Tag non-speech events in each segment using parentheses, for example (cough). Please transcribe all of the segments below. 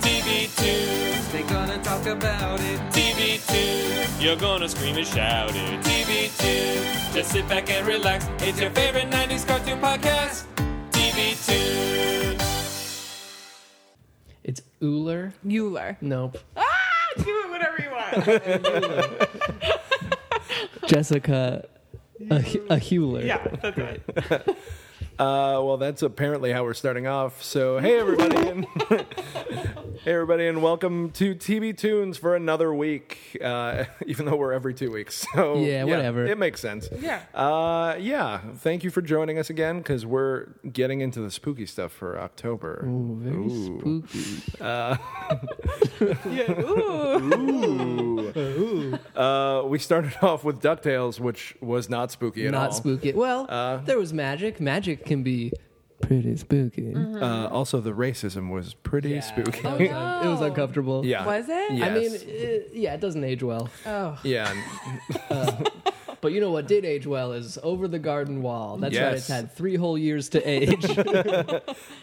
TV too. They're gonna talk about it. TV too. You're gonna scream and shout it. TV too. Just sit back and relax. It's your favorite 90s cartoon podcast. TV too. It's Uller. Euler. Nope. Give it whatever you want. (laughs) Jessica. A, a Hewler. yeah, that's right. Uh, well, that's apparently how we're starting off. So, hey everybody, and (laughs) hey everybody, and welcome to TV Tunes for another week. Uh, (laughs) even though we're every two weeks, so Yeah, whatever. it makes sense. Yeah. uh, yeah. Thank you for joining us again because we're getting into the spooky stuff for October. Ooh, very spooky. Uh, we started (laughs) off with Ducktales, which was not spooky at all. Not spooky. Well, there was magic. Magic can be pretty spooky. Mm-hmm. Uh, also, the racism was pretty Yeah, spooky. It was, un- it was no. (laughs) uncomfortable. yeah. Oh, Was it? Yes. I mean, it, yeah, it doesn't age well. Oh. yeah. But you know what did age well is Over the Garden Wall. That's right. Yes. It's had three whole years to age. (laughs)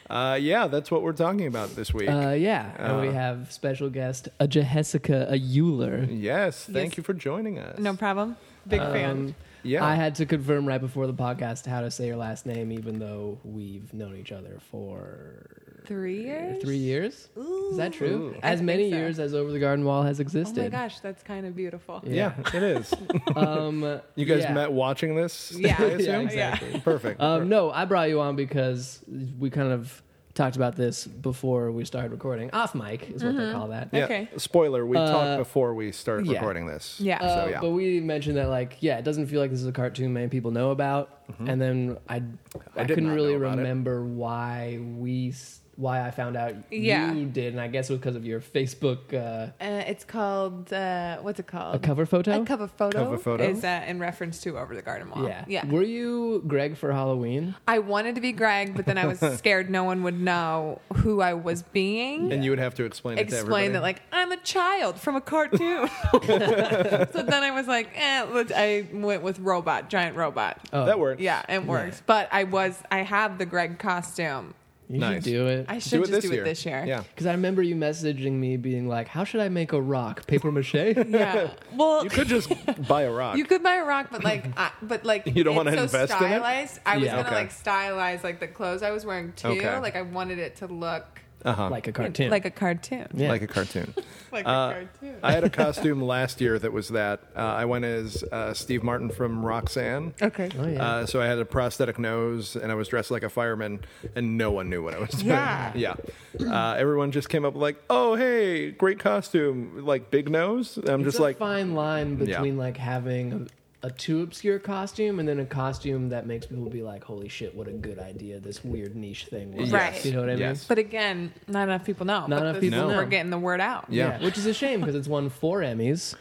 Uh, yeah, that's what we're talking about this week. Uh, yeah, and we have special guest a Jehessica a Euler. yes, thank yes. you for joining us. No problem. Big Um, Um, fan. Yeah. I had to confirm right before the podcast how to say your last name, even though we've known each other for Three years? three years. Is that true? Ooh. As I many think so. years as Over the Garden Wall has Oh my existed. (laughs) gosh, that's kind of beautiful. yeah, it (laughs) is. Um, You guys yeah. met watching this? Yeah. I assume? Yeah, exactly. Perfect. Um, no, I brought you on because we kind of talked about this before we started recording. Off mic is what they Mm-hmm. call that. Yeah. okay. Spoiler: We Uh, talked before we started yeah. recording this. Yeah. Uh, So yeah. But we mentioned that, like, yeah, it doesn't feel like this is a cartoon many people know about. And then I, I, Mm-hmm. did couldn't not really know about it. remember why we, s- why I found out Yeah. you did, and I guess it was because of your Facebook uh, Uh, it's called, uh, what's it called? a cover photo. A cover photo. Um, Cover photo. Is uh, in reference to Over the Garden Wall. yeah, Yeah. Were you Greg for Halloween? I wanted to be Greg, but then (laughs) I was scared no one would know who I was being. and you would have to explain, it to everybody. Explain that, like, I'm a child from a (laughs) cartoon. (laughs) so then I was like, eh, let's- I went with robot, giant robot. Oh, that works. Yeah, it works. But I was, I have the Greg costume. You Nice. should do it. I should Do it just this do year. it this year. Yeah. Because I remember you messaging me being like, "How should I make a rock? Paper mache?" Yeah. Well, You could (laughs) just buy a rock. You could buy a rock, but like, I, but (laughs) like, You don't it's wanna so invest in it? stylized. I was Yeah. gonna Okay. like stylize like the clothes I was wearing too. Okay. Like I wanted it to look (laughs) uh-huh. like a cartoon. like a cartoon. Yeah. like a cartoon. (laughs) Like Uh, a cartoon. I (laughs) had a costume last year that was that. Uh, I went as uh, Steve Martin from Roxanne. okay. oh yeah. Uh, so I had a prosthetic nose and I was dressed like a fireman, and no one knew what I was doing. Yeah. (laughs) yeah. Uh, everyone just came up like, "Oh, hey, great costume! Like big nose." I'm it's just a like, fine line Yeah. between like having a, a too obscure costume and then a costume that makes people be like, "Holy shit, what a good idea!" This weird niche thing, was. Right. You know what I mean? Yes. But again, not enough people know. Not But enough this- people No. We're know. getting the word out. Yeah. which is a shame because it's won (laughs) four Emmys.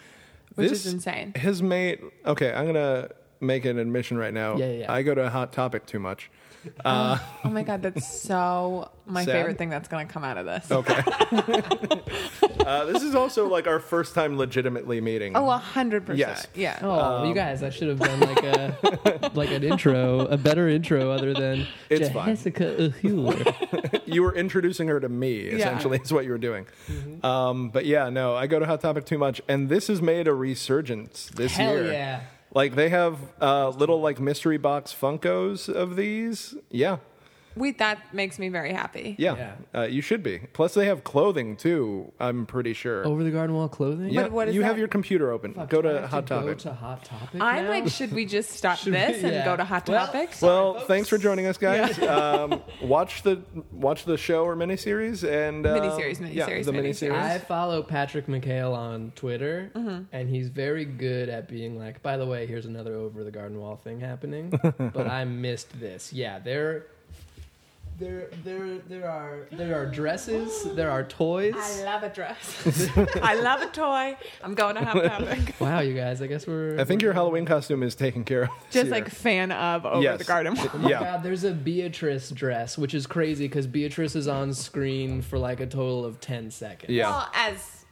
which is insane. His mate. Okay, I'm gonna make an admission right now. Yeah, yeah, yeah. I go to Hot Topic too much. Oh my (laughs) god, that's so my Sad? Oh. favorite thing that's gonna come out of this. Okay. (laughs) uh, this is also like our first time legitimately meeting. Oh, a hundred Yes. percent. Yeah. Oh, Um, you guys, I should have done (laughs) like a like an intro, a better intro other than It's fine. Jessica Hewler. (laughs) you were introducing her to me essentially is what you were doing um, but yeah no i go to hot topic too much and this has made a resurgence this Hell year yeah. like they have uh, little like mystery box funkos of these yeah Wait, that makes me very happy. yeah, Uh, you should be plus they have clothing too i'm pretty sure Over the garden wall clothing. yeah, But what is you have that? your computer open Fuck, go do I to have hot topic Go to hot topic. I'm now? like, should we just (laughs) stop Should we? this and Yeah. go to Hot Well, Topics? well, thanks for joining us, guys. Um, watch the watch the show or miniseries and uh, Miniseries, yeah, miniseries, the miniseries. miniseries. I follow Patrick McHale on Twitter, Mm-hmm. and he's very good at being like, by the way, here's another over the garden wall thing (laughs) happening, but I missed this. Yeah, there. There, there, there are there are dresses. There are toys. I love a (laughs) dress. (laughs) I love a toy. I'm going to Hot Topic. Wow, you guys! I guess we're. I think we're- your Halloween costume is taken care of. this Just year. like fan of Over Yes. the Garden Wall. Oh my yeah. God, there's a Beatrice dress, which is crazy because Beatrice is on screen for like a total of ten (laughs) seconds. Yeah. Well, as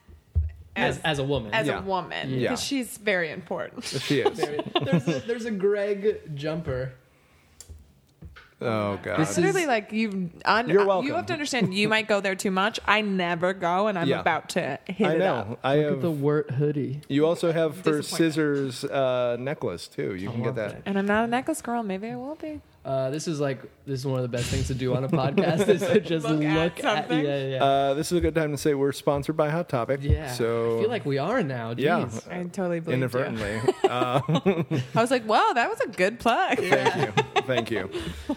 As as as a woman. as Yeah. a woman, Yeah. because she's very (laughs) important. She is. there's a, there's a Greg jumper. Oh god. It's (laughs) literally like you. Un- uh, You're You welcome. have to understand. You might go there too much. I never go, and I'm Yeah. about to hit I it know. up. I Look at have. the wart hoodie. you also have her Disappointment. scissors uh, necklace too. You can get love that. And I'm not a necklace girl. Maybe I will be. Uh, this is like this is one of the best things to do on a podcast is (laughs) to just Look look, at at, something. yeah, yeah. Uh, this is a good time to say we're sponsored by Hot Topic. yeah. So I feel like we are now. Jeez. yeah, I totally believe you. inadvertently. (laughs) uh, I was like, wow, that was a good plug. Thank you. Thank you.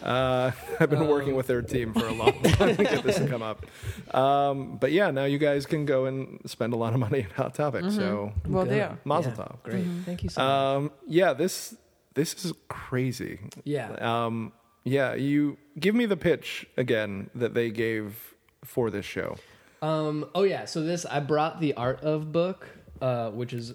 Uh, (laughs) I've been working with their team for a long (laughs) time to get this to come up. Um, but yeah, now you guys can go and spend a lot of money at Hot Topic. So (laughs) Will Good. do. Mazel Yeah, tov. Great. Mm-hmm. Thank you so much. Um, yeah, this this is crazy. yeah. Um, yeah, you give me the pitch again that they gave for this show. Um, oh yeah, so this I brought the Art of book, uh, which is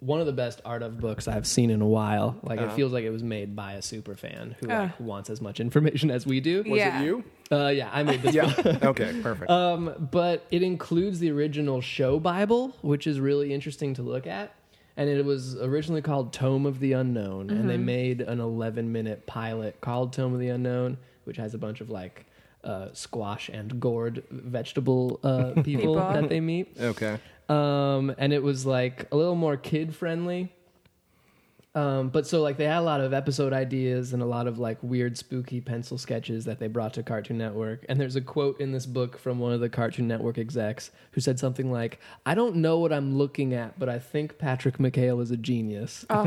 one of the best Art of books I've seen in a while. Like Uh-huh. it feels like it was made by a super fan who Ah. like, wants as much information as we do. Was Yeah. it you? Uh, yeah, I made this. Yeah. (laughs) okay. Perfect. Um, but it includes the original show Bible, which is really interesting to look at. And it was originally called Tome of the Unknown, and they made an 11 minute pilot called Tome of the Unknown, which has a bunch of like uh, squash and gourd vegetable uh, people, People. that they meet. okay. Um, and it was like a little more kid friendly. Um, but so like they had a lot of episode ideas and a lot of like weird spooky pencil sketches that they brought to Cartoon Network. And there's a quote in this book from one of the Cartoon Network execs who said something like, "I don't know what I'm looking at, but I think Patrick McHale is a genius." (laughs) Oh,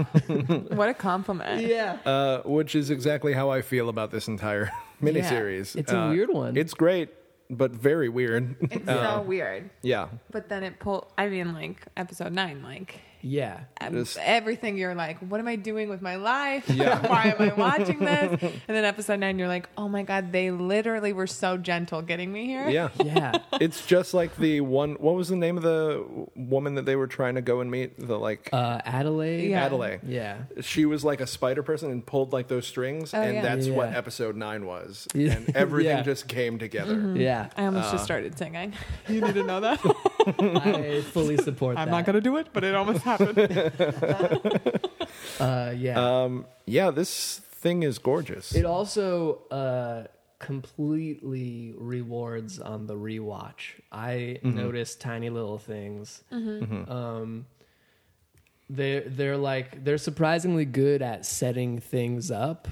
what a compliment. yeah. Uh, which is exactly how I feel about this entire (laughs) miniseries. It's a Uh, weird one. It's great, but very weird. (laughs) It's Uh-huh. so weird. yeah. But then it pulled, I mean, like, episode nine, like, yeah. ev- Just- um, everything you're like, what am I doing with my life? Yeah. (laughs) Why am I (laughs) watching this? And then episode nine, you're like, oh my God, they literally were so gentle getting me here. Yeah. Yeah. It's just like the one. What was the name of the woman that they were trying to go and meet? The like Uh, Adelaide. Yeah. Adelaide. Yeah. She was like a spider person and pulled like those strings, Oh, and yeah. that's what Yeah. episode nine was. (laughs) Yeah. And everything Yeah. just came together. Mm-hmm. Yeah. I almost Uh. just started (laughs) singing. (laughs) You need to know that. I fully support I'm that. not going to do it, but it almost (laughs) happened. Uh, yeah. Um, yeah, this thing is gorgeous. It also uh, completely rewards on the rewatch. I noticed tiny little things. Um, they're they're like they're surprisingly good at setting things up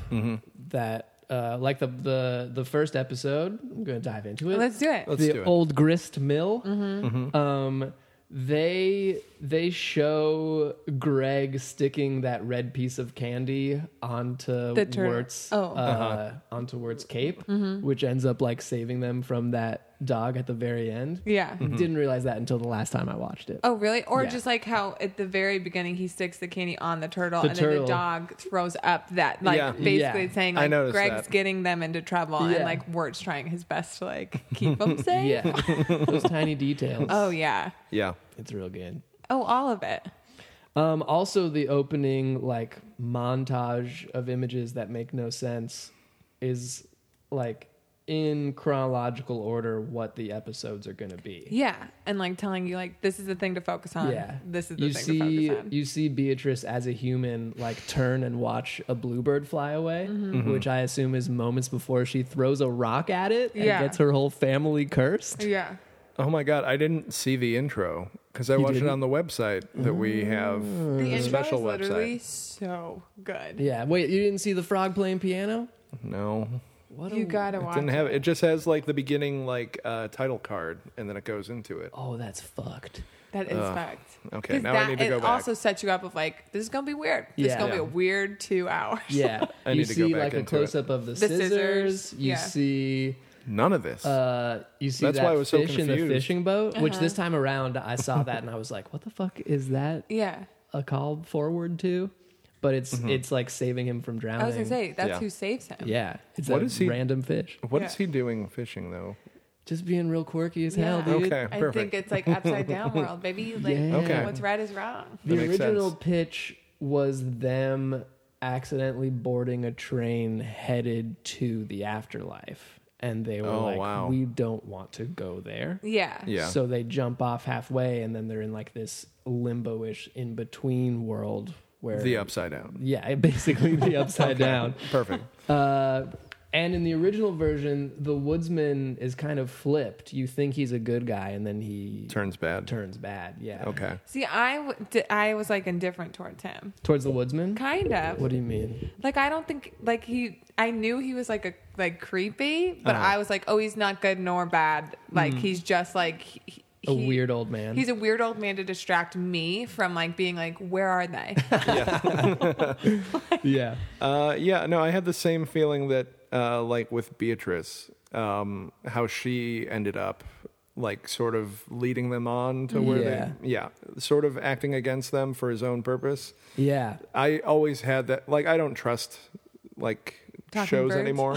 that. Uh, like the, the the first episode, I'm gonna dive into it Let's do it. Let's the do it. Mm-hmm. old grist mill. Mm-hmm. Um, they they show Greg sticking that red piece of candy onto The turtle. Wirt's Oh. Mm-hmm. uh, Uh-huh. onto Wirt's cape, which ends up like saving them from that dog at the very end. Yeah. Mm-hmm. Didn't realize that until the last time I watched it. Oh, really? Or Yeah. just like how at the very beginning he sticks the candy on the turtle The and then turtle. the dog throws up that, like, Yeah. basically Yeah. saying, I like, noticed Greg's that. getting them into trouble and, Yeah. like, Wirt's trying his best to, like, (laughs) keep them safe. Yeah, (laughs) those tiny details. Oh, yeah. yeah. It's real good. Oh, all of it. Um, also, the opening like montage of images that make no sense is like in chronological order what the episodes are going to be. Yeah. And, like, telling you, like, this is the thing to focus on. Yeah, This is the you thing see to focus on. you see Beatrice as a human like turn and watch a bluebird fly away, Mm-hmm. which I assume is moments before she throws a rock at it and Yeah. gets her whole family cursed. yeah. Oh my god, I didn't see the intro because I watched it on the website that Mm. we have. The intro special is literally website. so good. Hmm, Yeah, wait, you didn't see the frog playing piano? No, What You gotta watch didn't have it. It just has like the beginning like uh, title card, and then it goes into it. Oh, that's fucked. That is fact. okay, 'Cause now I that, need to it go back. also sets you up of like this is gonna be weird. This is Yeah. gonna be Yeah. a weird two hours. Yeah, (laughs) I you need to go see back like a into it. close up of the, The scissors. scissors, You yeah. see, None of this. uh, you see That's that why I was so fish in the confused. fishing boat. Which Uh-huh. this time around, I saw that and I was like, "What the fuck is that (laughs) Yeah. a call forward to?" But it's Mm-hmm. it's like saving him from drowning. I was gonna say that's Yeah. who saves him. yeah, it's What a is he- random fish. What is Yeah. he doing fishing though? Just being real quirky as hell, Yeah. dude. Okay. I Perfect. think it's like (laughs) upside down world, baby. Like Yeah. Okay. what's right is wrong. The That makes original sense. pitch was them accidentally boarding a train headed to the afterlife, and they were Oh, like, wow. "We don't want to go there." Yeah. Yeah. So they jump off halfway and then they're in like this limbo-ish in between world where (laughs) The upside down. Yeah, basically the upside down. Perfect. Uh And in the original version, the woodsman is kind of flipped. You think he's a good guy, and then he Turns bad. turns bad. Yeah. Okay. See, I, w- di- I was like indifferent towards him. Towards the woodsman. Kind of. What do you mean? Like I don't think like he I knew he was like a like creepy, but Uh-huh. I was like, oh, he's not good nor bad. Like he's just like he, Mm. A he- weird old man. He's a weird old man to distract me from like being like, where are (laughs) they? yeah. Uh, (laughs) yeah, no, I had the same feeling that, uh, like with Beatrice, um, how she ended up, like, sort of leading them on to where Yeah. they, yeah, sort of acting against them for his own purpose. Yeah. I always had that, like, I don't trust, like, Talking shows (laughs) birds. anymore.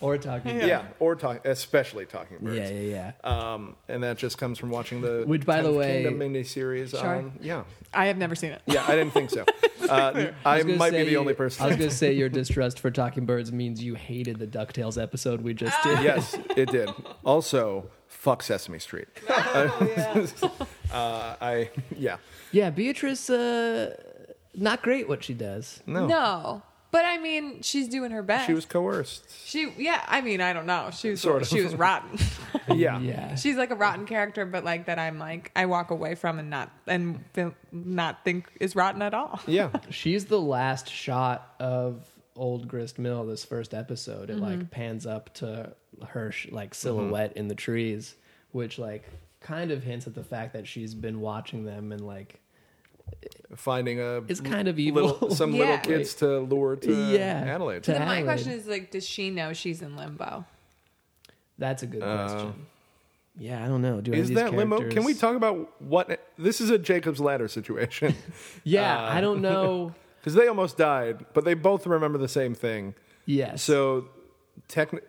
Or talking. yeah. or talk, especially talking birds. Yeah. Yeah. Yeah. Um, and that just comes from watching the Which, by the 10th way- Kingdom miniseries Sure. on. Yeah, I have never seen it. yeah, I didn't (laughs) think so. Uh, I, was gonna might be say the you- only person. I was going to say (laughs) your distrust for Talking Birds means you hated the DuckTales episode we just did. yes, it did. Also, fuck Sesame (laughs) Street. Oh, (laughs) uh, I yeah Yeah, Beatrice, uh, not great what she does. no. No. But I mean, she's doing her best. She was coerced. She yeah, I mean, I don't know. She was Sort of. she was rotten. (laughs) Yeah. Yeah. She's like a rotten character, but like that I'm like I walk away from and not and feel, not think is rotten at all. Yeah. She's the last shot of Old Grist Mill, this first episode. It Mm-hmm. like pans up to her sh- like silhouette in the trees, which like kind of hints at the fact that she's been watching them and like Finding a It's kind of little evil. some Yeah. little kids to lure to Yeah. Adelaide. To- Then my Valid. question is like, does she know she's in limbo? that's a good question. Yeah, I don't know. Do Uh. any of Is these that limo? characters- Can we talk about what this is a Jacob's ladder situation? (laughs) Yeah, Uh, I (laughs) don't know. Because they almost died, but they both remember the same thing. Yes. So, techni-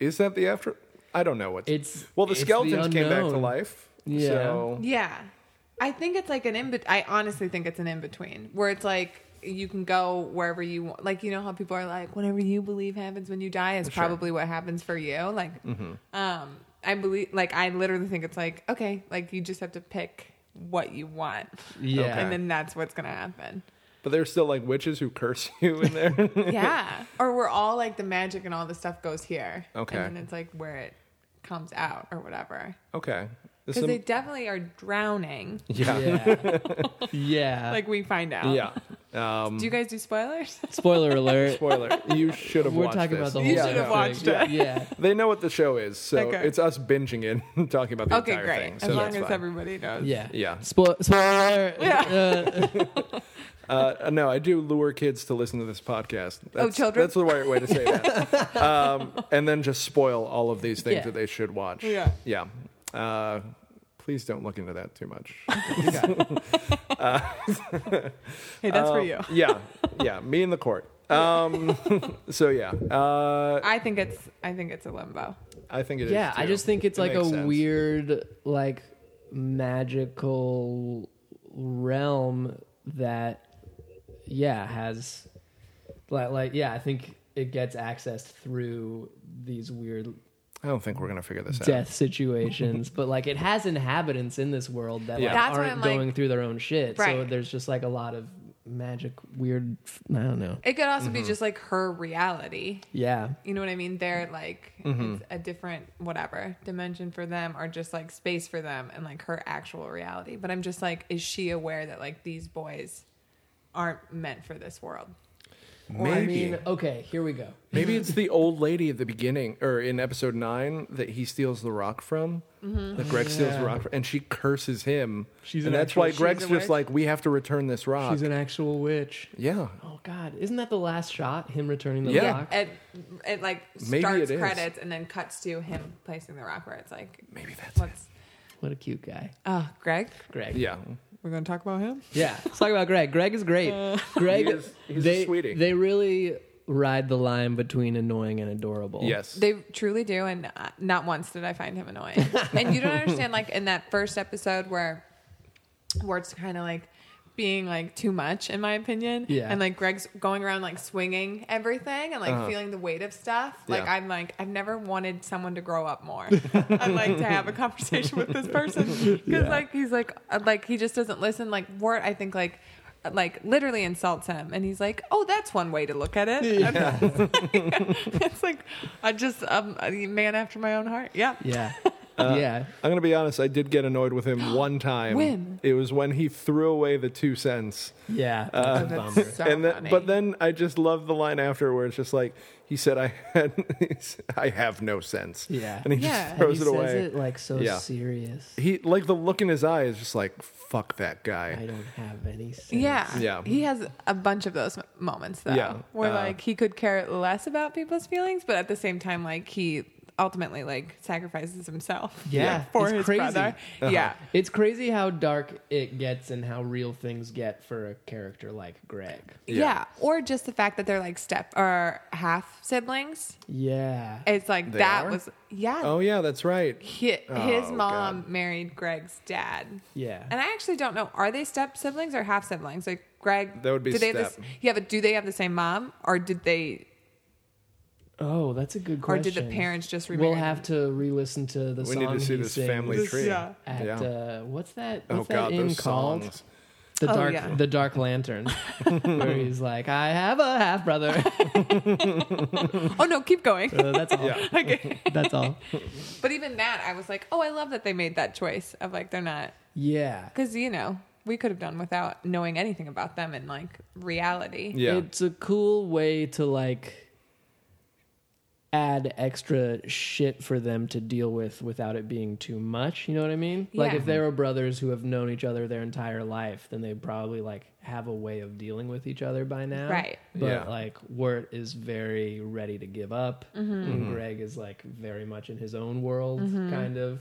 is that the after? I don't know what. It's- well, the it's the skeletons came back to unknown. life. Yeah. So, Yeah. I think it's like an in bet- I honestly think it's an in between where it's like you can go wherever you want. Like, you know how people are like, whatever you believe happens when you die is probably what happens for you. Like, Mm-hmm. um, I believe, like, I literally think it's like, okay, like you just have to pick what you want. Yeah. Okay. And then that's what's going to happen. but there's still like witches who curse (laughs) you in there. (laughs) Yeah. or we're all like the magic and all the stuff goes here. Okay. And then it's like where it comes out or whatever. okay. There's Because some- they definitely are drowning. yeah. Yeah. (laughs) yeah. Like we find out. Yeah. Um, Do you guys do spoilers? Spoiler alert. spoiler. You should have We're watched talking this. about the whole You yeah, should have no. watched thing. it. Yeah. They know what the show is, so Okay. it's us binging it (laughs) and talking about the okay, entire great. thing. As So long that's as fine. (laughs) everybody knows. Yeah. Yeah. Spo- spoiler. uh, Yeah. Uh, no, I do lure kids to listen to this podcast. That's, Oh, children? That's the right way to say that. (laughs) um, and then just spoil all of these things Yeah. that they should watch. Yeah. Yeah. Uh, please don't look into that too much. Hey, that's for Um, you. (laughs) yeah. Yeah. Me and the court. Um, (laughs) so yeah, uh, I think it's I think it's a limbo. I think it is. yeah. I too. just think it's It like a makes sense. weird, like magical realm that, yeah, has, like, like, yeah, I think it gets accessed through these weird I don't think we're gonna figure this out. (laughs) death situations, but like it has inhabitants in this world that Yeah. like, That's why aren't I'm like- going through their own shit. So Right. there's just like a lot of magic, weird. I don't know. It could also Mm-hmm. be just like her reality. Yeah. You know what I mean? They're like Mm-hmm. it's a different whatever dimension for them or just like space for them and like her actual reality. But I'm just like, is she aware that like these boys aren't meant for this world? Maybe. I mean, okay, here we go. (laughs) Maybe it's the old lady at the beginning or in episode nine that he steals the rock from. That Greg steals the Yeah. rock from, and she curses him. Mm-hmm. She's and an that's actual- why She's Greg's a just witch? like, we have to return this rock. She's an actual witch. yeah. Oh God, isn't that the last shot? Him returning the Yeah. rock. It it like Maybe starts it is. credits and then cuts to him placing the rock where it's like Maybe that's what's What a cute guy, uh Greg? Greg. Yeah. We're gonna talk about him? Yeah. Let's talk about Greg. Greg is great. Uh, (laughs) Greg, He is- he's a they sweetie. they really ride the line between annoying and adorable. Yes. They truly do, and uh, not once did I find (laughs) him annoying. and you don't understand, like in that first episode where, where it's kind of like being like too much, in my opinion. Yeah. And like Greg's going around like swinging everything and like feeling the weight of stuff. Like Uh-huh. Yeah. I'm like I've never wanted someone to grow (laughs) up more. I'd like to have a conversation with this person because like he's like uh, like he just doesn't listen. Like Wart, I think like. like literally insults him, and he's like, "Oh, that's one way to look at it." (laughs) it's like I just um, a man after my own heart. Yeah. (laughs) Yeah. Uh, yeah. I'm gonna be honest. I did get annoyed with (gasps) him one time. When? It was when he threw away the two cents. Yeah. uh, (laughs) Oh, That's a that's bummer. so and then, funny. but then I just love the line after where it's just like he said, "I had, (laughs) I have no sense." Yeah. and he Yeah. just And And throws he says it away. it like so Yeah. serious. He like the look in his eye is just like, "Fuck that I guy." don't have any sense. Yeah. Yeah. He has a bunch of those moments though. Yeah. Where Uh, like he could care less about people's feelings, but at the same time like he ultimately like sacrifices himself Yeah. for It's his crazy. brother. Uh-huh. Yeah. It's crazy how dark it gets and how real things get for a character like Greg. yeah. Or just the fact that they're like step or half siblings. Yeah. It's like They that are? was yeah. Oh yeah, that's right. Hi his Oh, mom God. married Greg's dad. Yeah. And I actually don't know. Are they step siblings or half siblings? Like Greg, That would be do they Have step. the, s- yeah, but do they have the same mom, or did they Oh, that's a good Or question. did the parents just We'll remarry have them? to re-listen to the We song need to see he this sings family This- tree. yeah. At Yeah. uh, what's that? oh What's that God, in those called? songs. The Oh, dark, yeah. the dark (laughs) lantern, where he's like, "I have a half brother." Oh no, keep (laughs) (laughs) going. (laughs) so that's all. Yeah. okay. (laughs) That's all. But even that, I was like, oh, I love that they made that choice of like they're not Yeah. because you know we could have done without knowing anything about them in like reality. Yeah. It's a cool way to like add extra shit for them to deal with without it being too much, you know what I mean? Like Yeah. if they were brothers who have known each other their entire life, then they'd probably like have a way of dealing with each other by now. Right. But Yeah. like Wirt is very ready to give up Mm-hmm. and Greg is like very much in his own world kind of.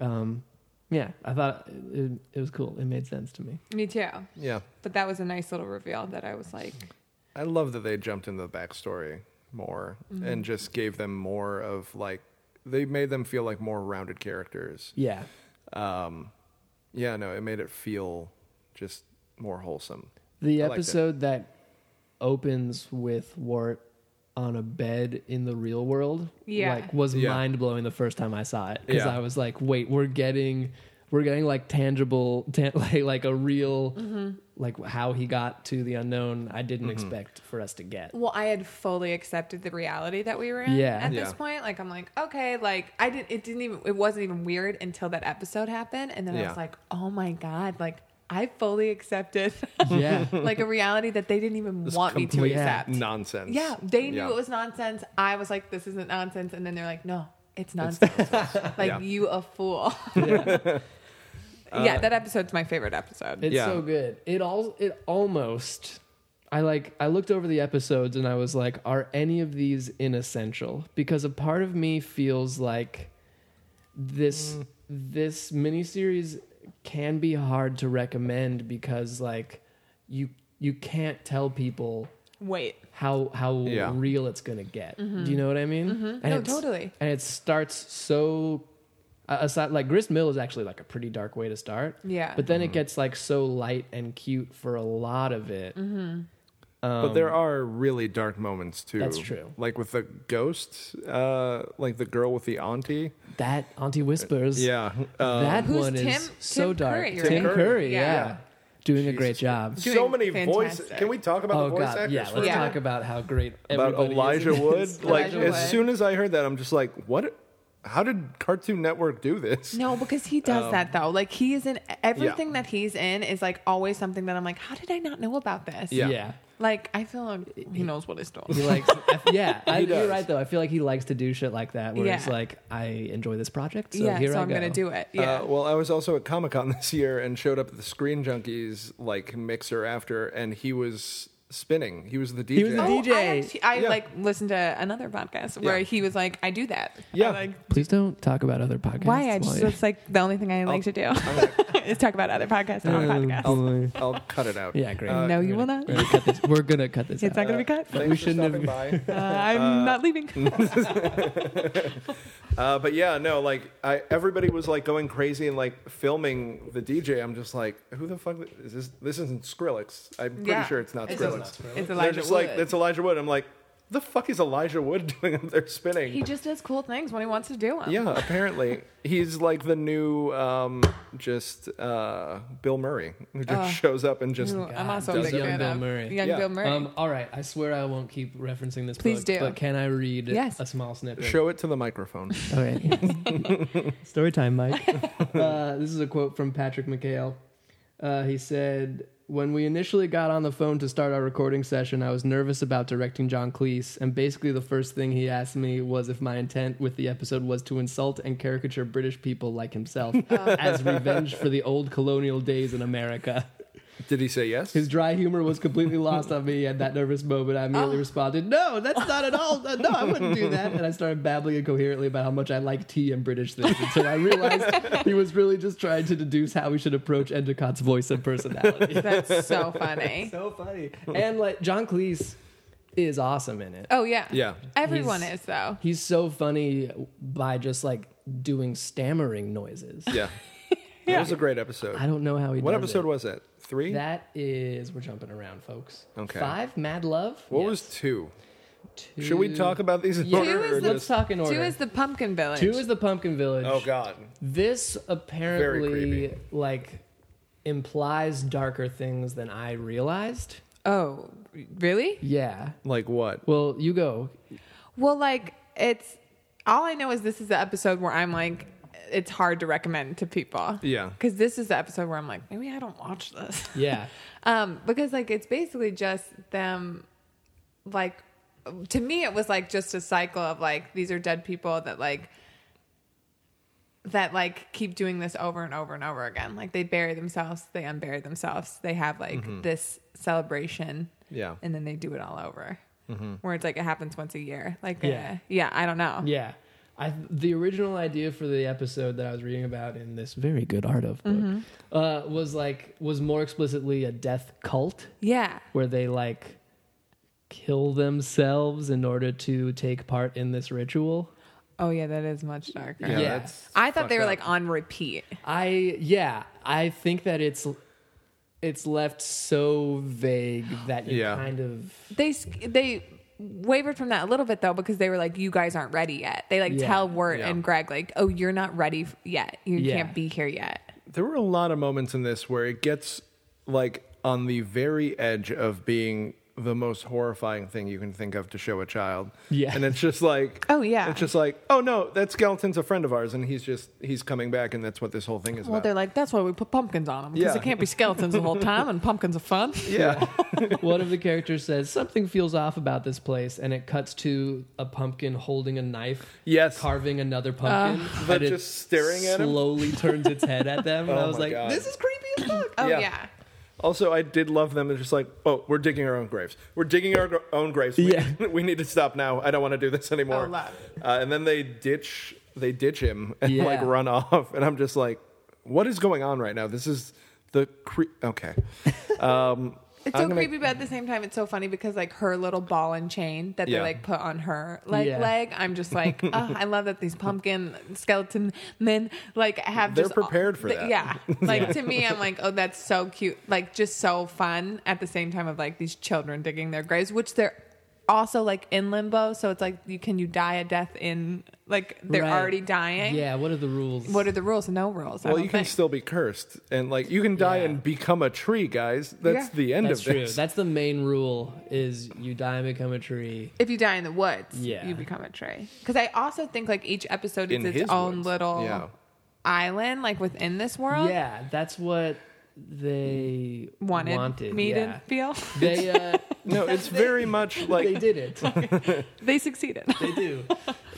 Um yeah, I thought it, it was cool. It made sense to me. Me too. yeah. But that was a nice little reveal that I was like, I love that they jumped into the backstory more Mm-hmm. and just gave them more of like they made them feel like more rounded characters. Yeah. Um, yeah, no, it made it feel just more wholesome. The I liked it. episode that opens with Wart on a bed in the real world, Yeah. like was Yeah. mind blowing the first time I saw it because Yeah. I was like, wait, we're getting, we're getting like tangible, tan- (laughs) like like a real, like how he got to the unknown. I Mm-hmm. didn't expect for us to (laughs) get. well, I had fully accepted the reality that we were in Yeah. at Yeah. this point. Like I'm like, okay, like I didn't. It didn't even. It wasn't even weird until that episode happened, and then I Yeah. was like, oh my god, like I fully accepted. (laughs) Yeah, like a reality that they didn't even This want me to complete accept. Nonsense. Yeah, they knew Yeah. it was nonsense. I was like, this isn't nonsense. And then they're like, no, it's nonsense. (laughs) like, Yeah. Uh, you a fool. (laughs) yeah. yeah, that episode's my favorite episode. it's Yeah. so good. It all, it almost. I like I looked over the episodes and I was like, are any of these inessential? Because a part of me feels like this this miniseries can be hard to recommend because like you you can't tell people Wait. how how Yeah. real it's gonna get. Do you know what I mean? And Mm-hmm. No, it's- totally. And it starts so uh, aside like Grist Mill is actually like a pretty dark way to start. Yeah. But Mm-hmm. then it gets like so light and cute for a lot of it. Mm-hmm. but there are really dark moments too. Um, That's true. Like with the ghost, uh, like the girl with the auntie. That Auntie Whispers. Yeah. Uh, that Who's one Tim- is so Tim dark. Curry, Tim right? Curry, yeah. Yeah. Doing a great job. so Doing many voices. fantastic. Can we talk about Oh the voice god, actors? yeah. for Let's a Yeah. talk about how great about everybody is (laughs) Elijah in Wood. this. Like Elijah as Wood. soon as I heard that, I'm just like, what? How did Cartoon Network do this? No, because he does that though. Like he is in everything Um, Yeah. that he's in is like always something that I'm like, how did I not know about this? Yeah. yeah. Like I feel like he knows what he's doing. He likes, I f- (laughs) yeah, I, you're does. right though. I feel like he likes to do shit like that, where it's Yeah. like, I enjoy this project, so yeah, here so I I'm go. gonna do it. Yeah. Uh, well, I was also at Comic Con (laughs) this year and showed up at the Screen Junkies like mixer after, and he was spinning. He was the DJ. was the Oh, DJ. I, actually- I Yeah. like listened to another podcast where Yeah. he was like, I do that. I, Oh Yeah. like, Please don't talk about other podcasts. Why? I while just you- it's like the only thing I like to do (laughs) is talk about other podcasts on podcasts. Oh, boy. Um, I'll cut it out. yeah, great. no, you We're will gonna- We're gonna not. cut this. We're gonna cut this (laughs) It's out. not going to (laughs) be cut. Uh, Thanks We for shouldn't stopping (laughs) by. Uh, I'm (laughs) not leaving. Uh, but yeah, no, like I, everybody was like going crazy and like filming the DJ. I'm just like, who the fuck is this? This isn't Skrillex. I'm pretty Yeah. sure it's not It's Skrillex. not Skrillex. It's They're Elijah just like, Wood. that's Elijah Wood. I'm like, the fuck is Elijah Wood (laughs) doing up there spinning? He just does cool things when he wants to do (laughs) them. yeah, apparently he's like the new um, just uh, Bill Murray who just shows up and just Who I'm also a does big young fan Bill of. Murray. Young Yeah. Bill Murray. Um, all right, I swear I won't keep referencing this Please book, do. but can I read Yes. a small snippet? show it to the microphone. Okay. (laughs) Story time, Mike. Uh, this is a quote from Patrick McHale. Uh, he said, When we initially got on the phone to start our recording session, I was nervous about directing John Cleese, and basically the first thing he asked me was if my intent with the episode was to insult and caricature British people like himself as revenge for the old colonial days in America. Did he say yes? His dry humor was completely lost on me at that nervous moment. I immediately responded, No, that's not at all. uh, No, I wouldn't do that. And I started babbling incoherently about how much I like tea and British things until I realized he was really just trying to deduce how we should approach Endicott's voice and (laughs) personality. That's (laughs) so funny. so funny. And like, John Cleese is awesome in it. Oh yeah. Yeah. Everyone He's- is though. He's so funny by just like doing stammering noises. yeah. That was a great episode. I don't know how he What does episode it. was that? Three? That is, we're jumping around, folks. Okay. Five, Mad Love. what Yes. was two? Two. Should we talk about these in Yeah. order? Two is or the- Let's just- talk in order. Two is the Pumpkin Village. Two is the Pumpkin Village. oh God. This apparently creepy. like implies darker things than I realized. oh, really? Yeah. Like what? Well, you go. Well, like it's all I know is this is the episode where I'm like, it's hard to recommend to people. Yeah. Because this is the episode where I'm like, maybe I don't watch this. Yeah. (laughs) um, because like it's basically just them, like, to me it was like just a cycle of like these are dead people that like that like keep doing this over and over and over again. Like they bury themselves, they unbury themselves, they have like Mm-hmm. this celebration, Yeah. and then they do it all over. Mm-hmm. Where it's like it happens once a year. Like Yeah. yeah, yeah I don't know. Yeah. I, the original idea for the episode that I was reading about in this very good art of book uh, was like was more explicitly a death cult Yeah. where they like kill themselves in order to take part in this ritual. Oh yeah, that is much darker. Yeah, Yeah. that's I thought they fucked were up. like on repeat. I yeah, I think that it's it's left so (gasps) vague that you Yeah. (laughs) kind of They s- they wavered from that a little bit though because they were like, "You guys aren't ready yet." They like Yeah. tell Wirt Yeah. and Greg like, "Oh, you're not ready f- yet. You Yeah. can't be here yet." There were a lot of moments in this where it gets like on the very edge of being the most horrifying thing you can think of to show a child. Yeah. And it's just like (laughs) Oh, yeah. It's just like, oh no, that skeleton's a friend of ours and he's just he's coming back and that's what this whole thing is Well, about. they're like, "That's why we put pumpkins on them because Yeah. it can't be skeletons the whole time, and pumpkins are fun." yeah. one of the characters says something feels off about this place and it cuts to a pumpkin holding a knife (laughs) Yes. carving another pumpkin Uh, But and it just staring at him? slowly turns its head at them and (laughs) Oh I was my like God. this is creepy as fuck (laughs) Oh Yeah. yeah. Also, I did love them. It's just like, oh, we're digging our own graves. We're digging our gr- own graves. We, Yeah. (laughs) we need to stop now. I don't want to do this anymore. Oh, love. Uh, and then they ditch, they ditch him and Yeah. like run off. And I'm just like, what is going on right now? This is the cre- okay. It's I'm so gonna- creepy, but at the same time, it's so funny because like her little ball and chain that Yeah. they like put on her like Yeah. leg. I'm (laughs) just like, oh, I love that these pumpkin skeleton men like have. They're just all- prepared for th- that. (laughs) Yeah, like to me, I'm like, oh, that's so cute. Like just so fun at the same time of like these children digging their graves, which they're also like in limbo. So it's like, you can you die a death in like (laughs) they're Right. already dying. yeah what are the rules What are the rules? No rules. I Well, don't you can think. still be cursed, and like you can die Yeah. and become a tree, guys. That's Yeah. the end that's of true this. that's the main rule is you die and become a tree if you die in the woods, Yeah. you become a tree. Because I also think like each episode is In his its own woods. little Yeah. island, like within this world. yeah that's what they wanted, me yeah. to feel. (laughs) they uh (laughs) no, it's very much (laughs) like they did (laughs) it they succeeded. they do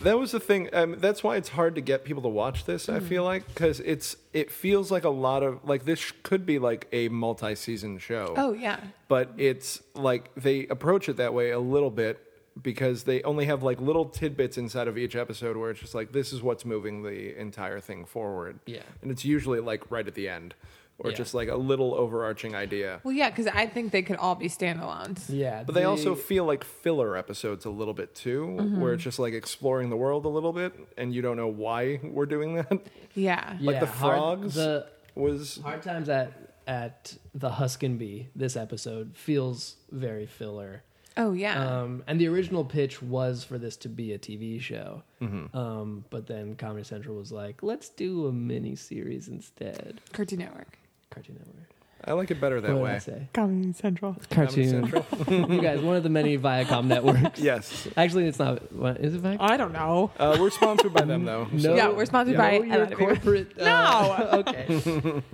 That was the thing. Um, that's why it's hard to get people to watch this. I Mm-hmm. feel like because it's it feels like a lot of like this sh- could be like a multi-season show. oh yeah, but it's like they approach it that way a little bit because they only have like little tidbits inside of each episode where it's just like this is what's moving the entire thing forward. Yeah. and it's usually like right at the end or Yeah. just like a little overarching idea. well yeah, because I think they could all be standalones. yeah But they also feel like filler episodes a little bit too, where it's just like exploring the world a little bit, and you don't know why we're doing that. (laughs) Yeah, like the hard- frogs the was hard times at at the Huskin Bee. This episode feels very filler. Oh yeah. Um, and the original pitch was for this to be a TV show, Mm-hmm. um, but then Comedy Central was like, "Let's do a mini series instead." Cartoon Network. Cartoon Network. I like it better that what did I way. say? Comedy Central. Cartoon. (laughs) you guys, one of the many Viacom (laughs) networks. Yes. Actually, it's not. What, is it Viacom? I don't know. Uh, we're sponsored by them though. so- Yeah, we're sponsored no, by- your uh, corporate. uh, (laughs) okay.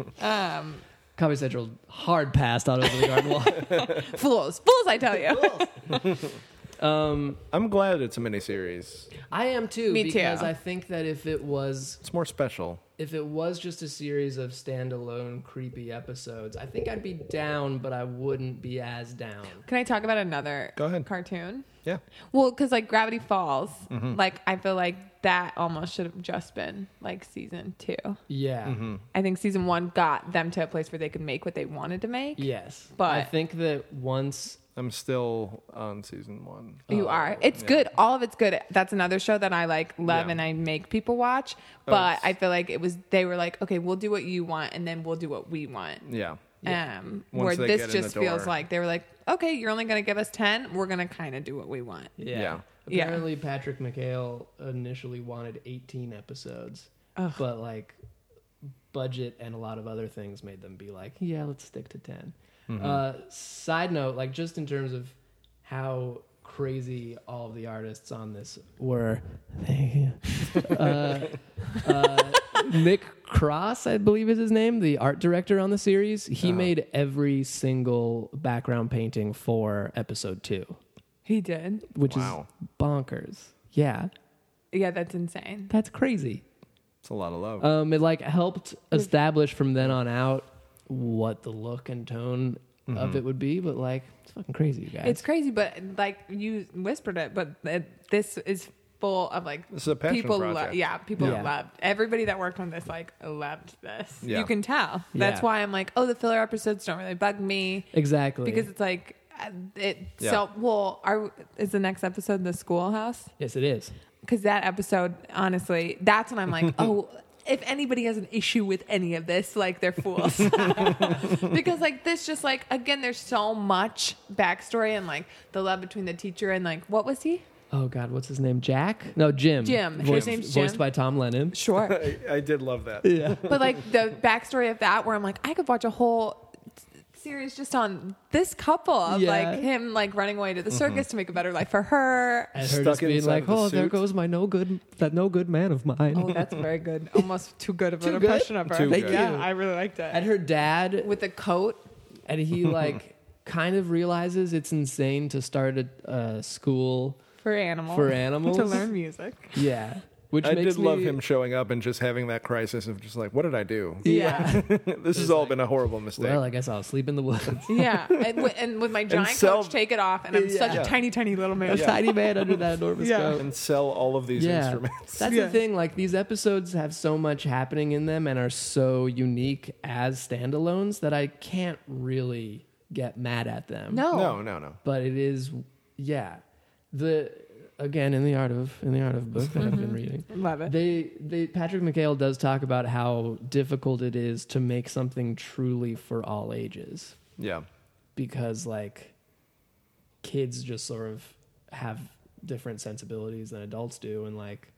(laughs) Um, Comedy Central hard passed out over the garden (laughs) wall. fools, fools! I tell you. Um, I'm glad it's a miniseries. I am too. Me too. because I think that if it was It's more special. if it was just a series of standalone creepy episodes, I think I'd be down, but I wouldn't be as down. Can I talk about another Go ahead. cartoon? Yeah. Well, because like Gravity Falls, Mm-hmm. like I feel like that almost should have just been like season two. Yeah. I think season one got them to a place where they could make what they wanted to make. Yes. But- I think that once I'm still on season one. Uh, You are. It's good. All of it's good. That's another show that I like love Oh, Yeah. Oh, and I make people watch. But it's- I feel like it was they were like, okay, we'll do what you want and then we'll do what we want. Yeah. Um, where Once they this get in just the feels door. like they were like, okay, you're only going to give us ten. We're going to kind of do what we want. yeah. Yeah. Yeah. Apparently Patrick McHale initially wanted 18 episodes. But like budget and a lot of other things made them be like, yeah, let's stick to 10. Uh, side note, like just in terms of how crazy all of the artists on this were. Thank you. uh, Nick Cross, I believe is his name, the art director on the series. He made every single background painting for episode two, He did. which Wow. is bonkers. Yeah, Yeah, that's insane. that's crazy. It's a lot of love. Um, it like helped establish from then on out what the look and tone of Mm-hmm. it would be, but like it's fucking crazy, you guys. It's crazy, but like you whispered it, but it, this is full of like This is a passion people. project. yeah, people Yeah. loved everybody that worked on this. Like loved this. Yeah. You can tell. That's Yeah. why I'm like, oh, the filler episodes don't really bug me exactly because it's like uh, it. Yeah. So well, are is the next episode the schoolhouse? yes, it is. Because that episode, honestly, that's when I'm like, oh. If anybody has an issue with any of this, like they're fools. because like this just like again there's so much backstory and like the love between the teacher and like what was he Oh God, what's his name? Jack? No, Jim. Jim. His Voiced, name's voiced Jim. by Tom Lennon. sure I, I did love that. (laughs) (laughs) but like the backstory of that where i'm like i could watch a whole s- series just on this couple of Yeah. like him like running away to the circus to make a better life for her And her Stuck just being inside like, of the "Oh, there suit. goes my no good, that no good man of mine." oh that's very good almost too good of an Too good? impression of her Too Thank good. yeah you. i really liked it (laughs) And her dad, with the coat (laughs) and he like kind of realizes it's insane to start a uh, school. for animals (laughs) For animals? to learn music Yeah, which (laughs) I makes did love me- him showing up and just having that crisis of just like, what did I do? Yeah. (laughs) this has all been a horrible mistake. Well, I guess I'll sleep in the woods. yeah and, wi- and with my giant sell- coach take it off and i'm Yeah. such Yeah. a tiny tiny little man A tiny man under that enormous Yeah. coat. and sell all of these instruments. That's Yeah. the thing. Like these episodes have so much happening in them and are so unique as standalones that I can't really get mad at them. No, no, no. But it is yeah. The again in the art of in the art of book that I've been reading. love it They they Patrick McHale does talk about how difficult it is to make something truly for all ages Yeah. because like kids just sort of have different sensibilities than adults do and like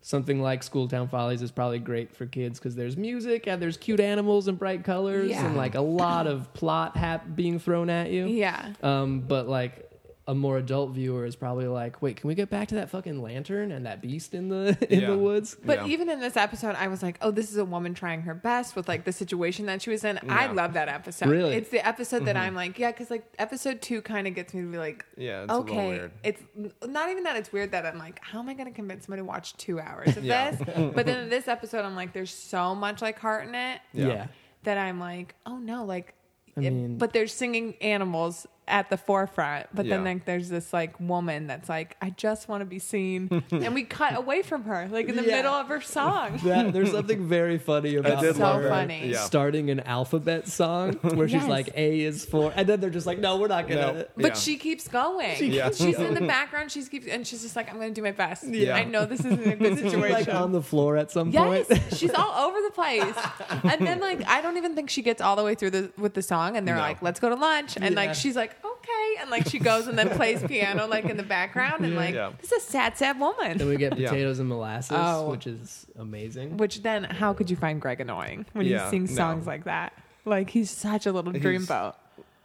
something like schooltown follies is probably great for kids because there's music and there's cute animals and bright colors Yeah. and like a lot of plot hap being thrown at you yeah um but like a more adult viewer is probably like wait can we get back to that fucking lantern and that beast in the (laughs) in Yeah. the woods But Yeah. even in this episode, I was like, "Oh, this is a woman trying her best with like the situation that she was in." I Yeah. Mm-hmm. love that episode. Really? it's the episode that I'm like, yeah, because like episode two kind of gets me to be like, Yeah, it's a little okay, weird. it's n- not even that it's weird that I'm like, how am I going to convince somebody to watch two hours of Yeah. this? (laughs) But then in this episode, I'm like, there's so much like heart in it Yeah. yeah. that I'm like, oh no, like, I it- mean- but they're singing animals at the forefront, but then Yeah. like there's this like woman that's like, I just want to be seen, and we cut away from her like in the Yeah. middle of her song. That, (laughs) there's something very funny about did So love that. funny. Yeah. starting an alphabet (laughs) song where she's Yes. like A is for, and then they're just like, no, we're not gonna. (laughs) No. But Yeah. she keeps going. Yeah. keeps She's in the background. She's keeps and she's just like, I'm going to do my best. Yeah. I know this isn't a good situation. Like on the floor at some yes, point. she's all over the place. and then like I don't even think she gets all the way through the with the song. And they're No. like, let's go to lunch. And Yeah. like she's like, oh okay. And like she goes and then plays piano like in the background and like Yeah. this is a sad, sad (laughs) Then woman. we get (laughs) Yeah. potatoes and molasses, Oh. which is amazing. Which then how could you find Greg annoying when Yeah, he sings no. songs like that? Like he's such a little He's- dreamboat.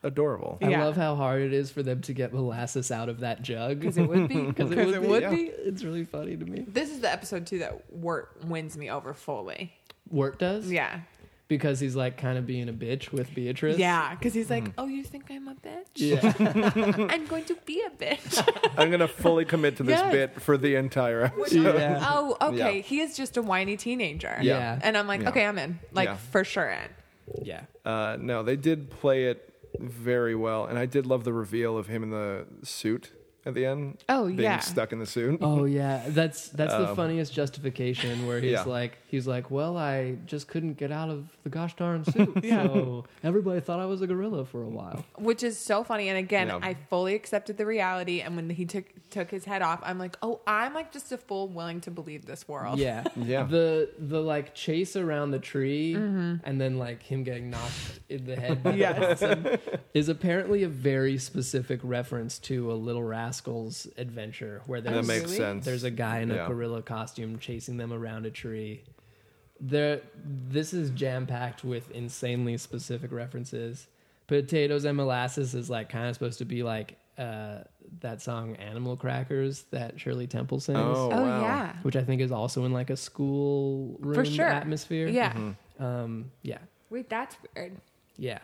Adorable. I yeah. love how hard it is for them to get molasses out of that jug. Because it (laughs) would be. 'Cause Because it would yeah. be. be. It's really funny to me. This is the episode too that Wirt wins me over fully. Wirt does. Yeah. Because he's like kind of being a bitch with Beatrice. Yeah. Because he's like, oh, you think I'm a bitch? Yeah. (laughs) I'm going to be a bitch. I'm gonna fully commit to this (laughs) Yes. bit for the entire episode. Yeah. oh, okay. Yeah. He is just a whiny teenager. Yeah. And I'm like, Yeah. okay, I'm in. Like, Yeah. for sure in. yeah. Uh, no, they did play it very well, and I did love the reveal of him in the suit at the end. Oh, being yeah. stuck in the suit. Oh yeah, that's that's the funniest justification where he's Um, Yeah. like he's like, well, I just couldn't get out of the gosh (laughs) darn suit, so everybody thought I was a gorilla for a while. Which is so funny. And again, Yeah. I fully accepted the reality. And when he took took his head off, I'm like, oh, I'm like just a fool willing to believe this world. Yeah, Yeah. The the like chase around the tree and then like him getting knocked in the head by the Yes. possum is apparently a very specific reference to a Little Rascals adventure where that there's makes oh, really? sense. there's a guy in a Yeah. gorilla costume chasing them around a tree. There, this is jam packed with insanely specific references. Potatoes and molasses is like kind of supposed to be like uh, that song "Animal Crackers" that Shirley Temple sings, Oh, Oh, wow. yeah. which I think is also in like a school room For sure. atmosphere. Yeah. Mm-hmm. um, yeah, Wait, that's weird. yeah.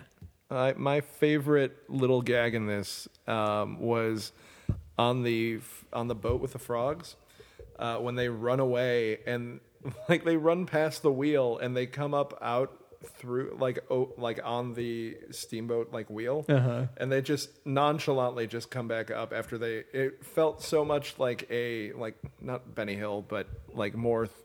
I, my favorite little gag in this um, was on the f- on the boat with the frogs uh, when they run away and (laughs) like they run past the wheel and they come up out through like oh, like on the steamboat like wheel Uh-huh. and they just nonchalantly just come back up after they it felt so much like a like not Benny Hill but like more th-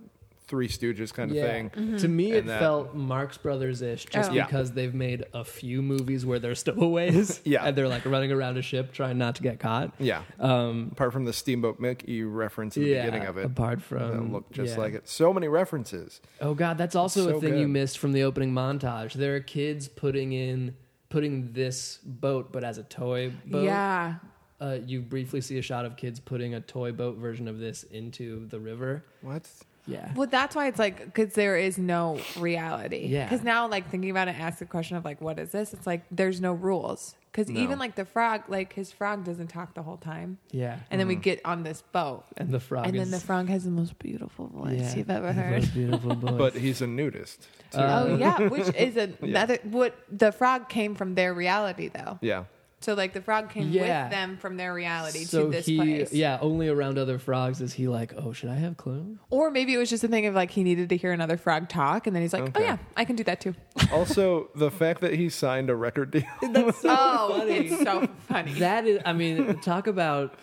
Three Stooges kind of Yeah. thing To me, it And that- felt Marx Brothers ish just Mm-hmm. Oh. Yeah. because they've made a few movies where they're (laughs) stowaways. (laughs) Yeah. And they're like running around a ship trying not to get caught. yeah Um, apart from the Steamboat Mickey reference at the yeah. beginning of it. Apart from. that look just Um, yeah. like it. So many references. Oh, God. That's also So a thing you good. missed from the opening montage. There are kids putting in. Putting this boat, but as a toy boat. Yeah. Uh, you briefly see a shot of kids putting a toy boat version of this into the river. What? Yeah. Well, that's why it's like because there is no reality. Yeah. Because now, like thinking about it, ask the question of like, what is this? It's like there's no rules. Because No. even like the frog, like his frog doesn't talk the whole time. Yeah. And Mm-hmm. then we get on this boat, And the frog. and is- then the frog has the most beautiful voice Yeah. you've ever the heard. most beautiful boy. Uh, But he's a nudist. too. (laughs) oh yeah, which is another what the frog came from their reality though. yeah. So like the frog came Yeah. with them from their reality to this he, place. Yeah, only around other frogs is he like, oh, should I have clone? Or maybe it was just a thing of like he needed to hear another frog talk, and then he's like, oh Okay. Oh, yeah, I can do that too. Also, the fact that he signed a record deal (laughs) oh, it's so funny. That is, I mean, (laughs) talk about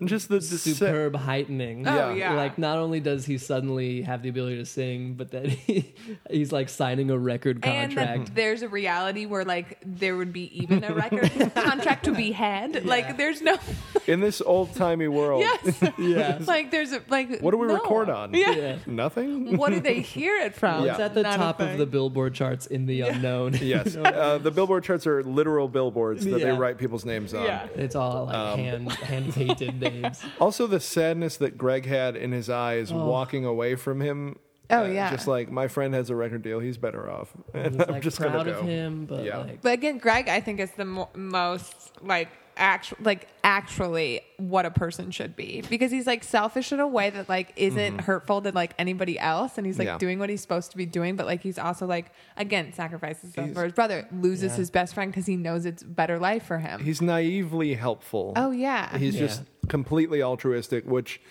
and just (laughs) the dece- superb heightening. Oh, Yeah. yeah. Like, not only does he suddenly have the ability to sing, but then (laughs) he, he's like signing a record and (laughs) contract. (laughs) that there's a reality where like there would be even a record contract to be had. Like there's no in this old timey world. yes, yeah. (laughs) like there's a, like Oh. What do we no. record on? Yeah. yeah. (laughs) Nothing. What do they hear it from? Yeah. It's at the Not a top of thing. the Billboard charts in the unknown. (laughs) (laughs) Yes. Uh, the billboard charts are literal billboards that they Yeah. write people's names on. Yeah. It's all like Um, (laughs) hand hand (laughs) painted names. Also, the sadness that Greg had in his eyes Oh. walking away from him. uh, Oh, yeah. Just like my friend has a record deal, he's better off. And He's (laughs) I'm like just proud gonna go. of him, but Yeah. like But again, Greg, I think is the mo- most like actual like actually what a person should be because he's like selfish in a way that like isn't Mm-hmm. hurtful to like anybody else and he's like Yeah. doing what he's supposed to be doing but like he's also like again sacrifices himself for his brother loses Yeah. his best friend because he knows it's a better life for him He's naively helpful. Oh, yeah. He's Yeah. just completely altruistic, which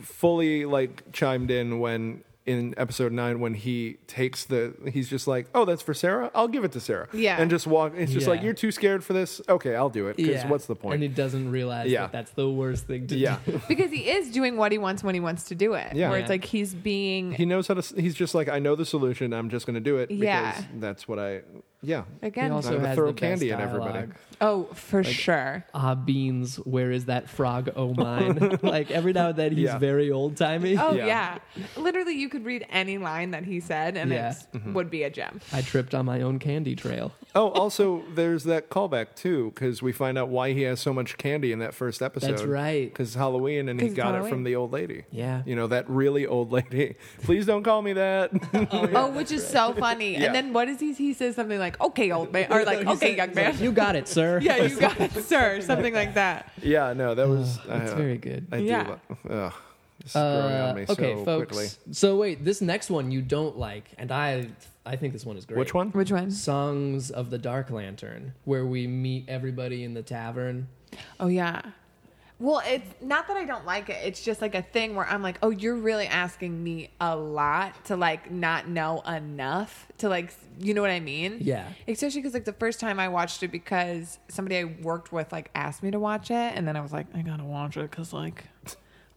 fully like chimed in when in episode nine when he takes the he's just like, Oh, that's for Sarah? I'll give it to Sarah. Yeah. And just walk it's just Yeah. like, You're too scared for this? Okay, I'll do it. Because Yeah. what's the And point? he doesn't realize Yeah. that that's the worst thing (laughs) to yeah. do. (laughs) because he is doing what he wants when he wants to do it Yeah. where it's Yeah. like he's being he knows how to s- he's just like, I know the solution, I'm just gonna do it because Yeah. that's what I yeah. He again also Time to has throw the candy best at everybody. dialogue. oh for sure ah beans where is (laughs) that frog oh mine like every now and then he's Yeah. very old timey (laughs) Oh Yeah. yeah. Literally you could read any line that he said, and Yeah. it would be a gem. I tripped on my own candy trail. Oh, also, there's that callback too, because we find out why he has so much candy in that first episode. That's right. Because Halloween, and he 'Cause it's got it Halloween. from the old lady. Yeah. You know, that really old lady. (laughs) Please don't call me that. (laughs) (laughs) Oh, which is so funny. Yeah. And then what is he? He says something like, "Okay, old man," or (laughs) like, He "Okay, said- young he's man." like, you got it, sir. (laughs) yeah, you got it, sir. Something like that. yeah, no, that was. It's I- very good. I Yeah. do. Lo- ugh, this is growing on Uh, me okay, so folks. quickly. So wait, this next one you don't like, and I, I think this one is great. Which one? Which one? Songs of the Dark Lantern, where we meet everybody in the tavern. Oh yeah. Well, it's not that I don't like it. It's just like a thing where I'm like, "Oh, you're really asking me a lot to like not know enough to like, you know what I mean?" Yeah. Especially because like the first time I watched it because somebody I worked with like asked me to watch it, and then I was like, "I gotta watch it because like."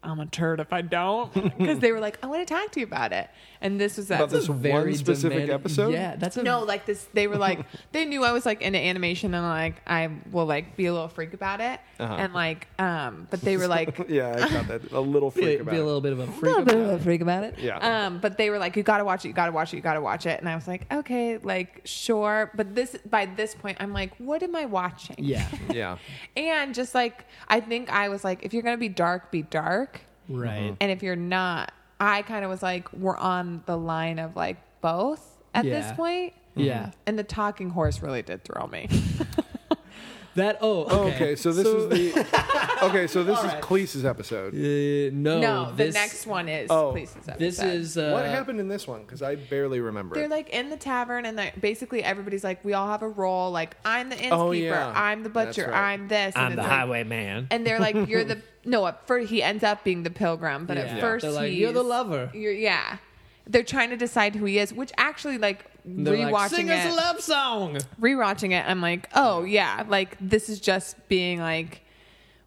I'm a turd if I don't, (laughs) because they were like, "I want to talk to you about it," and this was that. About this It's a very one specific demanding- episode? Yeah, that's a No, like this, they (laughs) were like, they knew I was like into animation and like I will like be a little freak about it, and like, um, (laughs) but they were (laughs) like, Uh-huh. Yeah, I got that. A little be, freak be about a it. little bit of a freak. about it. freak about it. Yeah. Um, but they were like, you gotta watch it, you gotta watch it, you gotta watch it, and I was like, okay, like sure, but this by this point, I'm like, what am I watching? Yeah, Yeah. And just like, I think I was like, if you're gonna be dark, be dark, right. Mm-hmm. and if you're not, I kind of was like, we're on the line of like both at Yeah. this point. Yeah, And the talking horse really did throw (laughs) me. that. Oh, okay. Okay, so this is (laughs) the. Okay, so this is Cleese's episode. Uh, no, no, this, the next one is Oh. Police's episode. This is uh, what happened in this one? Because I barely remember. They're It. like in the tavern, and like basically everybody's like, we all have a role. Like I'm the innkeeper, Oh, yeah. I'm the That's butcher, right. I'm this. and it's like- highwayman. And they're like, (laughs) you're the no. At first, he ends up being the pilgrim, but Yeah. at first They're like, he's- "You're the lover." You're, yeah, they're trying to decide who he is, which actually like They're rewatching like, sing us it, a love song. rewatching it, I'm like, oh yeah, like this is just being like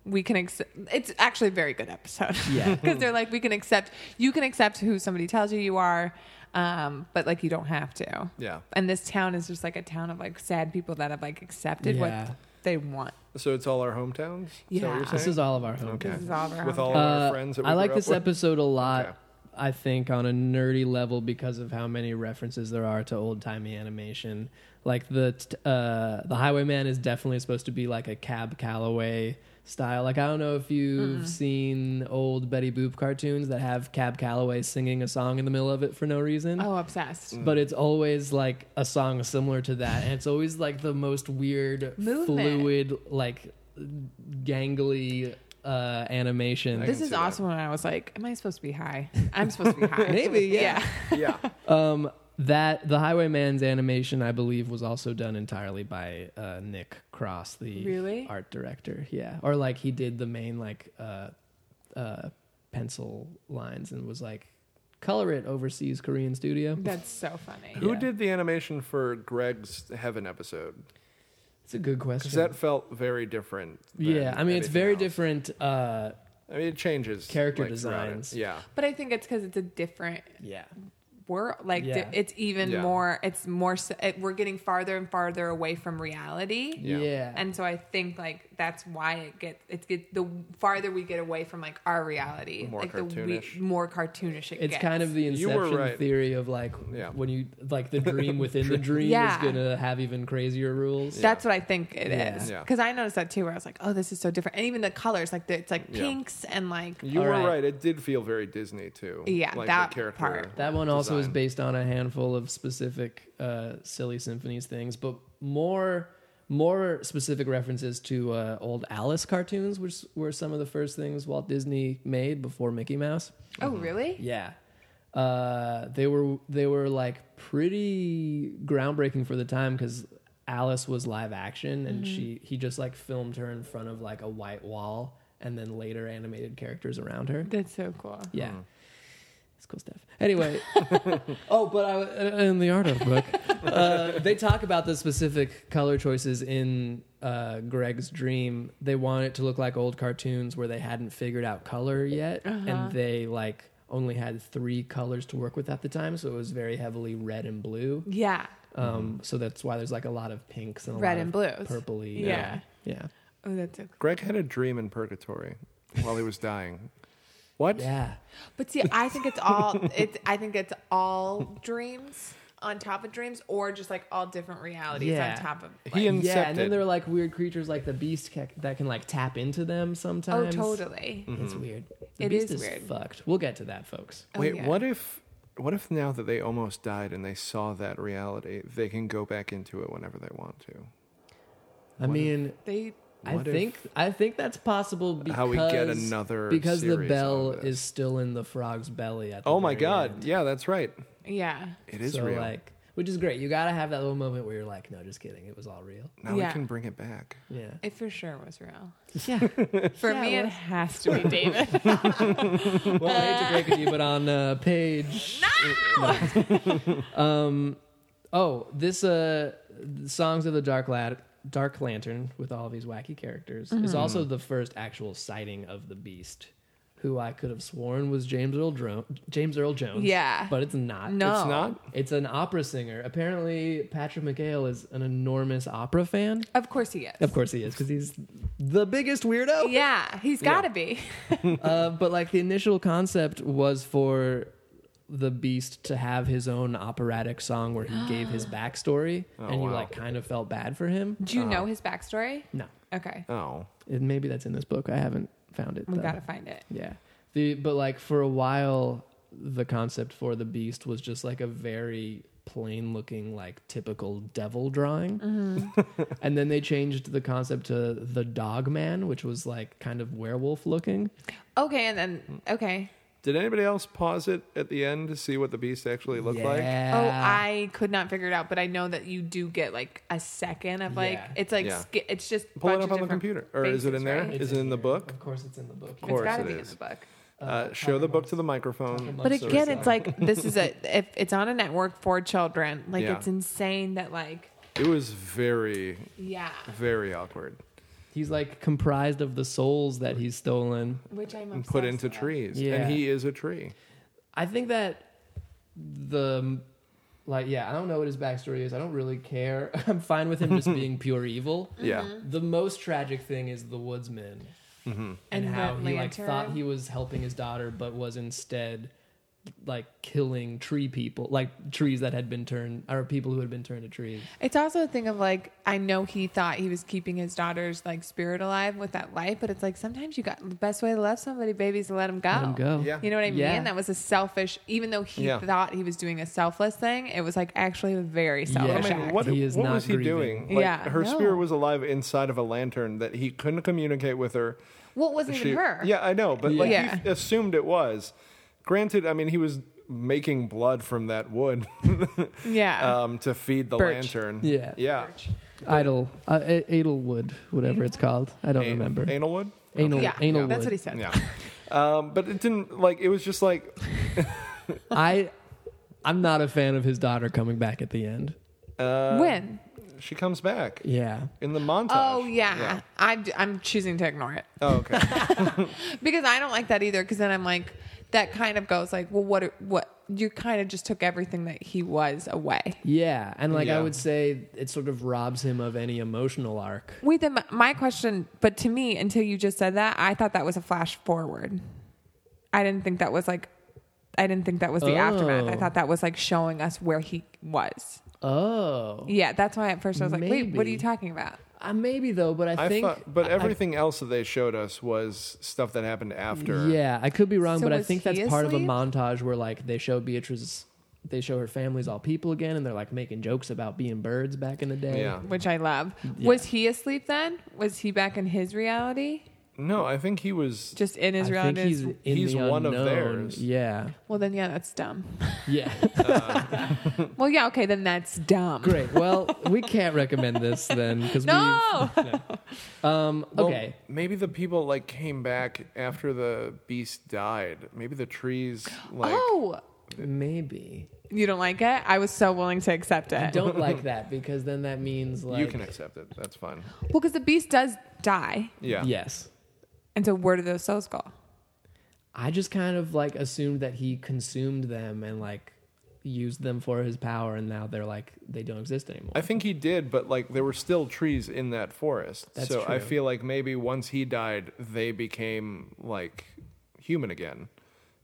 we can accept. It's actually a very good episode. (laughs) Yeah. because they're like we can accept you can accept who somebody tells you you are, um, but like you don't have to. Yeah. and this town is just like a town of like sad people that have like accepted Yeah. what they want. So it's all our hometowns. Is that what Yeah. you're This saying? is all of our home. Okay. This is all of our with all hometowns. of our Uh, friends. That we I like grew this up with. episode a lot. Okay. I think on a nerdy level because of how many references there are to old timey animation. Like the t- uh, the Highwayman is definitely supposed to be like a Cab Calloway style. Like I don't know if you've seen old Betty Boop cartoons that have Cab Calloway singing a song in the middle of it for no Mm. reason. Oh, obsessed. But it's always like a song similar to that, and it's always like the most weird, Movement. fluid, like gangly uh, animation. This can is see that. awesome. When I was like, am I supposed to be high? I'm supposed (laughs) to be high. Maybe, yeah. Yeah. (laughs) Um, that the Highwayman's animation, I believe, was also done entirely by uh, Nick Cross, the Really? art director. Yeah, or like he did the main like uh, uh, pencil lines and was like, color it overseas Korean studio. (laughs) That's so funny. Who Yeah. did the animation for Greg's Heaven episode? It's a good question. Because that felt very different. than yeah, I mean it's anything very else. different. Uh, I mean it changes Character like, throughout it. designs. Yeah. But I think it's because it's a different yeah, world. Like di- Yeah. it's even Yeah. more. It's more. s- It, we're getting farther and farther away from reality. Yeah. yeah, And so I think like that's why it gets it's get the farther we get away from like our reality, More like cartoonish. the we, more cartoonish it it's gets. kind of the You were inception right. theory of like Yeah. when you like the dream within (laughs) the dream Yeah. is gonna have even crazier rules. that's what I think it Yeah. is Yeah. because I noticed that too where I was like oh this is so different and even the colors like the, it's like Yeah. pinks and like You All were right. right. It did feel very Disney too. Yeah, like that the character. part. That one also is design. based on a handful of specific uh, silly symphonies things, but more more specific references to uh, old Alice cartoons, which were some of the first things Walt Disney made before Mickey Mouse. oh really Yeah. Uh, they were they were like pretty groundbreaking for the time because Alice was live action and she he just like filmed her in front of like a white wall and then later animated characters around her. that's so cool Yeah. It's cool stuff. Anyway, oh, but I, in the art of book, uh, they talk about the specific color choices in uh, Greg's dream. They want it to look like old cartoons where they hadn't figured out color yet, Uh-huh. and they like only had three colors to work with at the time, so it was very heavily red and blue. yeah Um, so that's why there's like a lot of pinks and a Red lot and of blues. purpley. Yeah. yeah. oh that's so cool Greg had a dream in purgatory while he was dying. What? Yeah. But see, I think it's all it's I think it's all dreams on top of dreams or just like all different realities Yeah. on top of like, He incepted. Yeah, and then there are like weird creatures like the beast ca- that can like tap into them Oh, sometimes. totally. It's weird. Mm-hmm. The It beast is is weird. fucked. We'll get to that, folks. (laughs) Oh, Wait, yeah. what if what if now that they almost died and they saw that reality, they can go back into it whenever they want to? I mean, They I What if- think I think that's possible because How we get another because the series bell out of this. is still in the frog's belly at the Oh my very god. end. Yeah, that's right. yeah. It is so real. like which is great. You got to have that little moment where you're like, no, just kidding. It was all real. now yeah. we can bring it back. Yeah. It for sure was real. Yeah. (laughs) For Yeah, me it it was. has to be David. well, I hate to break it to you, but on uh, (laughs) page (laughs) Oh, this uh Songs of the Dark Lad- Dark Lantern with all these wacky characters is also the first actual sighting of the beast, who I could have sworn was James Earl Dro- James Earl Jones. Yeah. But it's not. No. It's not? It's an opera singer. Apparently Patrick McHale is an enormous opera fan. Of course he is. Of course he is, because he's the biggest weirdo. Yeah, he's got to be. Uh, but like the initial concept was for the beast to have his own operatic song where he gave (gasps) his backstory and you Oh, wow. like kind of felt bad for him Do you know his backstory? no Okay. Oh. it, maybe that's in this book i haven't found it We though. got to find it. yeah the, but like for a while the concept for the beast was just like a very plain looking like typical devil drawing Mm-hmm. (laughs) and then they changed the concept to the dog man which was like kind of werewolf looking Okay, and then okay. Did anybody else pause it at the end to see what the beast actually looked like? yeah. Oh, I could not figure it out, but I know that you do get like a second of like Yeah. it's like Yeah. sk- it's just Pull it bunch up of on the different computer. Or is it in faces, there? Is right? It's it in in the here. book? Of course, it's in the book. Of course it's gotta it be in is. the book. Uh, show the book to the microphone. But again, it's like this is a if it's on a network for children, like Yeah. it's insane that like It was very, yeah, very awkward. He's like comprised of the souls that he's stolen. which I'm And put obsessed into with. trees. Yeah. And he is a tree. I think that the like yeah, I don't know what his backstory is. I don't really care. (laughs) I'm fine with him (laughs) just being pure evil. Yeah. The most tragic thing is the woodsman and, And how the he like lantern. thought he was helping his daughter, but was instead like killing tree people, like trees that had been turned or people who had been turned to trees. It's also a thing of like I know he thought he was keeping his daughter's like spirit alive with that light, but it's like sometimes you got the best way to love somebody, baby, is to let him go. Let him go. Yeah. You know what I mean? Yeah. That was a selfish. Even though he Yeah. thought he was doing a selfless thing, it was like actually a very selfish I I mean, act. what He is what not was he grieving. doing? Like, Yeah, her no. spirit was alive inside of a lantern that he couldn't communicate with her. Well, it wasn't She- even her. Yeah, I know, but like Yeah. he assumed it was. Granted, I mean he was making blood from that (laughs) wood yeah. um, to feed the Birch. lantern. Yeah. yeah. Idle, uh, a- Adelwood, whatever it's called. I don't An- remember. Anal wood. Anal, yeah, anal that's wood. what he said. Yeah. (laughs) Um, but it didn't like it was just like I I'm not a fan of his daughter coming back at the end. uh, when? she comes back Yeah. in the montage. Oh yeah, I'm I'm choosing to ignore it Oh, okay. because I don't like that either. Because then I'm like, that kind of goes like, well, what what you kind of just took everything that he was away. Yeah, and like Yeah. I would say it sort of robs him of any emotional arc. Wait, then my- my question, but to me, until you just said that, I thought that was a flash forward. I didn't think that was like, I didn't think that was the aftermath. I Oh. thought that was like showing us where he was. Oh. Yeah, that's why at first I was like, wait, what are Maybe. you talking about? Uh, maybe though, but I, I think thought, but I- everything else that they showed us was stuff that happened after. Yeah, I could be wrong, So but I was think that's he part of a asleep? montage where like they show Beatrice they show her family's all people again and they're like making jokes about being birds back in the day. Yeah. Which I love. Was he asleep then? Was he back in his reality? No, I think he was. Just in his I think reality? he's in He's the one of unknown. theirs. Yeah. Well, then, yeah, that's dumb. Yeah. (laughs) well, yeah, okay, then that's dumb. Great. Well, we can't recommend this then because No! we um Well, okay. Maybe the people like came back after the beast died. Maybe the trees like. oh, Maybe. you don't like it? I was so willing to accept it. I don't like that because then that means (laughs) like you can accept it. That's fine. Well, because the beast does die. Yeah. Yes. And so where do those souls go? I just kind of like assumed that he consumed them and like used them for his power and now they're like they don't exist anymore. I think he did, but like there were still trees in that forest. That's so I true. feel like maybe once he died, they became like human again,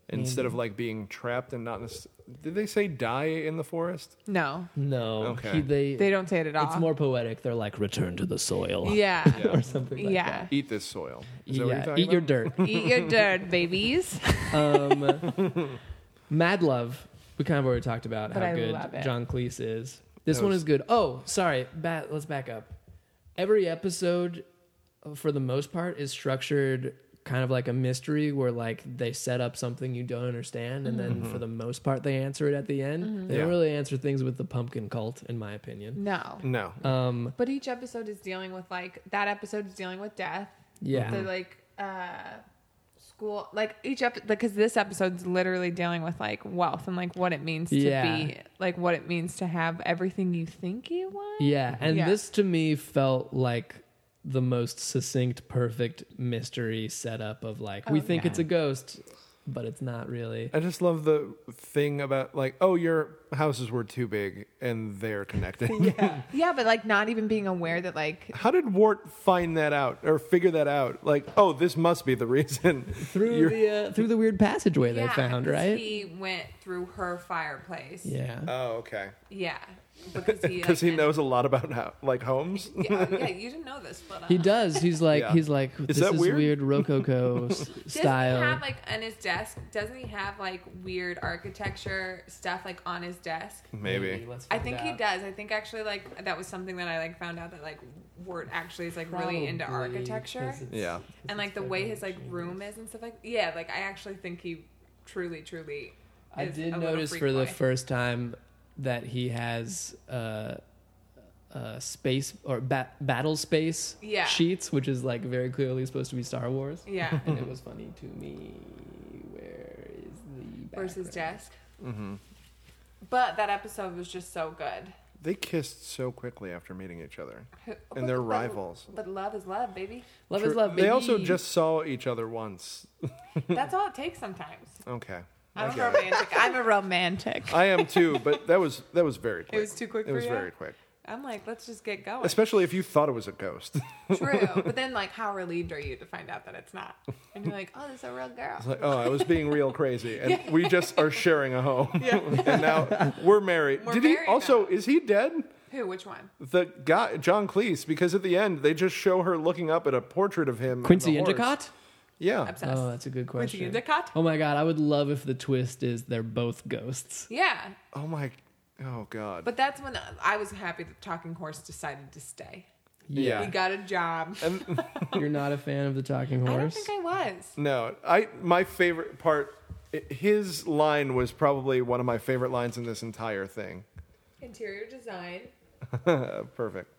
instead of like being trapped and not. Necess- Did they say die in the forest? No, No, Okay. he- they, they don't say it at all. It's more poetic. They're like return to the soil. (laughs) Yeah. or something. Like yeah. that. Eat this soil. Is that yeah. what you're talking Eat your about? dirt. Eat your (laughs) dirt, babies. Um, (laughs) Mad Love. We kind of already talked about But how I good love it. John Cleese is. This That one was- is good. Oh, sorry. Bat, let's back up. Every episode, uh, for the most part, is structured kind of like a mystery where like they set up something you don't understand and then for the most part they answer it at the end they don't Mm-hmm. Yeah. really answer things with the pumpkin cult in my opinion No. No. um But each episode is dealing with like that episode is dealing with death. yeah The like uh school like each episode because this episode's literally dealing with like wealth and like what it means to Yeah. be like what it means to have everything you think you want. Yeah, and Yeah. this to me felt like the most succinct, perfect mystery setup of like we Oh, think yeah. it's a ghost, but it's not really. I just love the thing about like, oh, your houses were too big and they're (laughs) connected. Yeah, but like not even being aware that (laughs) like How did Wart find that out or figure that out? Like, oh, this must be the (laughs) reason. Through You're- the uh, through the weird passageway they yeah, found, 'cause right? He went through her fireplace. yeah. oh, okay. (laughs) Yeah. Because he Because like, he knows a lot about how, like, homes. (laughs) Yeah, yeah, you didn't know this, but uh, he does. He's like Yeah. he's like this that is weird? weird (laughs) rococo s- Doesn't he style. have like on his desk? Doesn't he have like weird architecture stuff like on his desk? Maybe. Let's I find think he out. does. I think actually like that was something that I like found out that like Ward actually is like really into Probably, architecture 'cause it's- Yeah. and like the way his like room is and stuff like yeah. Like I actually think he truly, truly. I is did a little notice freak for the boy. first time that he has uh, uh, space or ba- battle space Yeah. sheets, which is like very clearly supposed to be Star Wars. (laughs) yeah. (laughs) and it was funny to me. Where is the Where's his background? desk? But that episode was just so good. They kissed so quickly after meeting each other. But- And they're but- rivals. But love is love, (laughs) baby. Love True- is love. They also baby. just saw each other once. That's all it takes sometimes. Okay. I, I'm a get it. romantic. I'm a (laughs) romantic. I am too, but that was that was (laughs) very quick. was too quick It was for you? very quick. I'm like, let's just get going. Especially if you thought it was a ghost. (laughs) True, but then like, how relieved are you to find out that it's not? And you're like, oh, this is a real girl. It's like, oh, I was being real crazy, and we just are sharing a (laughs) home, (laughs) and now we're married. We're Did married he also? now. Is he dead? Who? Which one? The guy, John Cleese, because at the end they just show her looking up at a portrait of him. and Quincy the horse. Endicott. Yeah, Obsessed. Oh, that's a good Quincy question. Endicott? Oh my god, I would love if the twist is they're both ghosts. (laughs) Yeah, Oh my, oh god. but that's when I was happy that Talking Horse decided to stay. yeah. He got a job. You're not a fan of the talking I don't horse. think I was. No, I my favorite part. His line was probably one of my favorite lines in this entire thing. Interior design. Perfect.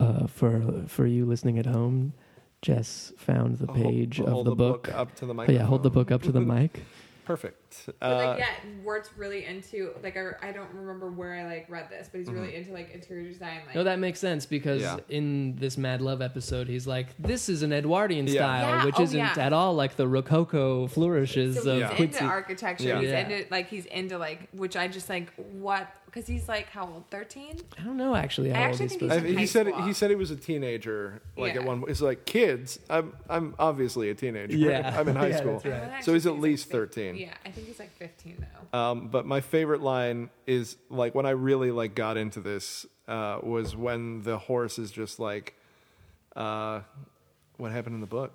uh, for for you listening at home, Jess found the page hold, of hold the, book. up to the Oh, microphone. yeah, hold the book (laughs) up to the mic. Perfect. But Uh, like, yeah, Wart's really into like I, I don't remember where I like read this, but he's Mm-hmm. really into like interior design. Like, No, that makes sense because Yeah. in this Mad Love episode, he's like, "This is an Edwardian Yeah. style, Yeah, which oh, isn't yeah. at all like the Rococo flourishes So of he's Yeah. into Quincy." architecture. Yeah. He's Yeah. into like he's into like which I just like what because he's like how old? Thirteen. I don't know actually how I old actually he's think supposed I to be. he's- mean, high he said school. he said he was a teenager. Like at Yeah. one, point, it's like kids. I'm I'm obviously a teenager. Yeah. (laughs) I'm in high (laughs) Yeah, school, that's right. so he's at Actually, least like, fif- thirteen. Yeah, I think he's like fifteen though. Um, but my favorite line is like when I really like got into this uh, was when the horse is just like, uh, what happened in the book?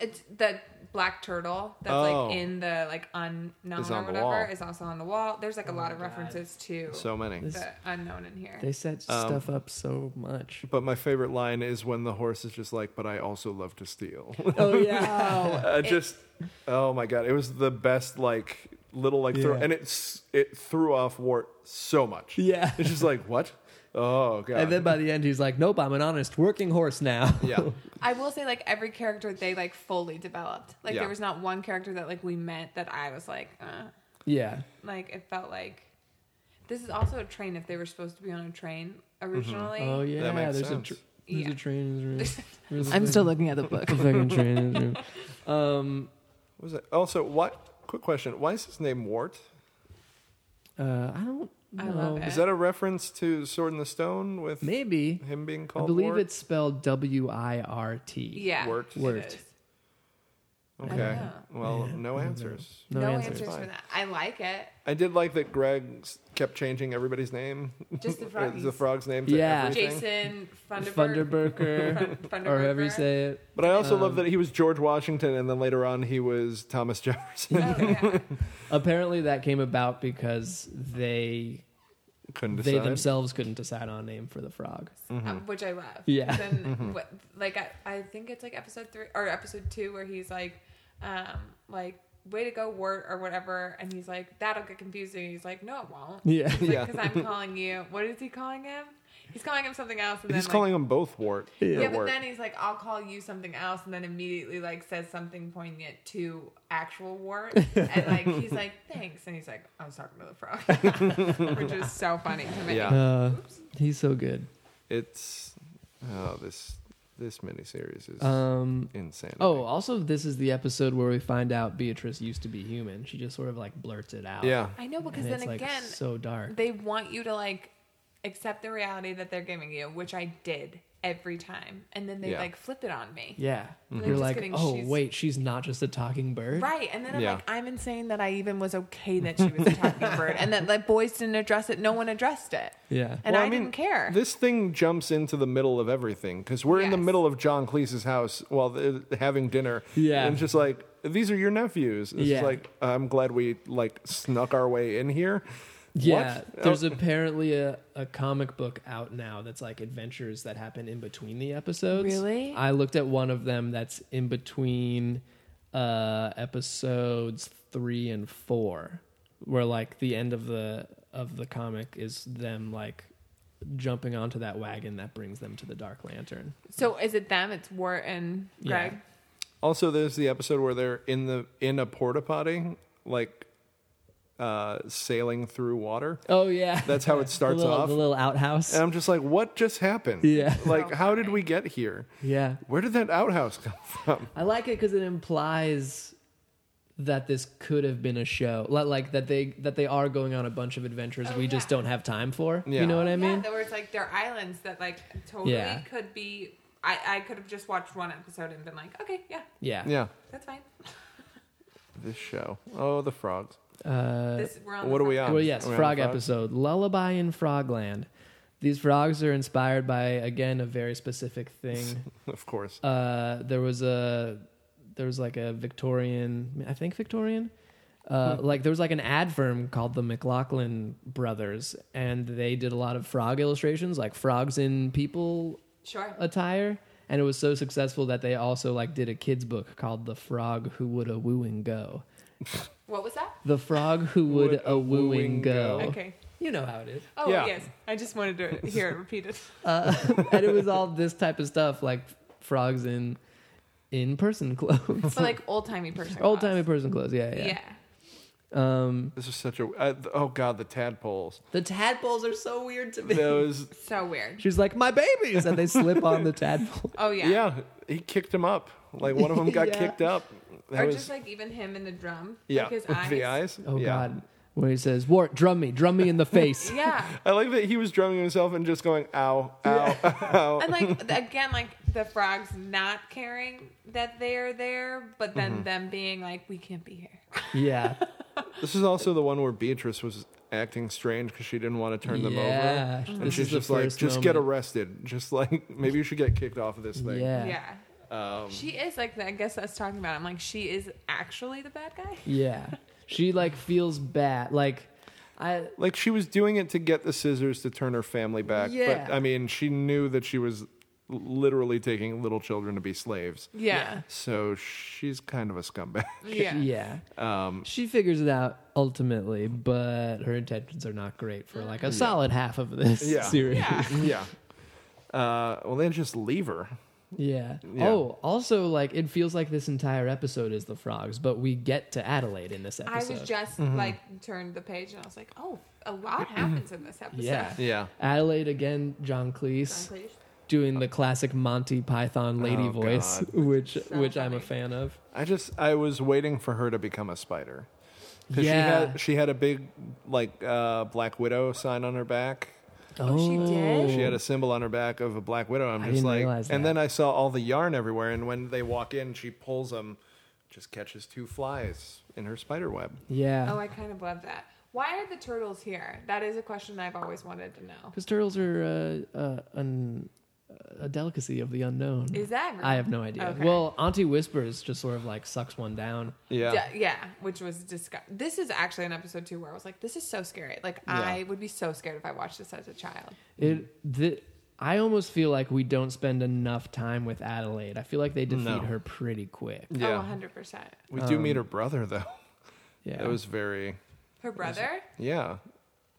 It's the black turtle that's Oh. like in the like unknown Is or on the whatever wall. is also on the wall. There's like a lot of references to So many. This- the unknown in here. Oh They set Um, stuff up so (laughs) much. But my favorite line is when the horse is just like, but I also love to steal. (laughs) Oh yeah, Oh, uh, just oh my god, it was the best like little like throw, Yeah. and it's it threw off Wart so much. (laughs) (laughs) Yeah. it's just like what? Oh god. and then by the end, he's like, "Nope, I'm an honest working horse now." (laughs) yeah, I will say like every character they like fully developed. Like Yeah. there was not one character that like we met that I was like, uh, (laughs) yeah, like it felt like this is also a train if they were supposed to be on a train Mm-hmm. originally. Oh yeah, That makes there's sense. a tr- there's Yeah. a train in his room. (laughs) There's a I'm fucking- still looking at the book. (laughs) a fucking train in his room. Um, What was it? Also, what? Quick question: Why is his name Wart? uh, I don't. Know. I love it. Is that a reference to Sword in the Stone with Maybe him being I called? believe Wart? it's spelled W I R T. Yeah. Worked. it Worked. is. Okay. know. Well, no answers. No, answers. answers for that. I like it. I did like that Greg s- kept changing everybody's name. (laughs) Just the Uh, froggies. the frog's name to Yeah. everything. (laughs) Jason Funderburg. Thunderburger, (laughs) Fun- or however you Thunderburger. say it. But I also love Um, that he was George Washington, and then later on he was Thomas (laughs) Jefferson. Oh, (laughs) yeah. Apparently, that came about because they Couldn't they decide. themselves couldn't decide on a name for the frog. Mm-hmm. Um, which I love. Yeah. Then what, like I, I think it's like episode three or episode two where he's like, um, like way to go wart or whatever, and he's like that'll get confusing. He's like, no, it won't. Yeah. (laughs) He's Yeah. like, Because I'm calling you. What is he calling him? He's calling him something else. And He's then, calling Like, them both Wart. Yeah. or yeah, but Wart. then he's like, I'll call you something else, and then immediately like says something poignant to (laughs) actual wart, and like he's like, thanks, and he's like, I was talking to the frog, (laughs) which is so funny to me. Yeah. (laughs) Uh, he's so good. it's oh this this miniseries is Um, insane. oh, also, this is the episode where we find out Beatrice used to be human. She just sort of like blurts it out. yeah, I know because And then it's like again, so dark. they want you to like accept the reality that they're giving you, which I did every time, and then they Yeah. like flip it on me. Yeah. Mhm. You're Just like, kidding, oh, she's- wait, she's not just a talking bird. Right, and then I'm Yeah. like, I'm insane that I even was okay that she was a (laughs) talking bird, and that like boys didn't address it. No one addressed it, Yeah. and Well, I, didn't care. This thing jumps into the middle of everything because we're in the Yes. middle of John Cleese's house while they're having dinner. Yeah. and it's just like these are your nephews. It's Yeah. like I'm glad we like snuck our way in here. Yeah, What? there's Oh, apparently a, a comic book out now that's like adventures that happen in between the episodes. Really? I looked at one of them that's in between uh, episodes three and four, where like the end of the of the comic is them like jumping onto that wagon that brings them to the Dark Lantern. so is it them? It's Wart and Yeah. Greg. also, there's the episode where they're in the in a porta potty, like uh sailing through water. Oh (laughs) yeah, That's how it starts the little, off. The little outhouse. And I'm just like, what just happened? Yeah. Like, So how did funny. we get here? yeah, Where did that outhouse come (laughs) from? I like it because it implies that this could have been a show, Li- like that they that they are going on a bunch of adventures Oh, we just yeah. don't have time for. Yeah. You know what I Yeah, mean? there was like their islands that like totally Yeah. could be. I I could have just watched one episode and been like, okay, yeah, Yeah. Yeah, that's fine. this show. Oh, the frogs. (laughs) Uh, This, we're on the what are we front. on? well, yes, Are we on frog the frogs? episode, lullaby in Frogland. These frogs are inspired by again a very specific (laughs) thing. Of course. Uh, there was a there was like a Victorian, I think Victorian. Uh, like there was like an ad firm called the McLaughlin Brothers, and they did a lot of frog illustrations, like frogs in people Sure. attire and it was so successful that they also like did a kids book called the frog who would a wooing go What was that? the frog who would, a wooing go, Okay. you know how it is Uh, Oh Yeah. yes, I just wanted to hear it repeated. (laughs) and it was all this type of stuff like frogs in in person clothes So like old timey person. old timey person clothes yeah Yeah. yeah, um This is such a. I, th- oh, God, the (laughs) tadpoles. the tadpoles are so weird to me Those. So weird. she's like my babies and they slip on (laughs) the tadpole Oh yeah. yeah. he kicked him up. Like, one of them got (laughs) Yeah. kicked up. That Or was. just like even him in the drum. yeah, Like his with (laughs) eyes. the eyes. oh yeah. god when he says wart drum me drum me in the (laughs) face Yeah. I like that he was drumming himself and just going, ow, ow, ow. And like th- again, like the frogs not caring that they're there, but then them being like, "We can't be here." yeah This is also the one where Beatrice was acting strange because she didn't want to turn them over. yeah And this she's is the just like, first just get moment. arrested. Just like, (laughs) maybe you should get kicked off of this thing. yeah Yeah. Um, She is like I guess us talking about. it. I'm like she is actually the bad guy. Yeah. She like feels bad. Like I like she was doing it to get the scissors to turn her family back. Yeah. But I mean, she knew that she was literally taking little children to be slaves. Yeah. So she's kind of a scumbag. (laughs) Yeah. yeah. Um, She figures it out ultimately, but her intentions are not great for like a solid half of this Yeah. (laughs) series. Yeah. yeah. Uh, well, then just leave her. Yeah. Yeah. Oh, also like it feels like this entire episode is the frogs, but we get to Adelaide in this I episode. was just like turned the page and I was like, "Oh, a lot happens in this episode." Yeah. Yeah. Adelaide again, John Cleese Frankly. doing the classic Monty Python lady Oh, voice, God. which So which I'm a funny. fan of. I just I was waiting for her to become a spider. 'Cause she Yeah. had she had a big like uh, black widow sign on her back. Oh, she did? She had a symbol on her back of a black widow. I'm I just didn't like, realize and that. then I saw all the yarn everywhere. And when they walk in, she pulls them just catches two flies in her spider web. Yeah. (laughs) Oh, I kind of love that. Why are the turtles here? That is a question I've always wanted to know. Because turtles are uh, uh, an, uh, a delicacy of the unknown. Is that? I have no idea. Okay. Well, Auntie Whispers just sort of like sucks one down. Yeah. Yeah, yeah, which was disgust. This is actually an episode too where I was like, "This is so scary." Like, I would be so scared if I watched this as a child. It. The, I almost feel like we don't spend enough time with Adelaide. I feel like they defeat No. her pretty quick. Oh, Yeah. 100 percent. we do meet her brother though. Um, Yeah. That was very Her brother. yeah.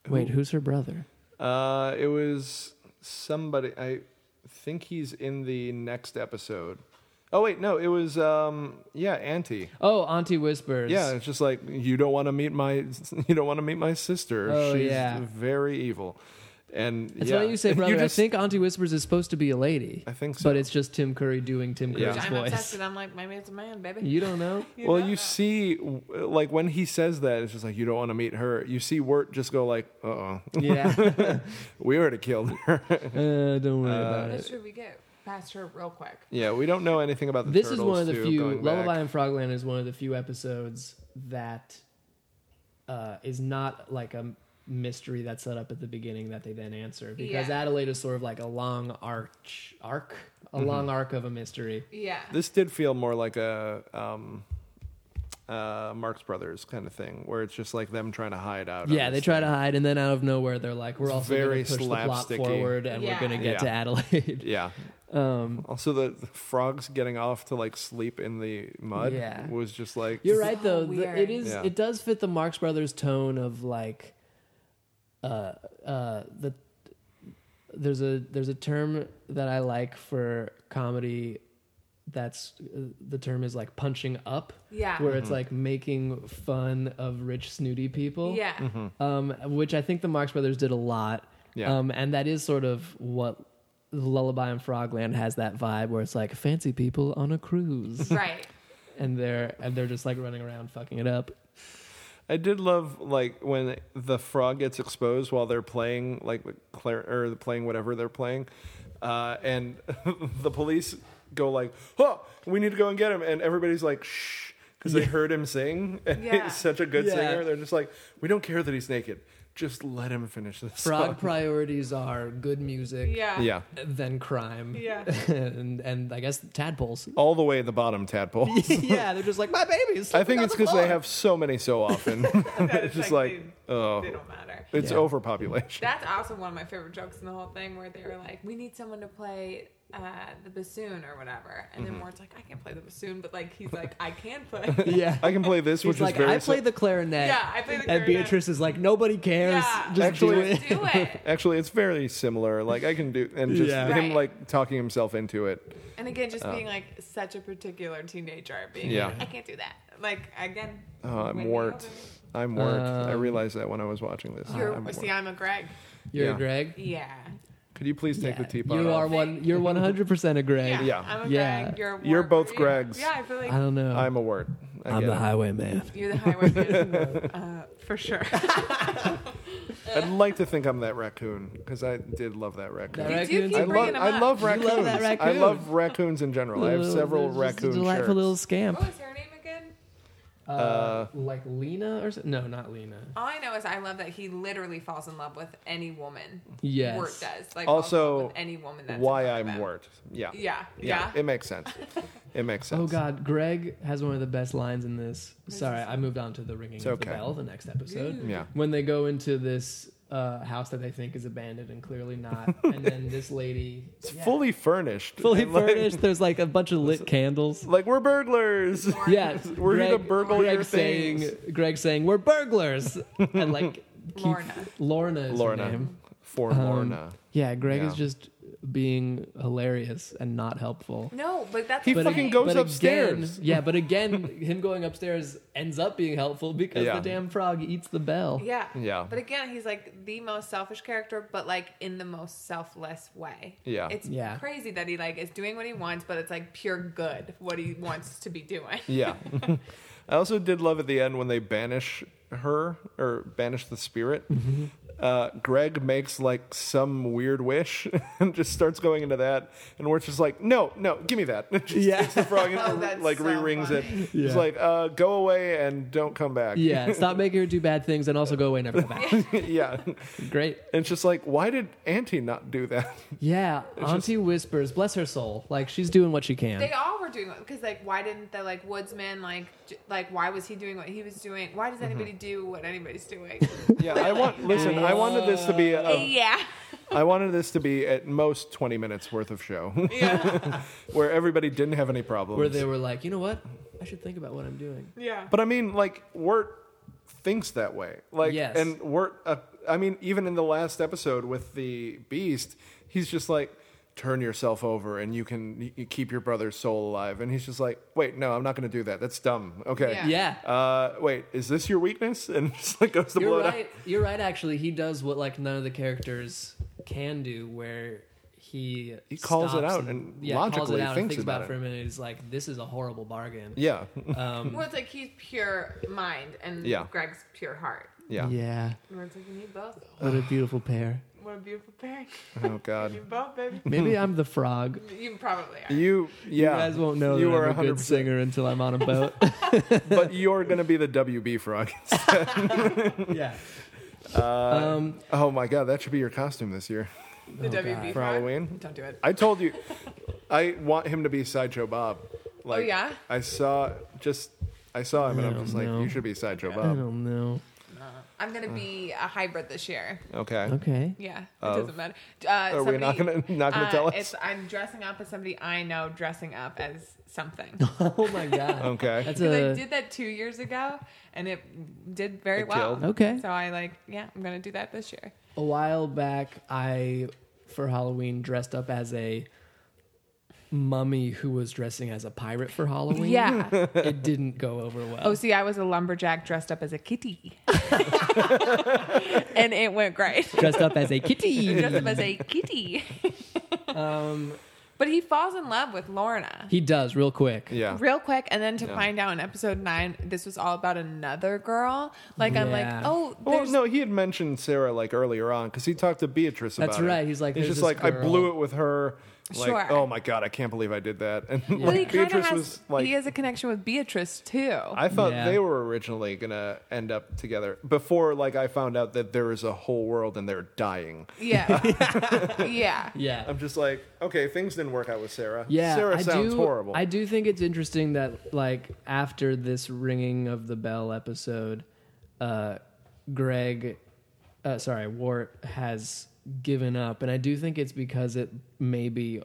Wait, who's her brother? Uh, it was somebody. I think he's in the next episode. Oh wait, no, it was um yeah, Auntie. Oh, Auntie Whispers. Yeah, it's just like you don't want to meet my (laughs) you don't want to meet my sister. Oh, She's yeah. very evil. And It's yeah. funny (laughs) you say brother. just- I think Auntie Whispers is supposed to be a lady. I think so. But it's just Tim Curry doing Tim Yeah. Curry's His I'm obsessed voice. with. I'm like, maybe it's a man, baby. You don't know? well, know you that. see, w- like when he says that, it's just like you don't want to meet her. You see Wirt just go like, "Uh oh, yeah. (laughs) we already killed her." (laughs) (laughs) Uh, don't worry about That's it. true. We get past her real quick. yeah, we don't know anything about the This is turtles, one of the too, few going back. Lullaby and Frogland is one of the few episodes that uh, is not like a mystery that's set up at the beginning that they then answer because Yeah. Adelaide is sort of like a long arch arc, a Mm-hmm. long arc of a mystery. Yeah. This did feel more like a um, uh, Marx Brothers kind of thing, where it's just like them trying to hide out. on Yeah, they this try thing. to hide, and then out of nowhere, they're like, "We're also very going to push the plot slapsticky. forward, and Yeah. we're going to get Yeah. to Adelaide." (laughs) Yeah. Um, also, the, the frogs getting off to like sleep in the mud Yeah. was just like You're So right though. The- weird. it is. Yeah. It does fit the Marx Brothers tone of like, uh, uh, the there's a there's a term that I like for comedy. That's uh, the term is like punching up. Yeah. Where Mm-hmm. it's like making fun of rich snooty people. Yeah. Mm-hmm. Um, which I think the Marx Brothers did a lot. Yeah. Um, and that is sort of what Lullaby and Frogland has that vibe where it's like fancy people on a cruise Right. and they're and they're just like running around fucking it up. I did love like when the frog gets exposed while they're playing like Claire or playing whatever they're playing, uh, and (laughs) the police go like, "Oh, we need to go and get him," and everybody's like, "Shh," because they heard him sing. (laughs) And Yeah. he's such a good Yeah. singer. They're just like, "We don't care that he's naked. Just let him finish this." Frog song." priorities are good music, (laughs) Yeah. yeah, then crime, Yeah. (laughs) (laughs) and and I guess tadpoles. (laughs) all the way at the bottom tadpole. yeah, they're just like my babies. I think it's because they have so many so (laughs) often. That (laughs) it's is just like, they- oh, They don't matter. it's Yeah. overpopulation. That's also one of my favorite jokes in the whole thing, where they were like, "We need someone to play uh, the bassoon or whatever," and Mm-hmm. then Ward's like, "I can't play the bassoon," but like he's (laughs) like, "I can play." (laughs) (laughs) Yeah, I can play this, (laughs) He's which is like very. I sim- play the clarinet. Yeah, I play the And clarinet. Beatrice is like nobody cares. Yeah. Just do Actually- it. (laughs) Do (laughs) it. Actually, it's very similar. Like I can do, and just Yeah. him Right. like talking himself into it. And again, just being like such a particular teenager, being Yeah. like, "I can't do that." Like again, Oh, I'm when they Wart. open- I'm Wart. I Um, realized that when I was watching this. You're, Uh, I'm see, Wart. I'm a Greg. You're Yeah. a Greg. Yeah. Could you please take Yeah. the teapot? You are off? (laughs) one. You're one hundred percent a Greg. Uh, Yeah. I'm a Yeah. Greg. You're a You're Wart. both Gregs. Yeah, I feel like I don't know. I'm a Wart. I I'm get the it. highwayman. you're (laughs) the highwayman uh, for sure. I'd like to think I'm that raccoon because I did love that raccoon. That You do Raccoons. keep I bringing love. them I up. love You raccoons. love that I raccoon. love raccoons in general. I have Little- several just raccoon A delightful shirts. little What scamp. was her Oh, name again? Uh, like Lena or so? no, not Lena. All I know is I love that he literally falls in love with any woman. Yes. Wart does. Like falls in love Also, with any woman that's in why front of I'm him. Wart? Yeah. Yeah. Yeah. Yeah. It makes sense. It makes sense. Oh God, Greg has one of the best lines in this. Sorry, I moved on to the ringing It's of okay. the bell. The next episode, Yeah. when they go into this uh, house that they think is abandoned and clearly (laughs) not, and then this lady, It's Yeah. fully furnished. fully And, like- furnished. There's like a bunch of lit candles. Like we're burglars. Yeah, We're here to burgle Greg your saying, things. Greg saying, "We're burglars," and (laughs) like Keith- Lorna. Lorna, is her Lorna. name. For Um, Lorna. Yeah, Greg Yeah. is just being hilarious and not helpful. No, but that's He the fucking thing. goes But upstairs. Again, yeah, but again, him going upstairs ends up being helpful because Yeah. the damn frog eats the bell. Yeah. Yeah. But again, he's like the most selfish character, but like in the most selfless way. Yeah. It's Yeah. crazy that he like is doing what he wants, but it's like pure good what he wants to be doing. (laughs) Yeah. I also did love at the end when they banish her or banish the spirit, Mm-hmm. uh, Greg makes like some weird wish (laughs) and just starts going into that. And we're just like, no, no, give me that. (laughs) And she Yeah. takes the frog and (laughs) Oh, that's like so re rings it. funny. She's Yeah. like, uh, go away and don't come back. Yeah, stop making her do bad things and also go away, never come back. (laughs) yeah. And Great. it's just like, why did Auntie not do that? Yeah, Auntie whispers, bless her soul. Like she's doing what she can. (laughs) They all were doing because like why didn't the like woodsman like j- like why was he doing what he was doing? Why Mm-hmm. does anybody do what (laughs) anybody's doing? (laughs) Yeah, I want. Listen, I wanted this to be. A, (laughs) yeah. I wanted this to be at most twenty minutes worth of show, (laughs) Yeah. where everybody didn't have any problems. Where they were like, you know what? I should think about what I'm doing. Yeah. But I mean, like Wirt thinks that way. Like, Yes. and Wirt. Uh, I mean, even in the last episode with the Beast, he's just like, "Turn yourself over, and you can you keep your brother's soul alive." And he's just like, "Wait, no, I'm not going to do that. That's dumb." Okay. Yeah. Yeah. Uh, wait, is this your weakness? (laughs) And just like goes to blow You're it up. right. You're right. Actually, he does what like none of the characters can do, where he He calls it stops out and logically and thinks thinks about about it. it for a minute. He's like, "This is a horrible bargain." (laughs) Yeah. (laughs) Well, it's like he's pure mind and Yeah. Greg's pure heart. Yeah. Yeah. Where it's like you need both. What a beautiful pair. What a beautiful pairing. Oh God. (laughs) You both, baby. Maybe I'm the frog. You probably are. You yeah. You guys won't know you that are I'm a good 100%. singer until I'm on a boat. (laughs) but you're gonna be the WB frog. yeah. um, oh my god, that should be your costume this (laughs) year The WB for Oh, Halloween. Don't do it. I told you, I want him to be Sideshow Bob. Like, Oh, yeah? I saw just I saw him and I'm No, just no. like, you should be Sideshow (laughs) I Bob. don't know. I'm gonna be a hybrid this year. Okay. Okay. Yeah, it Of- doesn't matter. Uh, Are we not gonna- not gonna tell us? It's, I'm dressing up as somebody I know, dressing up as (laughs) something. Oh my god. Okay. That's Because I a did that two years ago, and it did very It well. killed. Okay. So I like, yeah, I'm gonna do that this year. a while back. I for Halloween dressed up as a mummy who was dressing as a pirate for Halloween. Yeah. it didn't go over well. oh, see, I was a lumberjack dressed up as a kitty, (laughs) and it went great. dressed up as a kitty. (laughs) dressed up as a kitty. Um, But he falls in love with Lorna. he does real quick. Yeah. real quick and then to find out in episode 9 this was all about another girl like i'm like Yeah. oh Well, there's no, he had mentioned Sarah like earlier on because he talked to Beatrice about That's it. right, he's like, he's just "There's like, this I girl." blew it with her. Like, Sure. oh my god, I can't believe I did that. And Well, he like, kind of Beatrice has. was like, he has a connection with Beatrice too. I thought Yeah. they were originally gonna end up together before, like, I found out that there is a whole world and they're dying. (laughs) yeah, yeah. Yeah. I'm just like, okay, things didn't work out with Sarah. Yeah, Sarah I sounds do, horrible. I do think it's interesting that, like, after this ringing of the bell episode, uh, Greg, uh, sorry, Wart has given up, and I do think it's because it maybe,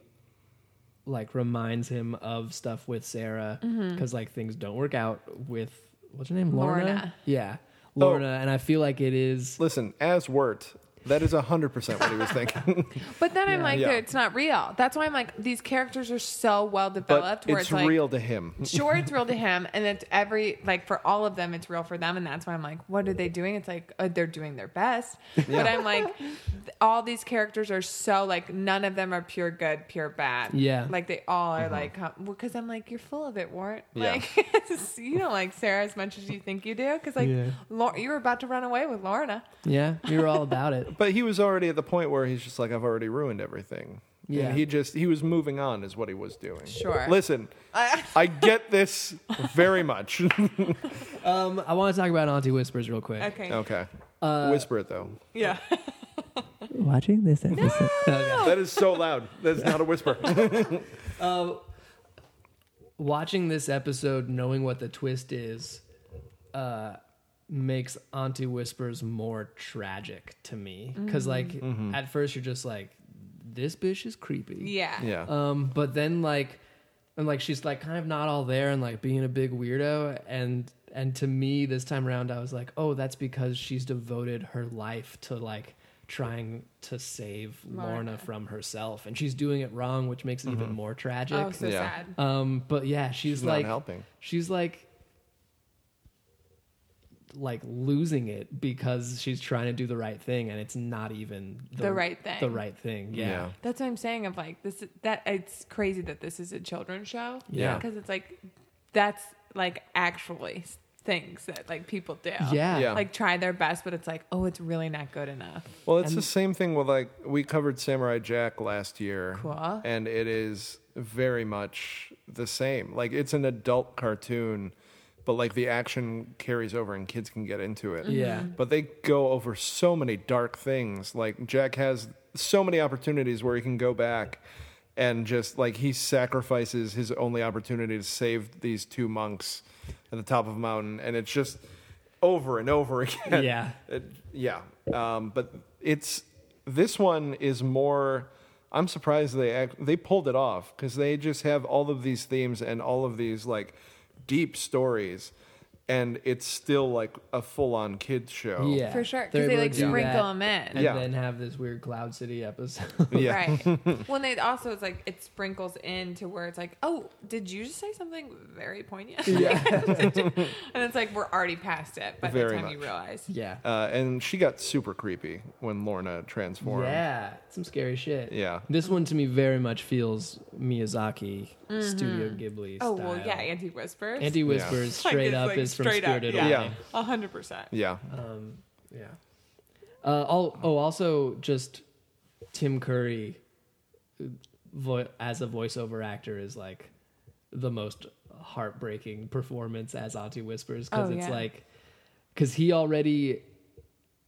like, reminds him of stuff with Sarah because, like, things don't work out with what's her name, Lorna. Lorna. Yeah, Oh. Lorna, and I feel like it is. Listen, as Wirt, that is hundred percent what he was (laughs) thinking. But then I'm like, Yeah. it's not real. That's why I'm like, these characters are so well but developed. where it's, it's, like, real to him. sure, it's real to him, and it's every like for all of them, it's real for them, and that's why I'm like, what are they doing? It's like uh, they're doing their best, but I'm like, th- all these characters are so like none of them are pure good, pure bad. Yeah. like they all are like huh, well, because I'm like, you're full of it, Wart. Yeah. Like (laughs) you don't like Sarah as much as you think you do, because like Yeah. Lor- you were about to run away with Lorna. Yeah, you're all (laughs) about it. But he was already at the point where he's just like, I've already ruined everything. Yeah. And he just he was moving on is what he was doing. Sure. (laughs) Listen, I get this very much. (laughs) Um, I want to talk about Auntie Whispers real quick. Okay. okay. Uh, Whisper it though. Yeah. (laughs) Watching this episode. That is so loud. That's not a whisper. (laughs) watching this episode, knowing what the twist is, uh, makes Auntie Whispers more tragic to me. Mm-hmm. Because like at first you're just like, this bitch is creepy. Yeah. yeah. Um, but then like, and like she's like kind of not all there and like being a big weirdo and and to me this time around I was like, oh, that's because she's devoted her life to like trying to save Lorna, Lorna. from herself and she's doing it wrong, which makes it even more tragic. Oh, so Yeah. sad. Um, but yeah, she's, not like helping. She's like like losing it because she's trying to do the right thing and it's not even The right thing. The right thing. Yeah. That's what I'm saying. Of like this, that it's crazy that this is a children's show. Yeah. because it's like that's like actually things that like people do. Yeah. Yeah. Like try their best, but it's like, oh, it's really not good enough. Well, it's the same thing with like we covered Samurai Jack last year, Cool. and it is very much the same. Like it's an adult cartoon, but like the action carries over and kids can get into it. Yeah. Mm-hmm. but they go over so many dark things. Like Jack has so many opportunities where he can go back and just like he sacrifices his only opportunity to save these two monks at the top of a mountain, and it's just over and over (laughs) again. Yeah. It, Uh, yeah. Um, but it's this one is more. I'm surprised they act, they pulled it off because they just have all of these themes and all of these like deep stories, and it's still like a full on kids show. Yeah. For sure, 'cause They're they, able like, to do sprinkle that 'em in. and Oh. Yeah. then have this weird Cloud City episode. (laughs) Yeah. (laughs) Right. well, and it also it's like it sprinkles in to where it's like, oh, did you just say something very poignant? Yeah. (laughs) and it's like we're already past it by Very the time you much. realize. (laughs) yeah. Uh, and she got super creepy when Lorna transformed. Yeah, some scary shit. Yeah. This one to me very much feels Miyazaki Studio Ghibli Mm-hmm. Oh style. well, yeah, anti whispers. Anti Whispers (laughs) Like, straight it's, up like, is from straight up, Spirited yeah. Away. Yeah. a hundred percent. Yeah. Yeah. Uh, all, oh, also just Tim Curry uh, vo- as a voiceover actor is like the most heartbreaking performance as Auntie Whispers because Oh, it's yeah. like because he already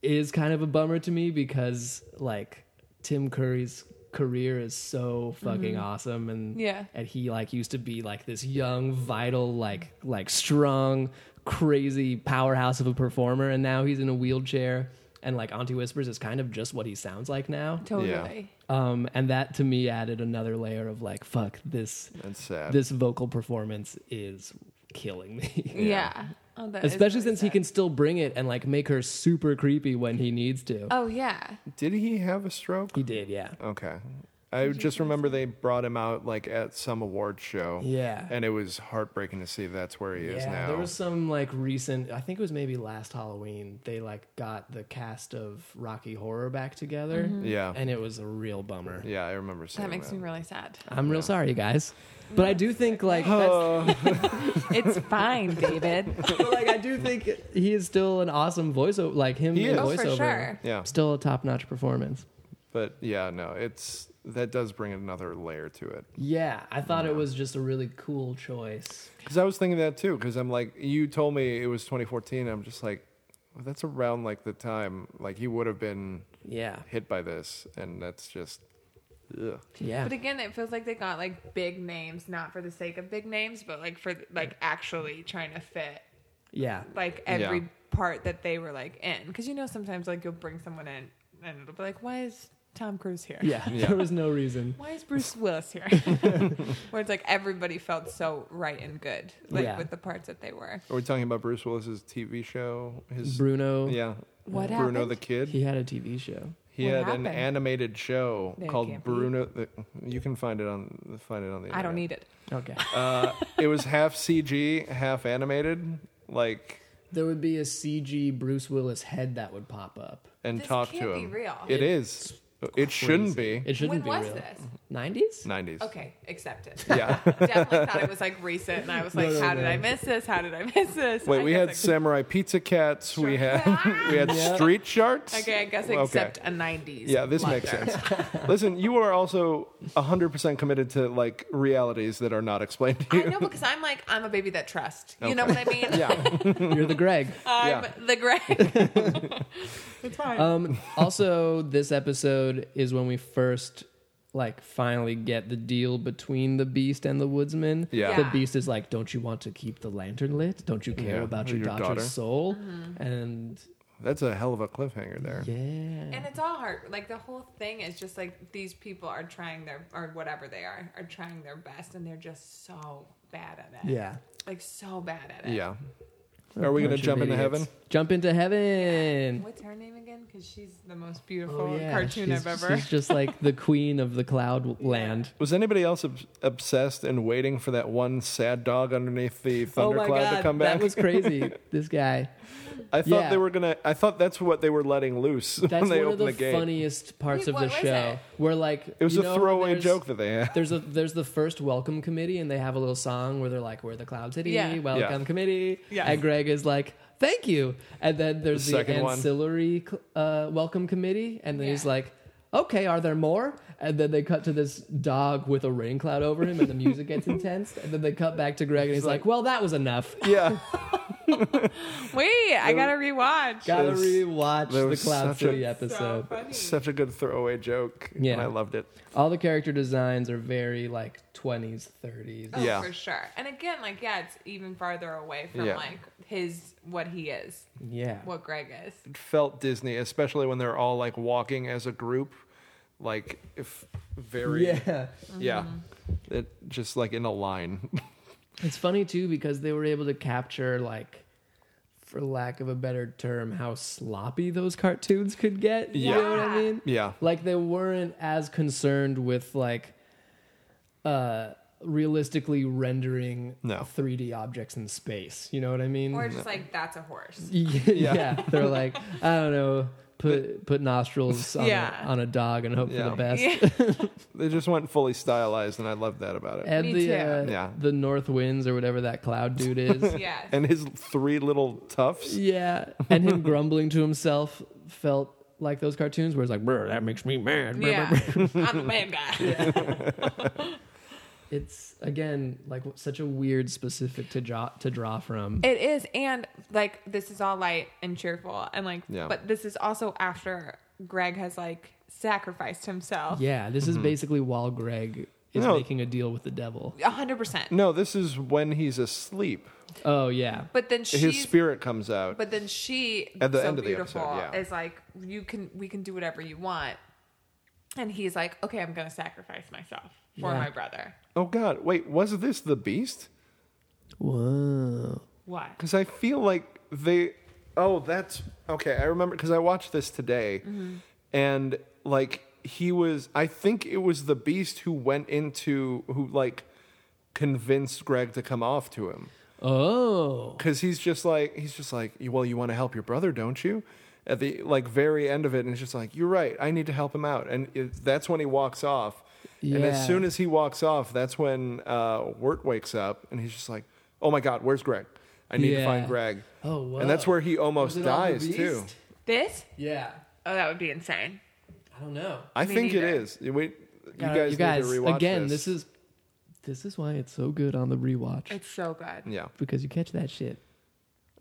is kind of a bummer to me because like Tim Curry's career is so fucking awesome and Mm-hmm. Yeah. and he like used to be like this young vital like like strong crazy powerhouse of a performer and now he's in a wheelchair and like Auntie Whispers is kind of just what he sounds like now Totally. um and that to me added another layer of like fuck this That's sad. this vocal performance is killing me (laughs) (laughs) Yeah. Oh, that is especially really since he sad. can still bring it and like make her super creepy when he needs to Oh yeah. Did he have a stroke? he did yeah Okay. I just remember they brought him out like at some award show. Yeah. And it was heartbreaking to see that's where he is yeah, now. there was some like recent. I think it was maybe last Halloween. They like got the cast of Rocky Horror back together, Mm-hmm. Yeah. and it was a real bummer. yeah, I remember seeing That makes me really sad. I'm real sorry, guys, but I do think like, that's- (laughs) It's fine, David. but, like I do think he is still an awesome voiceover. Like him, He in is. Oh, for voiceover, sure. Yeah. still a top notch performance. But yeah, no, it's that does bring another layer to it. Yeah, I thought it was just a really cool choice. Because I was thinking that too. Because I'm like, you told me it was 2014. I'm just like, well, that's around like the time like he would have been Yeah, hit by this, and that's just, ugh. yeah. But again, it feels like they got like big names, not for the sake of big names, but like for like actually trying to fit yeah, like every Yeah. part that they were like in. Because you know, sometimes like you'll bring someone in and it'll be like, why is Tom Cruise here? yeah, Yeah. (laughs) There was no reason. Why is Bruce (laughs) Willis here? (laughs) Where it's like everybody felt so right and good, like Yeah. with the parts that they were. Are we talking about Bruce Willis's TV show? His Bruno, yeah. What Bruno happened? the Kid. he had a TV show. He What had happened? an animated show There called can't be. Bruno. The, you can find it on find it on the. I internet. don't need it. Okay. Uh, it was half CG, half animated, like there would be a CG Bruce Willis head that would pop up. and This talk can't to be him. real. It is. It shouldn't be. It shouldn't when be was real. this? 90s? 90s. Okay, accept it. (laughs) Yeah. Definitely thought it was like recent, and I was like, how did I miss this? How did I miss this? Wait, I we guess had I- Samurai Pizza Cats. We Sure. had we had Street Sharks. Okay, I guess Okay. except a 90s. Yeah, this makes monster. sense. (laughs) Listen, you are also 100% committed to like realities that are not explained to I you. know because I'm like, I'm a baby that trusts. You know what I mean? (laughs) Yeah. You're (laughs) the Greg. I'm Yeah. the Greg. (laughs) it's fine. Um, also, this episode is when we first like finally get the deal between the beast and the woodsman. Yeah. The Yeah. beast is like, "Don't you want to keep the lantern lit? Don't you care Yeah, about or your, your daughter's daughter." soul?" Mm-hmm. And That's a hell of a cliffhanger there. yeah. and it's all hard. Like the whole thing is just like these people are trying their or whatever they are are trying their best, and they're just so bad at it. Yeah. like so bad at it. Yeah. Are we going to Bunch of jump into idiots. heaven? Jump into heaven. What's her name again? Because she's the most beautiful Oh, yeah. cartoon she's, I've (laughs) ever. she's just like the queen of the cloud land. Was anybody else ob- obsessed and waiting for that one sad dog underneath the oh my thundercloud god, to come back? (laughs) that was crazy. this guy. I thought Yeah. they were gonna. I thought that's what they were letting loose (laughs) That's when they one of opened the, the, gate. funniest parts Wait, of the what was show. it? Where like it was you a know how throwaway there's- joke that they (laughs) had. There's a there's the first welcome committee and they have a little song where they're like we're the Cloud City Yeah. welcome Yeah. committee Yeah. and Greg is like thank you and then there's The the, second one. ancillary cl- uh, welcome committee and then he's Yeah. like okay are there more and then they cut to this dog with a rain cloud over him and the music (laughs) gets intense and then they cut back to Greg and he's like, well that was enough yeah, Wait, I gotta rewatch. gotta was- rewatch there the was Cloud such a- City So episode funny. such a good throwaway joke. Yeah. and I loved it. all the character designs are very like 20s 30s Oh, Yeah. for sure. And again, like yeah, it's even farther away from Yeah. like his what he is, yeah what Greg is. felt Disney, especially when they're all like walking as a group, like if very yeah yeah. It just like in a line. (laughs) It's funny too because they were able to capture like for lack of a better term how sloppy those cartoons could get. You Yeah. know what I mean? yeah. Like they weren't as concerned with like uh realistically rendering No. 3D objects in space. You know what I mean? Or just like that's a (laughs) horse. yeah. (laughs) They're like, I don't know, put put nostrils on, Yeah. a, on a dog and hope for Yeah. the best. Yeah. They just went fully stylized and I love that about it. And Me the too. Uh, Yeah. the north winds or whatever that cloud dude is. (laughs) yes. And his three little tufts. Yeah, and him grumbling to himself felt like those cartoons where it's like, "Brr, that makes me mad." brr, brr, yeah. brr." I'm the (laughs) man guy. It's again like such a weird specific to draw to draw from. It is, and like this is all light and cheerful, and like, Yeah. but this is also after Greg has like sacrificed himself. yeah, this is basically while Greg is Mm-hmm. No. making a deal with the devil. a hundred percent. No, this is when he's asleep. Oh yeah, But then she's, His spirit comes out. but then she, At the so end of the beautiful, episode, yeah. is like, you can, we can do whatever you want, and he's like, okay, I'm gonna sacrifice myself for Yeah. my brother. oh god, wait, was this the beast? whoa. Why? Because I feel like they. Oh, that's okay. I remember because I watched this today, Mm-hmm. and like he was. I think it was the Beast who went into who like convinced Greg to come off to him Oh, because he's just like he's just like well you want to help your brother don't you at the like very end of it and it's just like you're right i need to help him out and it, that's when he walks off and Yeah. as soon as he walks off that's when uh, wirt wakes up and he's just like oh my god where's greg i need to Yeah. find greg Oh, wow. and that's where he almost Was it all the dies too beast? This? Yeah, Oh, that would be insane. I don't know. i Me think it neither. is we, you Gotta- guys, need to rewatch again, this. this. is this is why it's so good on the rewatch It's so good, yeah because you catch that shit.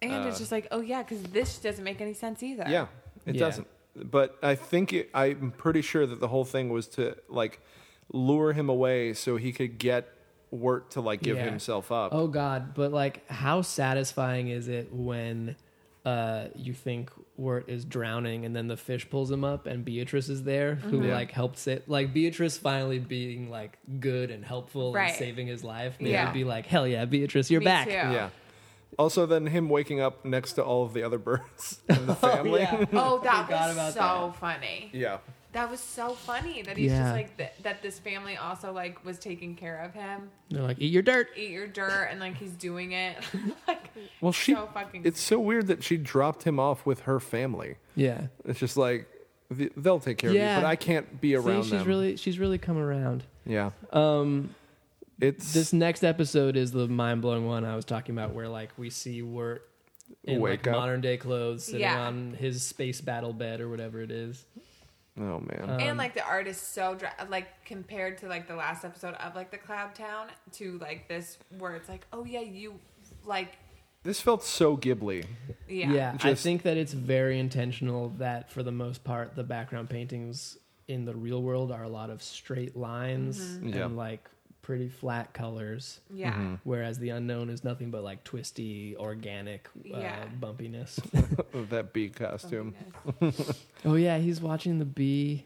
and it's just like, oh yeah, because this doesn't make any sense either. Uh. Yeah, it Yeah. doesn't. But I think it, I'm pretty sure that the whole thing was to like lure him away so he could get Wirt to like give Yeah. himself up. Oh God! But like, how satisfying is it when uh, you think Wirt is drowning and then the fish pulls him up and Beatrice is there who Mm-hmm. Yeah. like helps it? Like Beatrice finally being like good and helpful Right. and saving his life. Made Yeah. would be like, hell yeah, Beatrice, you're Me back. too. Yeah. Also, then him waking up next to all of the other birds (laughs) in the family. yeah. Oh, Hmm. that Forgot was about so funny. yeah. That was so funny that he's Yeah. just like th- that. This family also like was taking care of him. They're like, eat your dirt. Eat your dirt, and like he's doing it. (laughs) like, Well, she. So fucking- it's so weird that she dropped him off with her family. Yeah. It's just like th- they'll take care of Yeah. you, but I can't be See, around she's them. really she's really come around. yeah. Um, It's this next episode is the mind blowing one I was talking about, where like we see Wirt in Wake like up. modern day clothes sitting Yeah. on his space battle bed or whatever it is. oh man. Uh, Um, and like the art is so dra- like compared to like the last episode of like the Cloud Town to like this where it's like, oh yeah, you like this felt so Ghibli. (laughs) yeah Yeah, I Just- think that it's very intentional that for the most part the background paintings in the real world are a lot of straight lines Mm-hmm. and Yeah. like pretty flat colors, yeah. Mm-hmm. whereas the unknown is nothing but like twisty, organic uh, Yeah. bumpiness. (laughs) that bee costume. oh yeah, he's watching the bee.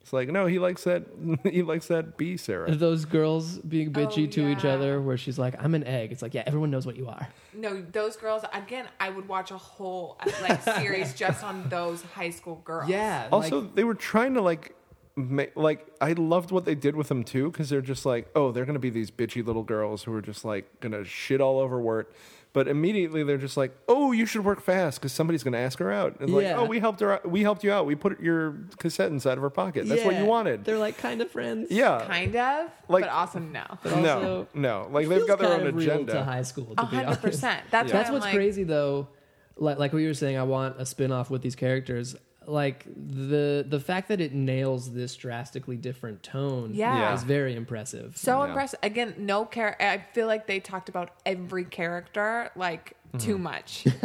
It's like no, he likes that. (laughs) He likes that bee, Sarah. Those girls being bitchy Oh, to each yeah. other, where she's like, "I'm an egg." It's like, yeah, everyone knows what you are. No, those girls again. I would watch a whole uh, (laughs) like series just on those high school girls. Yeah. Also, they were trying to like, ma- like I loved what they did with them too, because they're just like, oh, they're gonna be these bitchy little girls who are just like gonna shit all over Wirt, But immediately they're just like, "Oh, you should work fast because somebody's going to ask her out." And like, Yeah. "Oh, we helped her. Out. We helped you out. We put your cassette inside of her pocket. That's what you Yeah, wanted." They're like kind of friends. yeah, kind of, Like- but (laughs) also no. no, Also- no. Like Feels they've got their kind own of real To agenda. high school, to A be hundred honest. (laughs) percent. That's Yeah. why That's I'm what's like, crazy though. Like like we were saying, I want a spin off with these characters. Like the the fact that it nails this drastically different tone Yeah. Yeah. is very impressive. So Yeah. impressive. Again, no care. I feel like they talked about every character like Mm-hmm. too much. (laughs)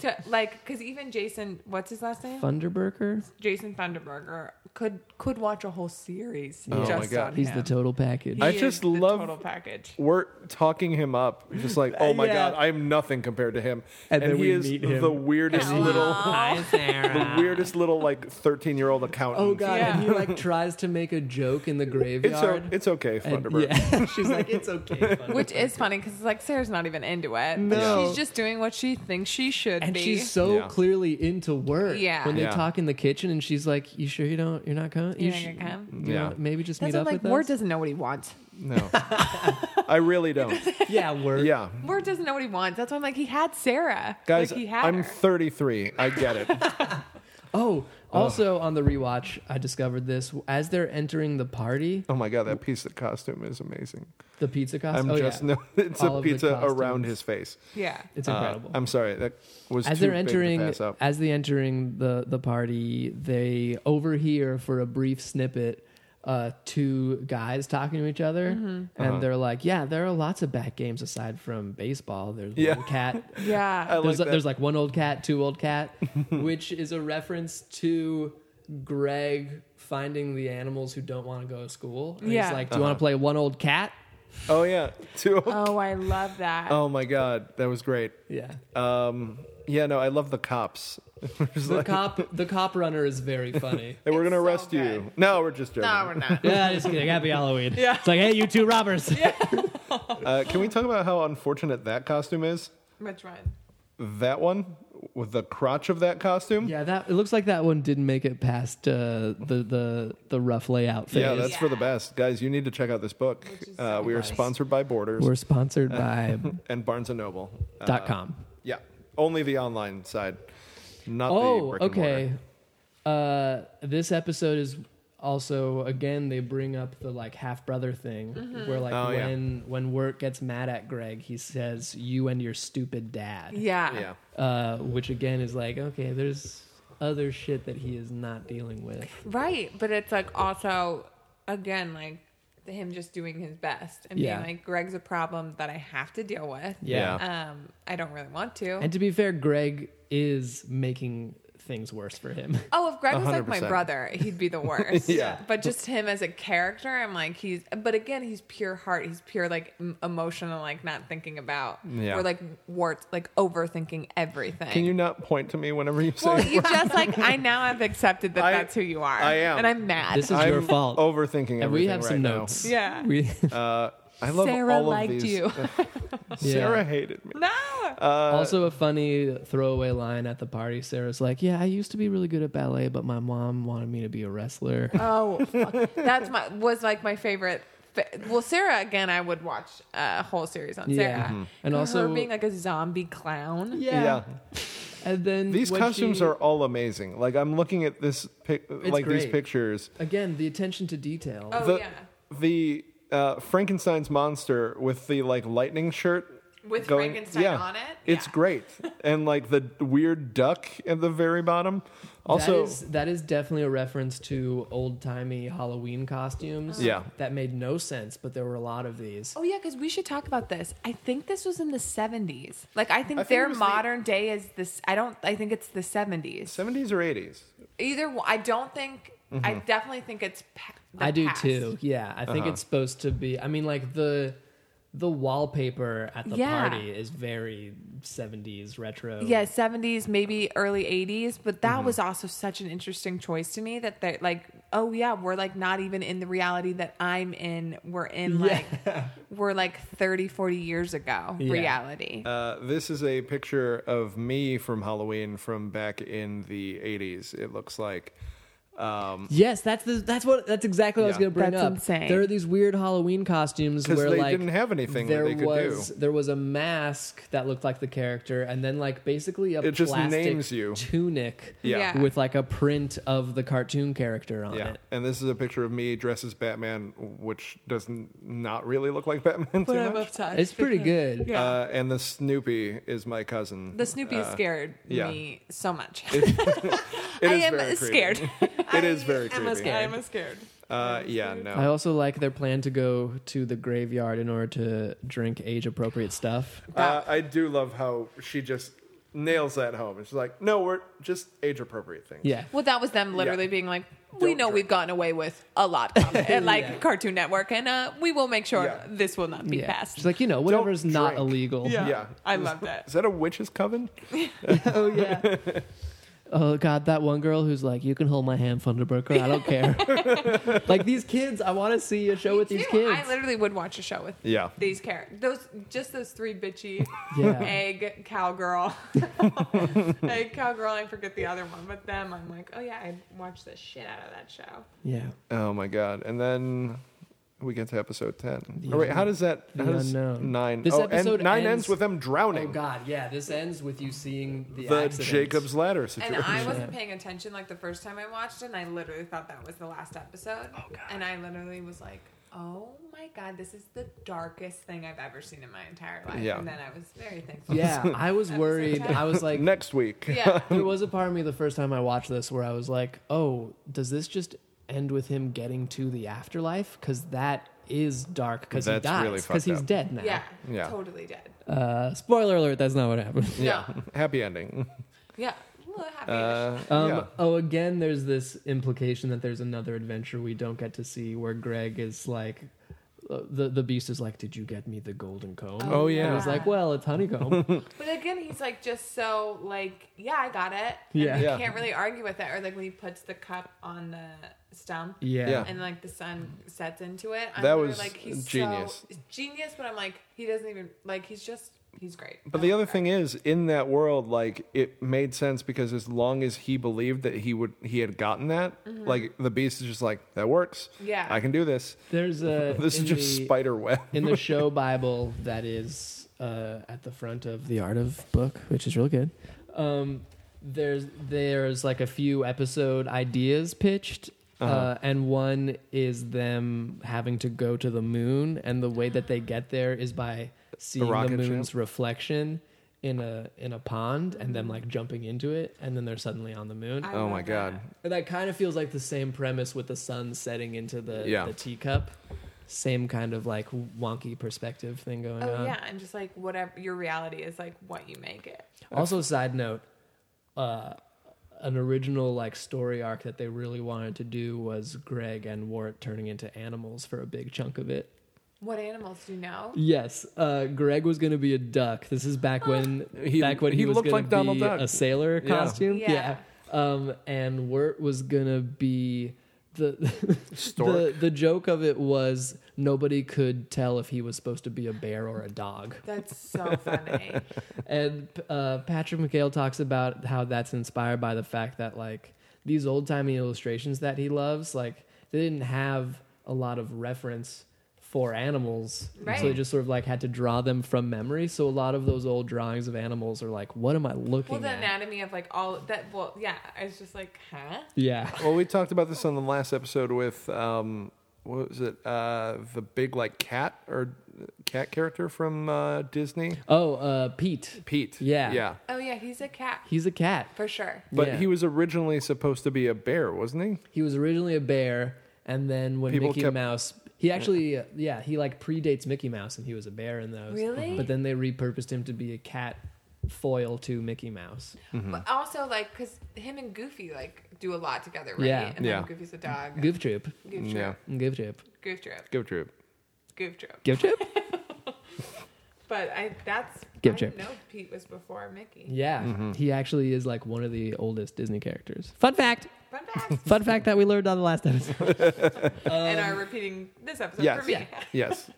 To- like, because even Jason, what's his last name? Thunderburger, Jason Thunderberger could could watch a whole series Oh my just God. on he's him. the total package. He I is just the love- total package. (laughs) We're talking him up, just like, Uh, "Oh my Yeah. god, I'm nothing compared to him." And then he we is meet him. the weirdest little, Hi, (laughs) the Sarah. weirdest little like 13 year old accountant. Oh god, Yeah. and he like tries to make a joke (laughs) in the it's o- graveyard. it's okay, and, Thunderbird. yeah, (laughs) she's like, it's (laughs) okay. Thunderbird." Which is funny because like Sarah's not even into it. No. But she's just doing what she thinks she should and be. she's so Yeah. clearly into work. Yeah. When they Yeah. talk in the kitchen, and she's like, "You sure you don't? You're not coming? You You think should- I can? Yeah. wanna Maybe just That's meet what, up like with Ward (laughs) us." doesn't know what he wants. No, I really (laughs) don't. yeah, Word. Yeah. Ward doesn't know what he wants. That's why I'm like, he had Sarah. Guys, like, he had I'm her. 33. I get it. Oh, also on the rewatch, I discovered this as they're entering the party. Oh my god, that piece of costume is amazing. The pizza costume. I'm oh, just yeah. no, (laughs) it's All a of the pizza around costumes. his face. yeah. It's Uh, incredible. I'm sorry, that was as too they're entering, Big to pass up. as they entering the the party, they overhear for a brief snippet. Uh, two guys talking to each other, and Uh-huh. they're like, "Yeah, there are lots of back games aside from baseball. There's Yeah. one cat Yeah. (laughs) I like there's that. like, there's like one old cat, two old cat, (laughs) which is a reference to Greg finding the animals who don't want to go to school. And Yeah. He's like, "Do you Uh-huh. want to play one old cat?" oh yeah, (laughs) too. Oh. oh, I love that. my god, that was great. Yeah. Um, yeah, no, I love the cops. (laughs) Just the like, cop, the cop runner is very funny. hey, we're gonna It's so arrest you. good. No, we're just joking. no, we're (laughs) not. yeah, just kidding. Happy Halloween. Yeah. It's like, hey, you two robbers. (laughs) Yeah. uh, can we talk about how unfortunate that costume is? Which one? That one with the crotch of that costume. that it looks like that one didn't make it past uh, the the the rough layout phase. Yeah, that's for the Yeah. best, guys. You need to check out this book. is Uh, so we are nice. sponsored by Borders We're sponsored by and Barnes and Noble. (laughs) Uh, dot .com. Yeah, only the online side, not the Oh, brick and okay. mortar. Uh, this episode is also again they bring up the like half brother thing where like Oh, yeah. when when Wirt gets mad at Greg, he says you and your stupid dad. Yeah. Yeah, Uh, which again is like okay, there's other shit that he is not dealing with. Right. But it's like also, again, like him just doing his best and Yeah. being like, Greg's a problem that I have to deal with. Yeah. Um, I don't really want to. And to be fair, Greg is making things worse for him. Oh, if Greg was like my 100%. brother, he'd be the (laughs) worst. Yeah. But just him as a character, I'm like, he's, but again, he's pure heart. He's pure, like, m- emotional, like, not thinking about, Yeah. or like, warts, like, overthinking everything. Can you not point to me whenever you say? (laughs) well, you just, like, I now have accepted that I- that's who you are. I am. And I'm mad. This is I'm your fault. Overthinking everything. and we have some right now. notes. (laughs) Yeah. We, Uh, I love Sarah all of liked these. you. (laughs) Sarah uh, hated me. no. also a funny throwaway line at the party. Sarah's like, "Yeah, I used to be really good at ballet, but my mom wanted me to be a (laughs) wrestler." oh, fuck. that's my, was like my favorite. fa- Well, Sarah, again, I would watch a whole series on Sarah. Mm-hmm. Yeah. Mhm. And also- her being like a zombie clown. Yeah. And then These when costumes she- are all amazing. Like I'm looking at this pic- like these great. pictures. again the attention to detail. Oh, the yeah. the uh, Frankenstein's monster with the like lightning shirt With going- Frankenstein yeah, on it? It's Yeah. (laughs) great, and like the weird duck at the very bottom. Also, that is, that is definitely a reference to old timey Halloween costumes. Yeah. That made no sense, but there were a lot of these. Oh yeah, because we should talk about this. I think this was in the seventies. Like I I think think it their was the- modern day is this. I don't. I think it's the seventies. seventies or eighties. Either wa- I don't think. I Mm-hmm. definitely think it's. Pa- the I do past. too. Yeah, I Uh-huh. think it's supposed to be. I mean, like the the wallpaper at the Yeah. party is very seventies retro. Yeah, seventies, maybe early eighties. But that Mm-hmm. was also such an interesting choice to me that they like. Oh yeah, we're like not even in the reality that I'm in. We're in like we're like 30, 40 years ago Yeah. reality. Uh, this is a picture of me from Halloween from back in the eighties. It looks like. Um, Yes, that's the that's what that's exactly what I was Yeah. going to bring That's up. insane. There are these weird Halloween costumes 'Cause where they like didn't have anything that there they could was do. there was a mask that looked like the character, and then like basically a It just plastic names you. tunic yeah. Yeah. with like a print of the cartoon character on Yeah, it. and this is a picture of me dressed as Batman, which does n- not really look like (laughs) Batman But too I'm much. obsessed. It's pretty good. Yeah. Uh, and the Snoopy is my cousin. The Snoopy Uh, scared yeah. me so much. (laughs) (laughs) It I is am very creepy. (laughs) scared. It is very creepy. I'm scared. Uh, yeah, I no. also like their plan to go to the graveyard in order to drink age appropriate stuff. Uh, I do love how she just nails that home. She's like, no, we're just age appropriate things. Yeah. Well, that was them literally Yeah. being like, we Don't know drink. we've gotten away with a lot from (laughs) it, and like Cartoon Network, and uh, we will make sure Yeah. this will not be Yeah. passed. She's like, you know, whatever's not drink. illegal. Yeah. I love that. Is that a witch's coven? oh yeah. Oh god, that one girl who's like, "You can hold my hand, Funderburker. I don't care." (laughs) (laughs) like these kids, I want to see a show with these Too, kids. I literally would watch a show with Yeah. these characters. Those just those three bitchy (laughs) Yeah. egg cowgirl, (laughs) egg cowgirl. I forget the other one, but them. I'm like, oh yeah, I watched the shit out of that show. yeah, Oh my god! And then we get to episode ten. All right, how does that? How The does unknown. nine? This oh, episode and nine ends, ends- with them Oh drowning. god, yeah. This ends with you seeing the, the accident. Jacob's ladder And situation. I wasn't paying attention like the first time I watched it, and I literally thought that was the last episode. Oh, God. And I literally was like, oh my God, this is the darkest thing I've ever seen in my entire life. Yeah. And then I was very thankful. Yeah, I was worried. I was (laughs) like, Next week. (laughs) Yeah. there was a part of me the first time I watched this where I was like, "Oh, does this just end with him getting to the afterlife? Because that is dark. Because he That's really dies. Because fucked he's up. dead now. Yeah. Yeah. Totally dead. Uh, spoiler alert. That's not what happened. Yeah. No. Happy ending. Yeah. Well, happy. Uh, Um, yeah. Oh, again, there's this implication that there's another adventure we don't get to see where Greg is like, uh, the the beast is like, "Did you get me the golden comb?" Oh, yeah. And he's like, "Well, (laughs) it's honeycomb." But again, he's like just so like, yeah, I got it. Yeah. And you Yeah. can't really argue with it. Or like when he puts the cup on the stump. yeah. Yeah. And like the sun sets into it. I'm That literally was like he's so- genius. genius, but I'm like he doesn't even like he's just he's great. But the other thing is, in that world, like it made sense because as long as he believed that he would, he had gotten that. Like the beast is just like that works. Mm-hmm. Yeah. I can do this. There's a This is in just the- spider web. in the (laughs) show Bible that is uh, at the front of the Art of Book, which is real good. Um, there's there's like a few episode ideas pitched. uh and one is them having to go to the moon, and the way that they get there is by seeing the, rocket ship? moon's reflection in a in a pond, and them like jumping into it, and then they're suddenly on the moon. I oh love my that. god. And that kind of feels like the same premise with the sun setting into the, Yeah. the teacup. Same kind of like wonky perspective thing going Oh on. yeah, and just like whatever your reality is, like what you make it. Also, side note, uh, an original like story arc that they really wanted to do was Greg and Wart turning into animals for a big chunk of it. What animals do you know? Yes, uh, Greg was going to be a duck. This is (laughs) back when He- back when he, he was looked going like to Donald be Duck. a sailor Yeah. costume. Yeah. Um, and Wirt was going to be the (laughs) the Stork. the joke of it was nobody could tell if he was supposed to be a bear or a dog. That's (laughs) so funny. And uh, Patrick McHale talks about how that's inspired by the fact that like these old timey illustrations that he loves, like they didn't have a lot of reference for animals, Right. so they just sort of like had to draw them from memory. So a lot of those old drawings of animals are like, what am I looking well, the at? anatomy of like all that. Well, yeah, I was just like, huh? yeah, Well, we talked about this on the last episode with um, what was it? Uh, the big like cat or uh, cat character from uh, Disney, Oh, uh, Pete. Pete. Yeah. yeah. Oh yeah, he's a cat He's a cat. for sure. But Yeah. he was originally supposed to be a bear, wasn't he? He was originally a bear, and then when People Mickey kept- Mouse, he actually, uh, yeah, he like predates Mickey Mouse, and he was a bear in those. Really? But then they repurposed him to be a cat foil to Mickey Mouse. Mm-hmm. But also like, cause him and Goofy like do a lot together, right? Yeah. And Yeah. then Goofy's a dog. Goof Troop. Goof trip. Yeah. Goof Troop. Goof trip. Go troop. Goof trip. Goof Troop? But I that's Goof I trip. didn't know Pete was before Mickey. yeah. He actually is like one of the oldest Disney characters. Mm-hmm. Fun fact. Fun (laughs) fact. Fun fact that we learned on the last episode. and are repeating this episode Yes. for me. Yes.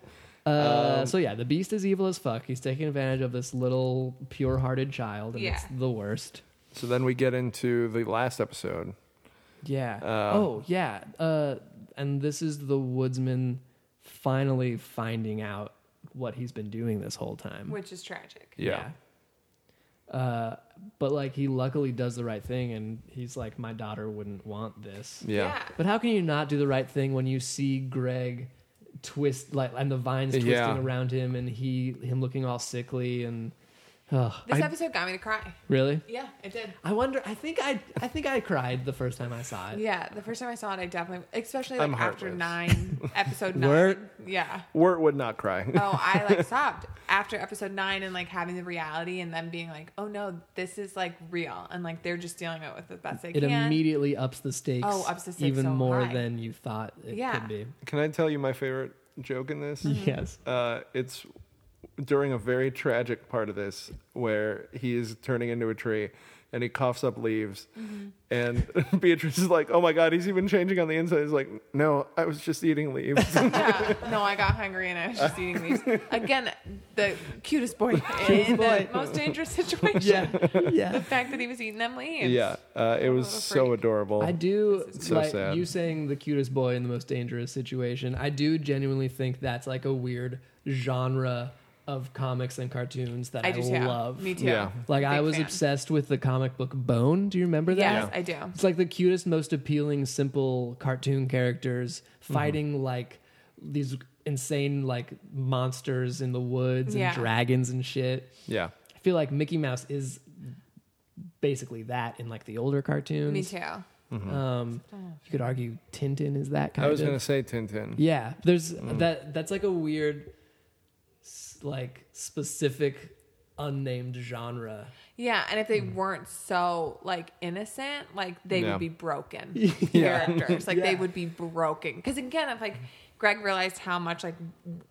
Uh, so yeah, the beast is evil as fuck. He's taking advantage of this little pure-hearted child, and Yeah. it's the worst. So then we get into the last episode, Yeah. Uh, oh, yeah. Uh, and this is the woodsman finally finding out what he's been doing this whole time. (laughs) which is tragic. Yeah. Yeah. Uh, but like he luckily does the right thing, and he's like, my daughter wouldn't want this. Yeah. But how can you not do the right thing when you see Greg twist like and the vines twisting Yeah. around him, and he him looking all sickly and. Ugh, This I- episode got me to cry. really? Yeah, it did. I wonder. I think I. I think I cried the first time I saw it. Yeah, the first time I saw it, I definitely, especially I'm like after heartless. nine, (laughs) episode nine. Word. Yeah. Wirt would not cry. (laughs) Oh, I like sobbed after episode nine and like having the reality and then being like, oh no, this is like real and like they're just dealing it with the best they It can. immediately ups the stakes. Oh, ups the stakes even so more high. than you thought it Yeah. (laughs) Mm-hmm. could be. Can I tell you my favorite joke in Mm. this? Yes. Uh, it's during a very tragic part of this where he is turning into a tree and he coughs up leaves. Mm-hmm. And (laughs) Beatrice is like, oh my God, he's even changing on the inside. He's like, no, I was just eating leaves. (laughs) yeah. No, I got hungry and I was just eating (laughs) leaves. Again, the cutest boy in the most (laughs) dangerous situation. yeah. (laughs) The fact that he was eating them leaves. yeah, uh, it was What a so freak. adorable. I do so like sad. you saying the cutest boy in the most dangerous situation. I do genuinely think that's like a weird genre of comics and cartoons that I, I do too. love. Me too. Yeah. Like I Big was fan. obsessed with the comic book Bone. Do you remember that? Yes, I do. It's like the cutest, most appealing, simple cartoon characters Mm-hmm. fighting like these insane like monsters in the woods Yeah. and dragons and shit. yeah. I feel like Mickey Mouse is basically that in like the older cartoons. Me too. Um, you could argue Tintin is that kind Mm-hmm. I was Mm-hmm. of. going to say Tintin. yeah, there's that. That's like a weird, s- like specific, unnamed genre. Yeah, and if they weren't so like innocent, like they Yeah. would be broken characters. Like they Yeah. would be broken. Because again, if like Greg realized how much like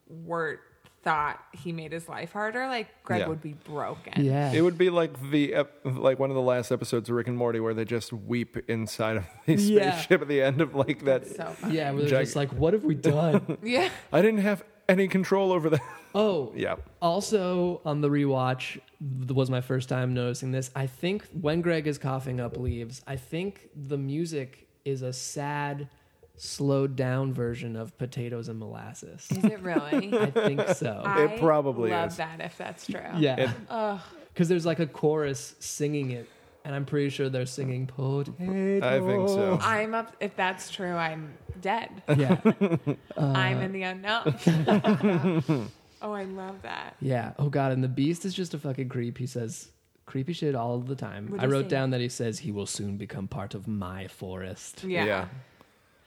Wirt thought he made his life harder, like Greg Yeah. would be broken. Yeah, It would be like the ep- like one of the last episodes of Rick and Morty where they just weep inside of the (laughs) Yeah. spaceship at the end of like that. So funny. yeah. Where they're Jag- just like, what have (laughs) we done? yeah. I didn't have any control over that. oh, (laughs) yeah, Also, on the rewatch, th- was my first time noticing this. I think when Greg is coughing up leaves, I think the music is a sad, slowed down version of Potatoes and Molasses. Is it really? I (laughs) think so. I probably love is. that if that's true. Yeah. Because there's like a chorus singing it, and I'm pretty sure they're singing Potatoes. I think so. I'm up if that's true, I'm dead. Yeah. I'm in the unknown. (laughs) oh, I love that. Yeah. Oh, God. And the Beast is just a fucking creep. He says creepy shit all the time. What'd I he wrote say? down that he says he will soon become part of my forest. yeah. yeah,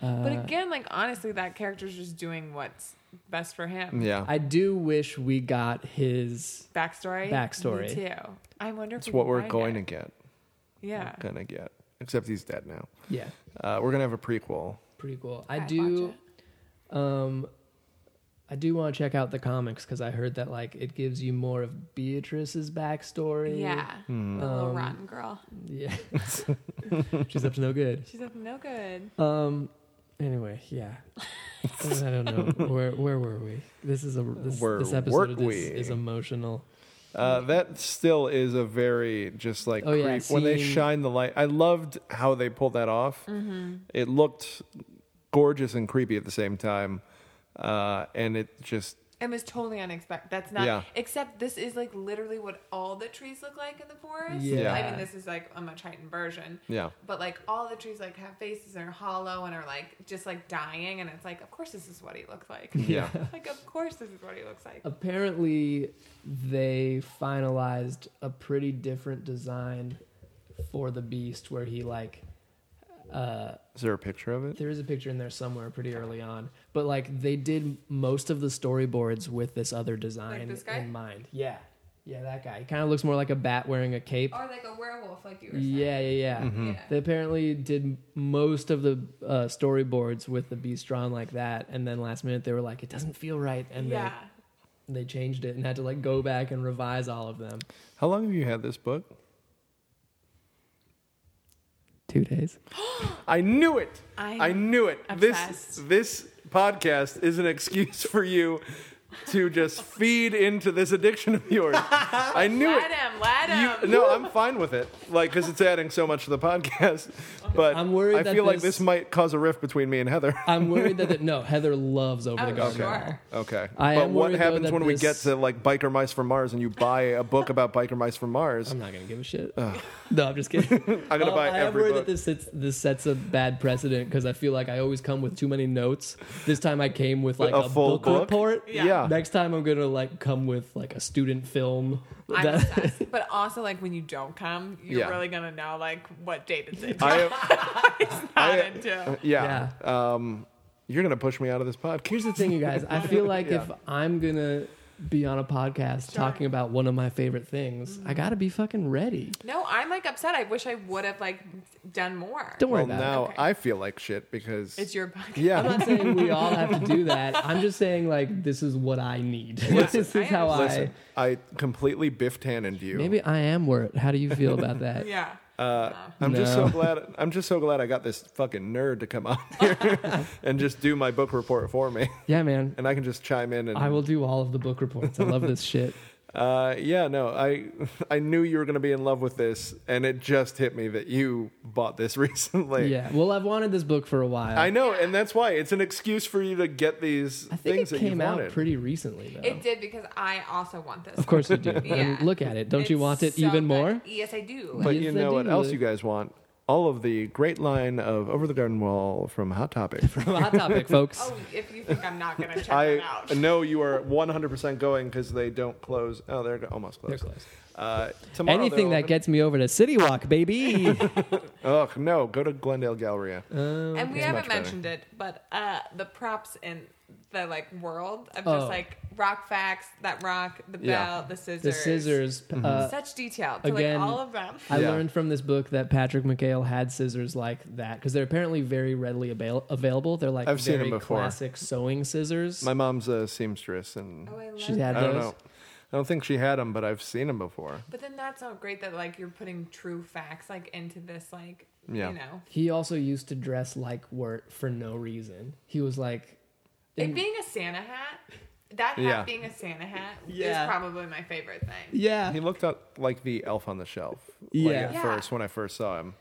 But Uh, again, like honestly, that character's just doing what's best for him. yeah. I do wish we got his Backstory. Backstory. Me too. I wonder It's what we're going to get. to. Yeah. Gonna get. Except he's dead now. yeah Uh, we're gonna have a prequel. pretty cool. I I'd do, watch um, I do want to check out the comics because I heard that like it gives you more of Beatrice's backstory. Yeah. The little Um, rotten girl. yeah. (laughs) She's up to no good. She's up no good. Um. Anyway, (laughs) yeah. I don't know where where were we. This is a this, Where this were episode we? is, is emotional. Uh, that still is a very just like Oh, yeah, creep. when they seeing- shine the light. I loved how they pulled that off. Mm-hmm. It looked gorgeous and creepy at the same time, uh, and it just It was totally unexpected. That's not. Yeah. Except this is like literally what all the trees look like in the forest. Yeah. I mean, this is like a much heightened version. yeah. But like all the trees like have faces and are hollow and are like just like dying and it's like of course this is what he (laughs) looks like. Yeah. like of course this is what he looks like. Apparently, they finalized a pretty different design for the beast, where he like uh Is there a picture of it? There is a picture in there somewhere pretty early on. But like they did most of the storyboards with this other design Like this guy? in mind. Yeah. Yeah, that guy. He kind of looks more like a bat wearing a cape. Or like a werewolf like you were saying. Yeah, yeah, yeah. Oh, Yeah. They apparently did most of the uh, storyboards with the beast drawn like that, and then last minute they were like, "It doesn't feel right," and yeah. they they changed it and had to like go back and revise all of them. How long have you had this book? Two days. I knew it. I'm I knew it. obsessed. This this podcast is an excuse for you to just feed into this addiction of (laughs) yours. I knew Let it. him, let him. You- no, I'm fine with it, like because it's adding so much to the podcast. But I'm worried I that feel like this- this might cause a rift between me and Heather. I'm worried that it, (laughs) no, Heather loves over the Oh, garden. sure. Wall. (laughs) Okay. I but am what worried, though, happens that when we get this- to like biker mice from Mars and you buy a book about biker mice from Mars? I'm not gonna give a shit. No, I'm just kidding. (laughs) I'm gonna Um, buy I am every worried book. that this sets, this sets a bad precedent because I feel like I always come with too many notes. This time I came with like A a, full book, book? report. Yeah. Yeah. Next time I'm gonna like come with like a student film. I'm That- obsessed. But also, like when you don't come, you're Yeah. really gonna know like what David's (laughs) (laughs) into. I am, not I- into. (laughs) yeah. Um, you're gonna push me out of this podcast. (laughs) Here's the thing, you guys. I feel like if I'm gonna be on a podcast talking about one of my favorite things, I gotta be fucking ready. No, I'm like upset. I wish I would have like done more. Don't worry well, about now Okay. I feel like shit because It's your it. I'm podcast. yeah. (laughs) not saying we all have to do that. I'm just saying like this is what I need. (laughs) this I is how I. Listen, I completely Biff Tannened you. Maybe I am worth. How do you feel about that? (laughs) Yeah. Uh, I'm just No. so glad. I'm just so glad I got this fucking nerd to come (laughs) on (laughs) here and just do my book report for me, (laughs) Yeah, man. and I can just chime in and I will do all of the book reports. I love (laughs) this shit. Uh, yeah, no, I (laughs) I knew you were gonna be in love with this, and it just hit me that you bought this (laughs) recently. Yeah. Well, I've wanted this book for a while. I know, and that's why it's an excuse for you to get these I think things it that you came out wanted. pretty recently, though. It did because I also want this. Of course you do. (laughs) Yeah. And look at it. Don't you It's want it so even good. (laughs) more? Yes, I do. (laughs) but Yes, you I know what do. else you guys want? All of the great line of Over the Garden Wall from Hot (laughs) Topic. Hot topic, folks. (laughs) oh, if you think I'm not gonna check it I out. know you are 100% going because they don't close. Oh, they're almost They're closed. close. Uh, tomorrow they're Anything that open. gets me over to City Walk, (laughs) baby. Ugh, no, go to Glendale Galleria. Uh, and we It's haven't much better. mentioned it, but uh, the props in the like world of Oh. just like rock facts, that rock, the bell, Yeah. the scissors, the scissors. Mm-hmm. Uh, such detail to Again, like all of them. I Yeah. learned from this book that Patrick McHale had scissors like that because they're apparently very readily avail- available. They're like I've seen very them before. classic sewing scissors. My mom's a seamstress, and Oh, I love She's had I those. don't know. I don't think she had them, but I've seen them before. But then that's not great that like you're putting true facts like into this like Yeah. you know. He also used to dress like Wirt for no reason. He was like, It being a Santa hat, that hat Yeah. being a Santa hat Yeah. is probably my favorite thing. yeah, He looked up like the elf on the shelf. Like Yeah. at Yeah. first, when I first saw him.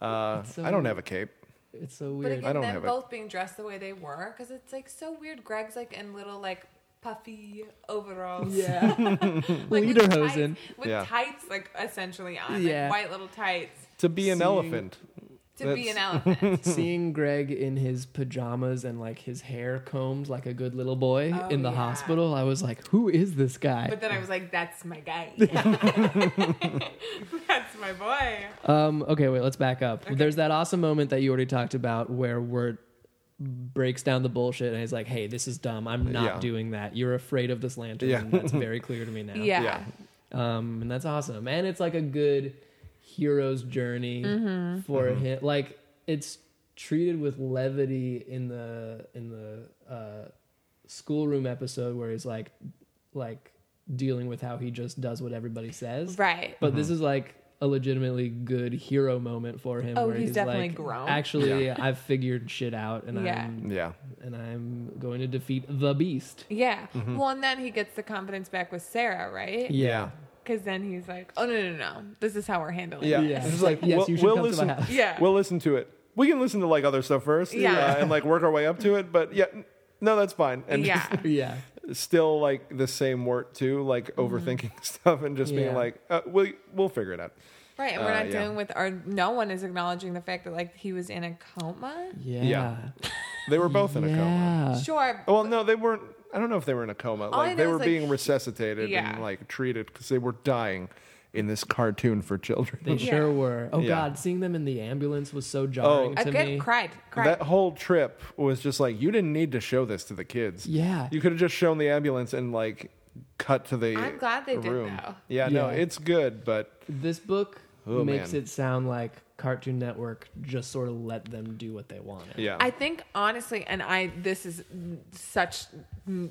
Uh, It's so I don't weird. have a cape. it's so But weird. again, don't them have it. both being dressed the way they were, because it's like so weird. Greg's like in little like puffy overalls, yeah, like, with Lederhosen. tights- with Yeah. tights like essentially on, Yeah. like white little tights To be an See- elephant. to be That's- (laughs) an elephant. (laughs) Seeing Greg in his pajamas and like his hair combed like a good little boy Oh, in the yeah. hospital, I was like, who is this guy? but then I was like, "That's my (laughs) guy. that's my boy." Um, okay, wait, let's back up. There's that awesome moment that you already talked about where Wirt breaks down the bullshit and he's like, hey, this is dumb. I'm not Yeah. doing that. You're afraid of this lantern. Yeah. (laughs) and that's very clear to me now. Yeah. Yeah. Um, and that's awesome. And it's like a good hero's journey for Mm-hmm. him. Like it's treated with levity in the in the uh, schoolroom episode where he's like like dealing with how he just does what everybody says. right. But Mm-hmm. this is like a legitimately good hero moment for him. Oh, where he's he's, definitely like, grown. Actually, I've figured shit out, and Yeah. I'm Yeah. and I'm going to defeat the beast. Yeah. Well, and then he gets the confidence back with Sarah, right? Mm-hmm. Yeah. Because then he's like, "Oh no, no, no! This is how we're handling." Yeah. it. Yeah. It's It's like, like, yes, we'll, you should we'll come to my listen, house. Yeah. We'll listen to it. We can listen to like other stuff first. Yeah. uh, and like work our way up to it. But yeah, n- no, that's fine. And (laughs) yeah. Yeah, still like the same work too, like overthinking (laughs) stuff and just being Mm-hmm. Yeah. like, uh, we'll, we'll figure it out. Right. And we're Uh, not yeah. dealing with, or no one is acknowledging the fact that like he was in a coma. yeah, Yeah. They were both in a coma. yeah. Sure. Well, no, they weren't. I don't know if they were in a coma. All I Like they know were is, like, being resuscitated Yeah. and like treated because they were dying in this cartoon for children. They sure were. Oh Yeah. God, seeing them in the ambulance was so jarring I to get me. cried. Cried. that oh. whole trip was just like you didn't need to show this to the kids. Yeah. you could have just shown the ambulance and like cut to the. I'm glad they did, room. though. Yeah, no, Yeah. it's good, but This book Oh, makes man. it sound like Cartoon Network just sort of let them do what they wanted. yeah, I think honestly, and I this is such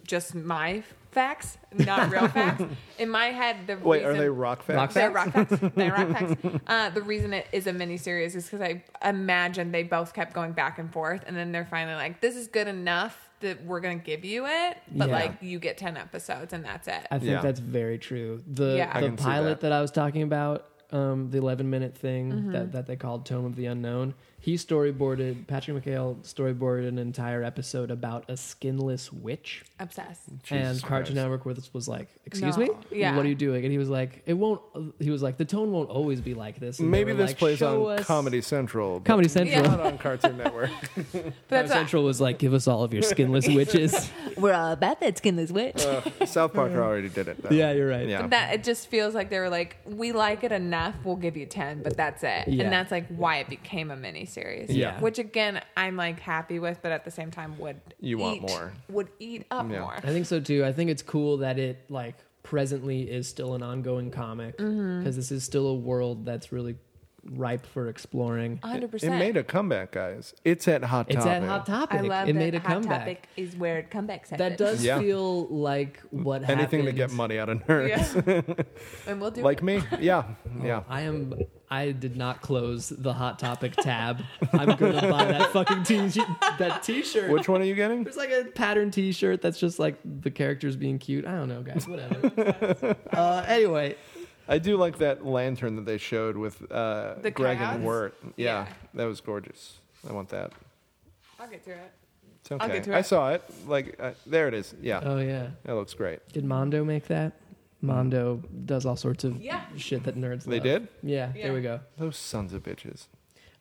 just my facts, not (laughs) real facts. In my head, the wait, reason, are they rock fans? Rock They're rock facts. They're (laughs) rock facts. Uh, the reason it is a miniseries is because I imagine they both kept going back and forth, and then they're finally like, "This is good enough that we're gonna give you it, but Yeah. like you get ten episodes and that's it. I think Yeah. that's very true. The Yeah. I the can see pilot that. that. I was talking about, um, the eleven minute thing Mm-hmm. that, that they called Tome of the Unknown, he storyboarded Patrick McHale storyboarded an entire episode about a skinless witch. Obsessed. Jesus and Christ. Cartoon Network was, was like, Excuse No. me? Yeah. What are you doing? And he was like, It won't he was like, The tone won't always be like this. And they Maybe were this like, plays "Show on us- Comedy Central. but Comedy (laughs) Central. Yeah. Not on Cartoon (laughs) Network. But Comedy that's Central was like, Give us all of your skinless (laughs) witches. we're all about that skinless witch. South Park already did it. Though. (laughs) yeah, you're right. Yeah. (laughs) That it just feels like they were like, we like it enough, we'll give you ten, but that's it. Yeah. And that's like why it became a miniseries. Yeah. Which again, I'm like happy with, but at the same time, would You want eat- more. Would eat up Yeah. more. I think so too. I think it's cool that it like presently is still an ongoing comic because Mm-hmm. this is still a world that's really ripe for exploring. Hundred It percent. made a comeback, guys. It's at Hot It's Topic. at Hot Topic. I love it that made a Hot comeback. Topic is where comebacks happen. That does Yeah. feel like what Anything to get happened- money out of nerds. (laughs) (laughs) Yeah. and we'll (laughs) do Like it. me? Yeah. Yeah. I am. I did not close the Hot Topic tab. I'm gonna (laughs) buy that fucking t that T-shirt. Which one are you (laughs) getting? There's like a pattern T-shirt that's just like the characters being cute. I don't know, guys. Whatever. (laughs) uh, anyway, I do like that lantern that they showed with uh, The Greg and crabs? Wirt. Yeah, Yeah. that was gorgeous. I want that. I'll get to it. It's okay. I'll get to I it. saw it. Like uh, there it is. Yeah, oh yeah. that looks great. Did Mondo make that? Mondo does all sorts of Yeah. shit that nerds They love. did? Yeah, Yeah. there we go. Those sons of bitches.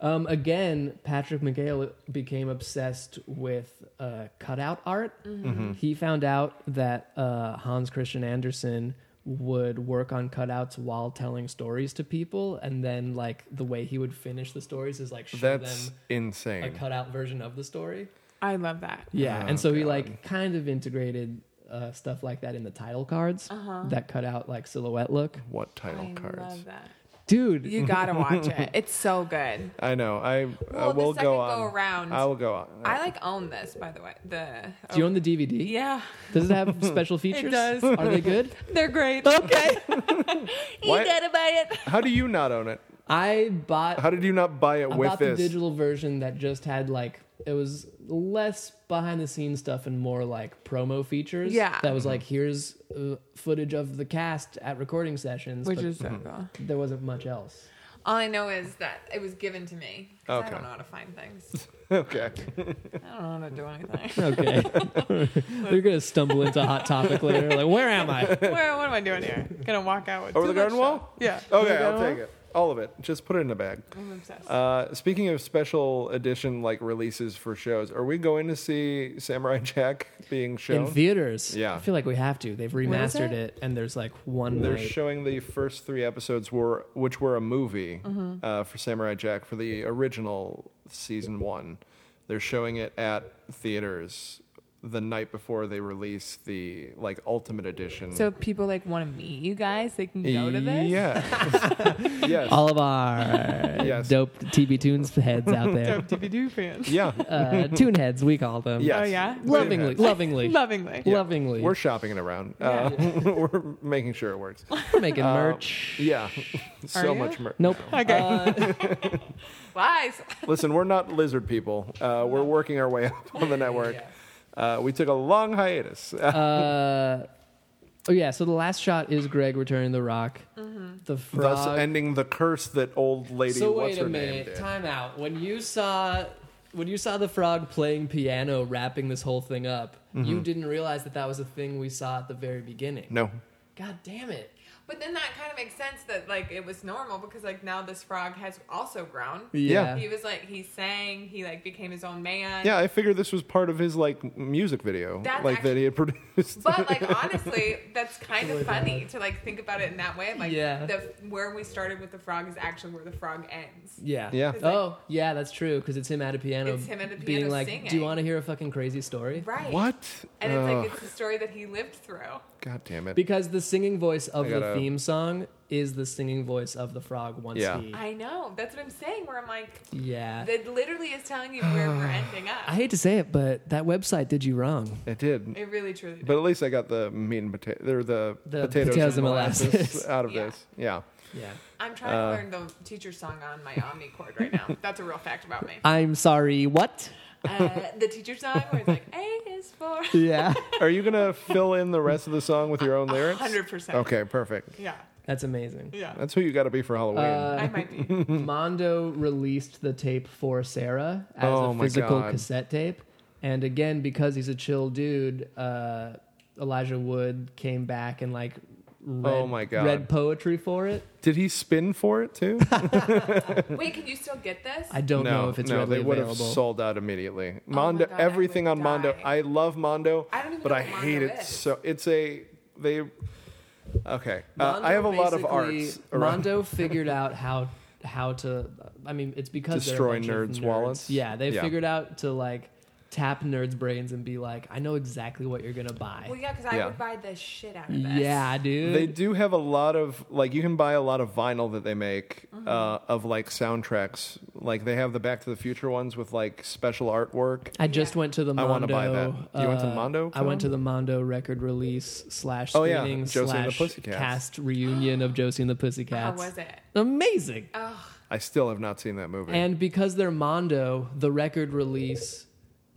Um, again, Patrick McGale became obsessed with uh, cutout art. Mm-hmm. Mm-hmm. He found out that uh, Hans Christian Andersen would work on cutouts while telling stories to people, and then like the way he would finish the stories is like show That's them a insane. cutout version of the story. I love that. Yeah, Oh, and so he God. like kind of integrated uh, stuff like that in the title cards Uh-huh. that cut out like silhouette look. What title I cards? love that. Dude, You gotta watch it. It's so good. I know. I Well, uh, the will second go on. go around- I will go on. I like own this, by the way. The do you own the DVD? yeah, (laughs) Does (laughs) it have special features? does. Are they good? they're great. Okay, (laughs) you Why- gotta buy it. How do you not own it? I bought How did you not buy it I with bought the this? digital version that just had like it was less behind the scenes stuff and more like promo features. Yeah. that was Mm-hmm. like here's uh, footage of the cast at recording sessions, Which but is uh, so cool. Mm-hmm. there wasn't much else. All I know is that it was given to me. 'cause I Okay. don't know how to find (laughs) things. (laughs) okay. I don't know how to do (laughs) anything. (laughs) Okay, you're gonna stumble into hot topic later. Like, where am I? Where, what am I doing here? Gonna walk out with Over too the garden much wall? stuff. Yeah, Okay, I'll take it. All of it. Just put it in a bag. I'm obsessed. Uh, speaking of special edition like releases for shows, are we going to see Samurai Jack being shown? In theaters. Yeah. I feel like we have to. They've is remastered it? it? and there's like one They're night. showing the first three episodes were which were a movie Mm-hmm. uh, for Samurai Jack for the original season one. They're showing it at theaters the night before they release the like ultimate edition. so if people like want to meet you guys, they can go to this. (laughs) Yeah. yes. (laughs) all of our Yes. dope TB Tunes heads out (laughs) there. DVD fans. yeah. uh, tune heads, we call them. Yes. Oh, yeah? Put it in Lovingly, there. lovingly, Lovingly. Yeah. lovingly. We're shopping it around. Uh, (laughs) we're making sure it works. (laughs) We're making Um, merch. (laughs) Yeah. so you? much mer- Nope. Okay. Wise. Listen, we're not lizard people. Uh, we're working our way up on the (laughs) network. Uh, we took a long hiatus. Uh, oh yeah. So the last shot is Greg returning the rock. The frog. thus ending the curse that old lady so what's wait a her name minute. did. Time out. When you saw. When you saw the frog playing piano, wrapping this whole thing up, Mm-hmm. you didn't realize that that was a thing we saw at the very beginning. No. God damn it! But then that kind of makes sense that like it was normal because like now this frog has also grown. Yeah. He was like he sang, he like became his own man. Yeah, I figured this was part of his like music video, That's like that he had produced. But like honestly, that's kind of funny to like think about it in that way. Like Yeah. the where we started with the frog is actually where the frog ends. Yeah. Yeah. It's like- Oh, yeah, that's true. Because it's him at a piano. It's him at a piano being like, "Do singing." you want to hear a fucking crazy story?" (laughs) Right. what? And it's Ugh, like it's the story that he lived through. God damn it! Because the singing voice of I the gotta- theme song is the singing voice of the frog. Once Yeah. he, I know. That's what I'm saying. Where I'm like, yeah. that literally is telling you where (sighs) we're ending up. I hate to say it, but that website did you wrong. it did. it really truly. But at least I got the meat and potato, or the, The potatoes, potatoes and and molasses, (laughs) molasses. out of Yeah. this. Yeah. Yeah. I'm trying uh, (laughs) to learn the teacher song on my Omnicord right now. That's a real fact about me. I'm sorry. What? uh, the teacher song where it's like A is for Yeah. Are you gonna fill in the rest of the song with your (laughs) own lyrics? hundred percent. Okay, perfect. Yeah. (laughs) That's amazing. Yeah. That's who you got to be for Halloween. Uh, I (laughs) might be. Hmm. Mondo released the tape for Sarah as Oh a my physical God. cassette tape. And again, because he's a chill dude, uh, Elijah Wood came back and like read, Oh my God. read poetry for it. Did he spin for it too? Wait, can you still get this? I don't know if it's no, readily they would available. have sold out immediately. Mondo, Oh God, I everything would on Mondo. die. I love Mondo, I don't even but know I what Mondo hate it is. so. It's a they. Okay, uh, Mondo I have a lot of basically- arts around. Mondo figured out how how to. I mean, it's because they're a Destroy bunch of nerds' wallets? Yeah, they Yeah. figured out to like tap nerds' brains and be like, I know exactly what you're gonna buy. well, yeah, because I Yeah. would buy the shit out of this. yeah, dude. They do have a lot of like you can buy a lot of vinyl that they make Mm-hmm. uh, of like soundtracks. Like they have the Back to the Future ones with like special artwork. I just went to the I Mondo. wanna buy that. You went to uh, Mondo I went con? to the Mondo record release slash Oh, yeah, screening Josie and the slash Pussycats. cast reunion of Josie and the How Pussycats. was it? Oh. Amazing. I still have not seen that movie. And because they're Mondo, the record release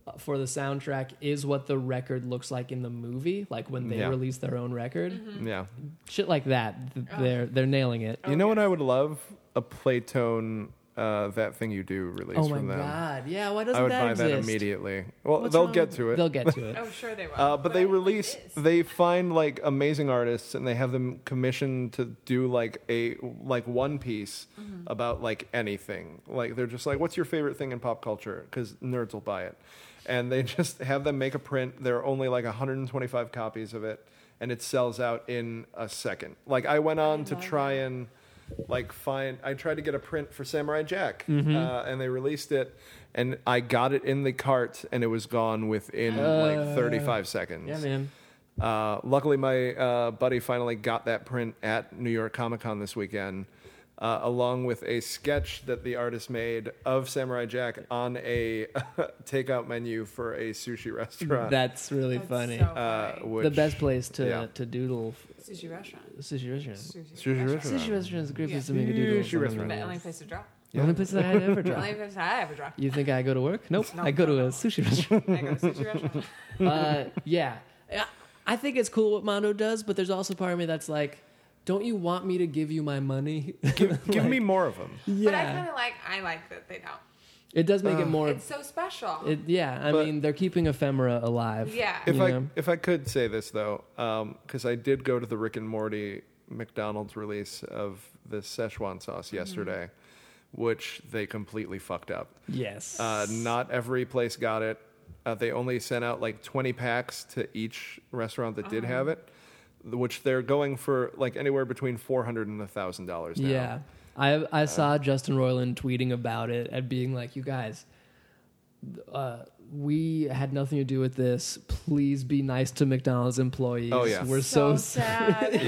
uh, for the soundtrack is what the record looks like in the movie, like when they Yeah. release their own record. Mm-hmm. yeah, Shit like that. th- They're they're nailing it. Oh, you know what I would love a Playtone. Uh, that thing you do release Oh my from them. god. Yeah, why doesn't I would that buy exist? that immediately. Well, What's they'll wrong get with- to it. They'll get to it. (laughs) Oh, sure they will. Uh, but I they don't think release, it is. they find like amazing artists, and they have them commissioned to do like a like one piece about like anything. Like they're just like, "What's your favorite thing in pop culture?" Because nerds will buy it, and they (laughs) just have them make a print. There are only like 125 copies of it, and it sells out in a second. Like I went on to try and like find i tried to get a print for samurai jack Mm-hmm. uh, and they released it and i got it in the cart and it was gone within like 35 seconds Uh, Yeah, man. uh, luckily my uh, buddy finally got that print at new york comic-con this weekend uh, along with a sketch that the artist made of samurai jack on a (laughs) takeout menu for a sushi restaurant That's really That's funny. So uh, funny. Oh. which, the best place to yeah. to doodle f- Sushi restaurant. sushi restaurant. Sushi, Sushi restaurant. Sushi restaurant is a great Yeah. place to make a doodle. Sushi something restaurant. The like only that. place to draw. The only place that I had ever The (laughs) only drawn. place I (laughs) ever draw. You think I go to work? Nope. No. I go to a sushi restaurant. I go to sushi restaurant. (laughs) uh, yeah. I- I think it's cool what Mondo does, but there's also part of me that's like, don't you want me to give you my money? (laughs) (laughs) give me more of them But I kind of like. I like that they don't. it does make it more. It's so special. It, yeah, I But- mean, they're keeping ephemera alive. yeah. If You I know? if I could say this though, because I did go to the Rick and Morty McDonald's release of the Szechuan Mm-hmm. sauce yesterday, which they completely fucked up. Yes. Uh, not every place got it. Uh, they only sent out like 20 packs to each restaurant that did Oh. have it, which they're going for like anywhere between 400 and thousand dollars now. Yeah. I uh, I saw Justin Roiland tweeting about it and being like, "You guys, uh, we had nothing to do with this. Please be nice to McDonald's employees. Oh, yeah. We're so so, sad. (laughs) sad.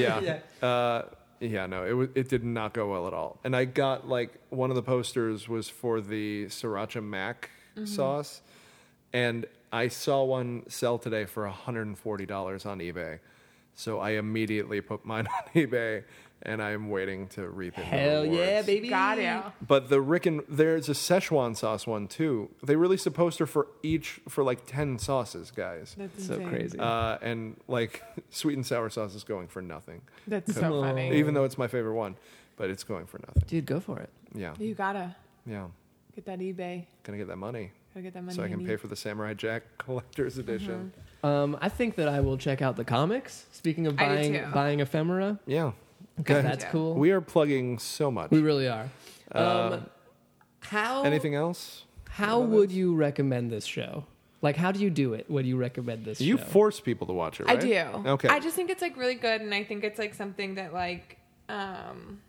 yeah. Uh, yeah, no, it wa- it did not go well at all. And I got like one of the posters was for the sriracha mac Mm-hmm. sauce, and I saw one sell today for hundred and forty dollars on eBay. So I immediately put mine (laughs) on eBay, and I'm waiting to reap. in the Hell yeah, rewards. baby. Got it. But the Rick and there's a Szechuan sauce one too. They released a poster for each for like ten sauces, guys. That's So insane. crazy. Uh, and like (laughs) sweet and sour sauce is going for nothing That's so funny. even though it's my favorite one, but it's going for nothing. Dude, go for it. Yeah, You gotta yeah. get that eBay. Gonna get that money Gotta get that money. Uh-huh. so I can you pay need. for the Samurai Jack (laughs) Collector's Edition. Um, I think that I will check out the comics. Speaking of I do buying too. buying ephemera, Yeah, because Okay. that's Yeah. cool. We, we are plugging so much. really are. um, how Uh, Anything else? How would you recommend this show? Like, how do you do it? What do you recommend this You show? force people to watch it, right? I do. Okay. I just think it's like really good, and I think it's like something that like um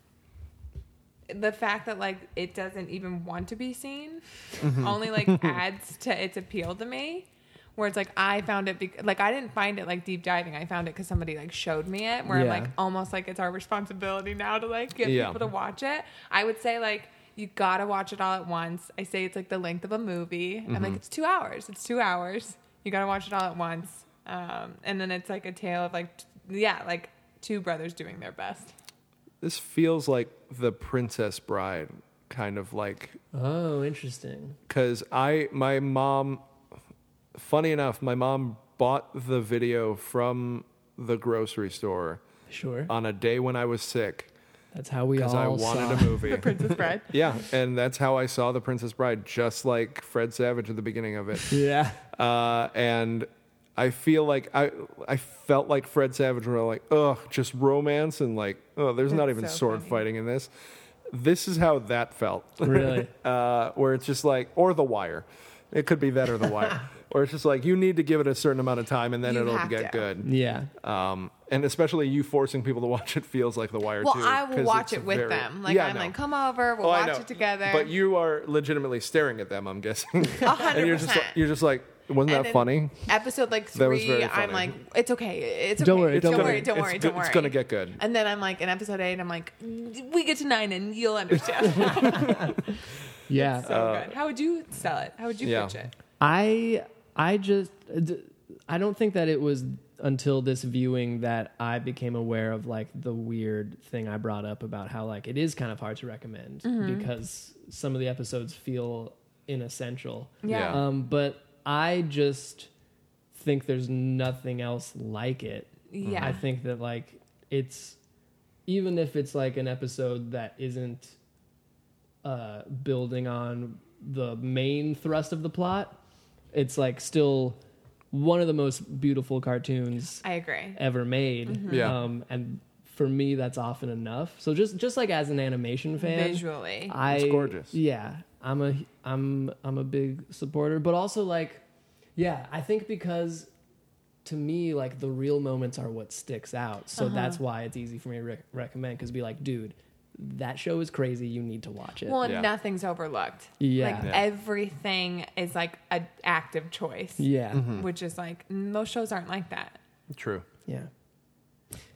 the fact that like it doesn't even want to be seen Mm-hmm. only (laughs) like adds to its appeal to me. Where it's like I found it, bec like I didn't find it like deep diving. I found it because somebody like showed me it. Where I'm Yeah. like almost like it's our responsibility now to like get Yeah. people to watch it. I would say like you gotta watch it all at once. I say it's like the length of a movie. I'm Mm-hmm. like it's two hours. It's two hours. You gotta watch it all at once. Um, and then it's like a tale of like t- yeah, like (laughs) two brothers doing their best. This feels like the Princess Bride kind of like Oh, interesting. because I my mom, funny enough, my mom bought the video from the grocery store Sure. on a day when I was sick That's how we all because I wanted (laughs) saw. a (laughs) movie. Princess Bride. yeah, and that's how I saw The Princess Bride, just like Fred Savage at the beginning of it. Yeah. Uh, and I feel like I I felt like Fred Savage where I'm like, ugh, just romance and like, oh, there's not That's even so sword funny. fighting in this. This is how that felt. Really? uh, where it's just like, or The Wire. It could be that or The (laughs) Wire. or it's just like, you need to give it a certain amount of time and then You it'll have get to. good. Yeah. Um, and especially you forcing people to watch it feels like The Wire Well, too. I will 'cause watch it's it with very- them. Like Yeah, I I'm know. like, come over, we'll Oh, I watch know. it together. But you are legitimately staring at them, I'm (laughs) guessing. hundred and you're just like, percent. you're just like, wasn't And that then funny? Episode like That was three, very I'm funny. like, it's okay, it's okay, Don't worry, don't, don't worry, worry. don't It's worry, go- don't worry. it's gonna get good. And then I'm like in episode eight, I'm like, we get to nine and (laughs) you'll understand. Yeah. so good. How would you sell it? How would you Uh, yeah. pitch it? I I just d- I don't think that it was until this viewing that I became aware of like the weird thing I brought up about how like it is kind of hard to recommend because some of the episodes feel inessential. Yeah. Yeah. Um, but I just think there's nothing else like it. Yeah. Mm, I think that like it's even if it's like an episode that isn't uh building on the main thrust of the plot, it's like still one of the most beautiful cartoons I agree. ever made. Yeah. Um and for me that's often enough. So just just like as an animation fan, Visually. I, It's gorgeous. Yeah, I'm a I'm I'm a big supporter, but also like, yeah, I think because to me like the real moments are what sticks out, so Uh-huh. that's why it's easy for me to rec recommend because be like, dude, that show is crazy. You need to watch it. Well, and Yeah. nothing's overlooked. Yeah. Like Yeah. everything is like an active choice. yeah, Mm-hmm. Which is like most shows aren't like that. True. yeah,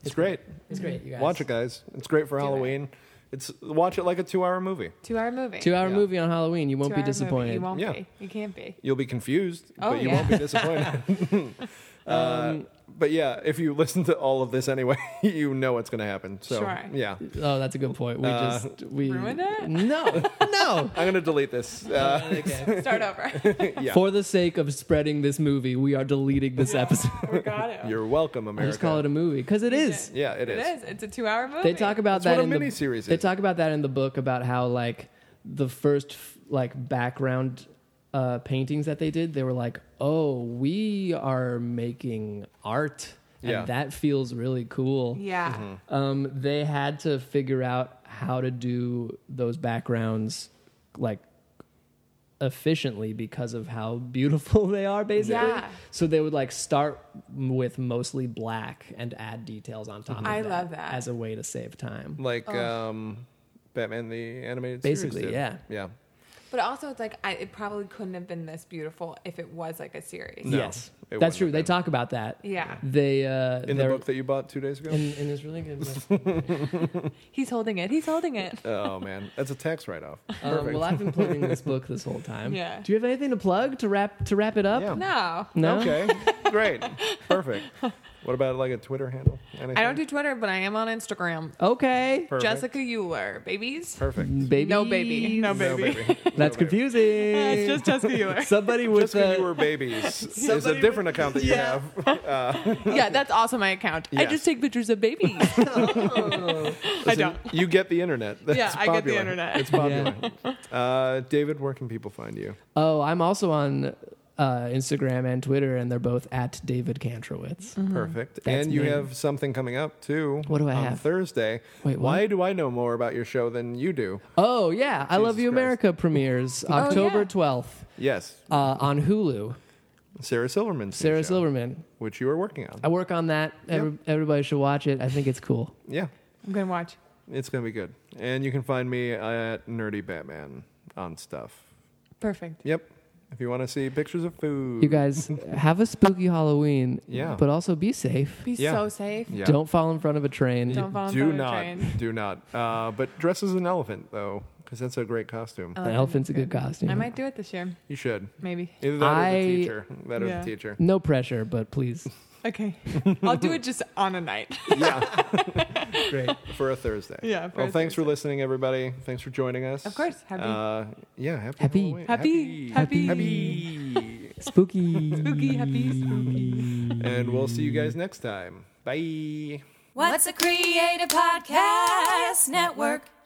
It's great. it's great. You guys Watch it, guys. It's great for Halloween. It's watch it like a two-hour movie. Two hour movie. Two hour Yeah. movie on Halloween. You won't be Two-hour movie. disappointed. You won't Yeah. be. You can't be. You'll be confused, Oh, but you yeah. Um, won't be disappointed. (laughs) (laughs) uh, but yeah, if you listen to all of this anyway, (laughs) you know what's going to happen. So Sure. yeah, Oh, that's a good point. We Uh, just we Ruin it? No, (laughs) (laughs) no. I'm going to delete this. Uh, (laughs) Okay. Start (laughs) over. yeah, For the sake of spreading this movie, we are deleting this episode. we got it. you're welcome, America. I just call it a movie because it is. yeah, it It is. is. It's a two hour movie. They talk about That's that what a in the miniseries They is. talk about that in the book about how like the first f- like background uh, paintings that they did, they were like, "Oh, we are making art." And Yeah. that feels really cool. Yeah. Mm-hmm. Um, they had to figure out how to do those backgrounds like efficiently because of how beautiful (laughs) they are basically Yeah. so they would like start m- with mostly black and add details on top of I that love that. as a way to save time Like Oh. um, Batman the animated Basically, series. did. yeah. yeah. But also, it's like I, it probably couldn't have been this beautiful if it was like a series. No, yes it wouldn't that's true have they been. talk about that Yeah. they uh In the they're- book that you bought two days ago. and, and it's really good (laughs) book. He's holding it. He's holding it. (laughs) oh man, that's a tax write-off. um, well i've been plugging this book this whole time Yeah. do you have anything to plug to wrap to wrap it up Yeah. No. no Okay, (laughs) great, perfect. What about like a Twitter handle? Anything? I don't do Twitter, but I am on Instagram. okay Perfect. Jessica Euler. Babies? Perfect. baby No baby. No No, (laughs) baby. baby. No, that's baby. confusing It's just Jessica Euler. (laughs) somebody (laughs) Just with because a you were babies is a Somebody different account that you Yeah. have. yeah, that's also my account. I Yes. Oh. just take pictures of (laughs) babies. I don't. You get the internet. That's (laughs) Yeah, I get the popular. internet. It's popular. (laughs) Uh, David, where can people find you? Oh, I'm also on uh, Instagram and Twitter, and they're both at David Kantrowitz. Mm. Perfect. Mm-hmm. That's and you me. have something coming up too. What do I on have? Thursday. Wait, what? why do I know more about your show than you do? Oh yeah, I Love Jesus You Christ. America premieres October Oh, yeah. 12th Yes, uh, on Hulu. Sarah Silverman's new Sarah show, Silverman. which you are working on. I work on that. Every, Everybody should watch it. I think it's cool. Yeah, I'm going to watch. it's gonna be good. And you can find me at Nerdy Batman on stuff. Perfect. Yep. If you want to see pictures of food, (laughs) You guys have a spooky Halloween, Yeah. but also be safe. Be Yeah. so safe. Yeah. Don't fall in front of a train. Don't fall in do front of a not, train. do not. Uh, but dress as an elephant though, because that's a great costume. An elephant's a good costume. I might do it this year. you should. Maybe. Either that or I- the teacher. That or Yeah. the (laughs) teacher. No pressure, but please. (laughs) Okay. I'll do it just on a night. Yeah. Great. for a Thursday. Yeah, for well, a thanks for listening, everybody. Thanks for joining us. Of course. Happy. Uh, yeah. Happy. Halloween. Happy. Happy. Happy. Spooky. (laughs) Spooky, happy, spooky. and we'll see you guys next time. Bye. What's a Creative Podcast Network?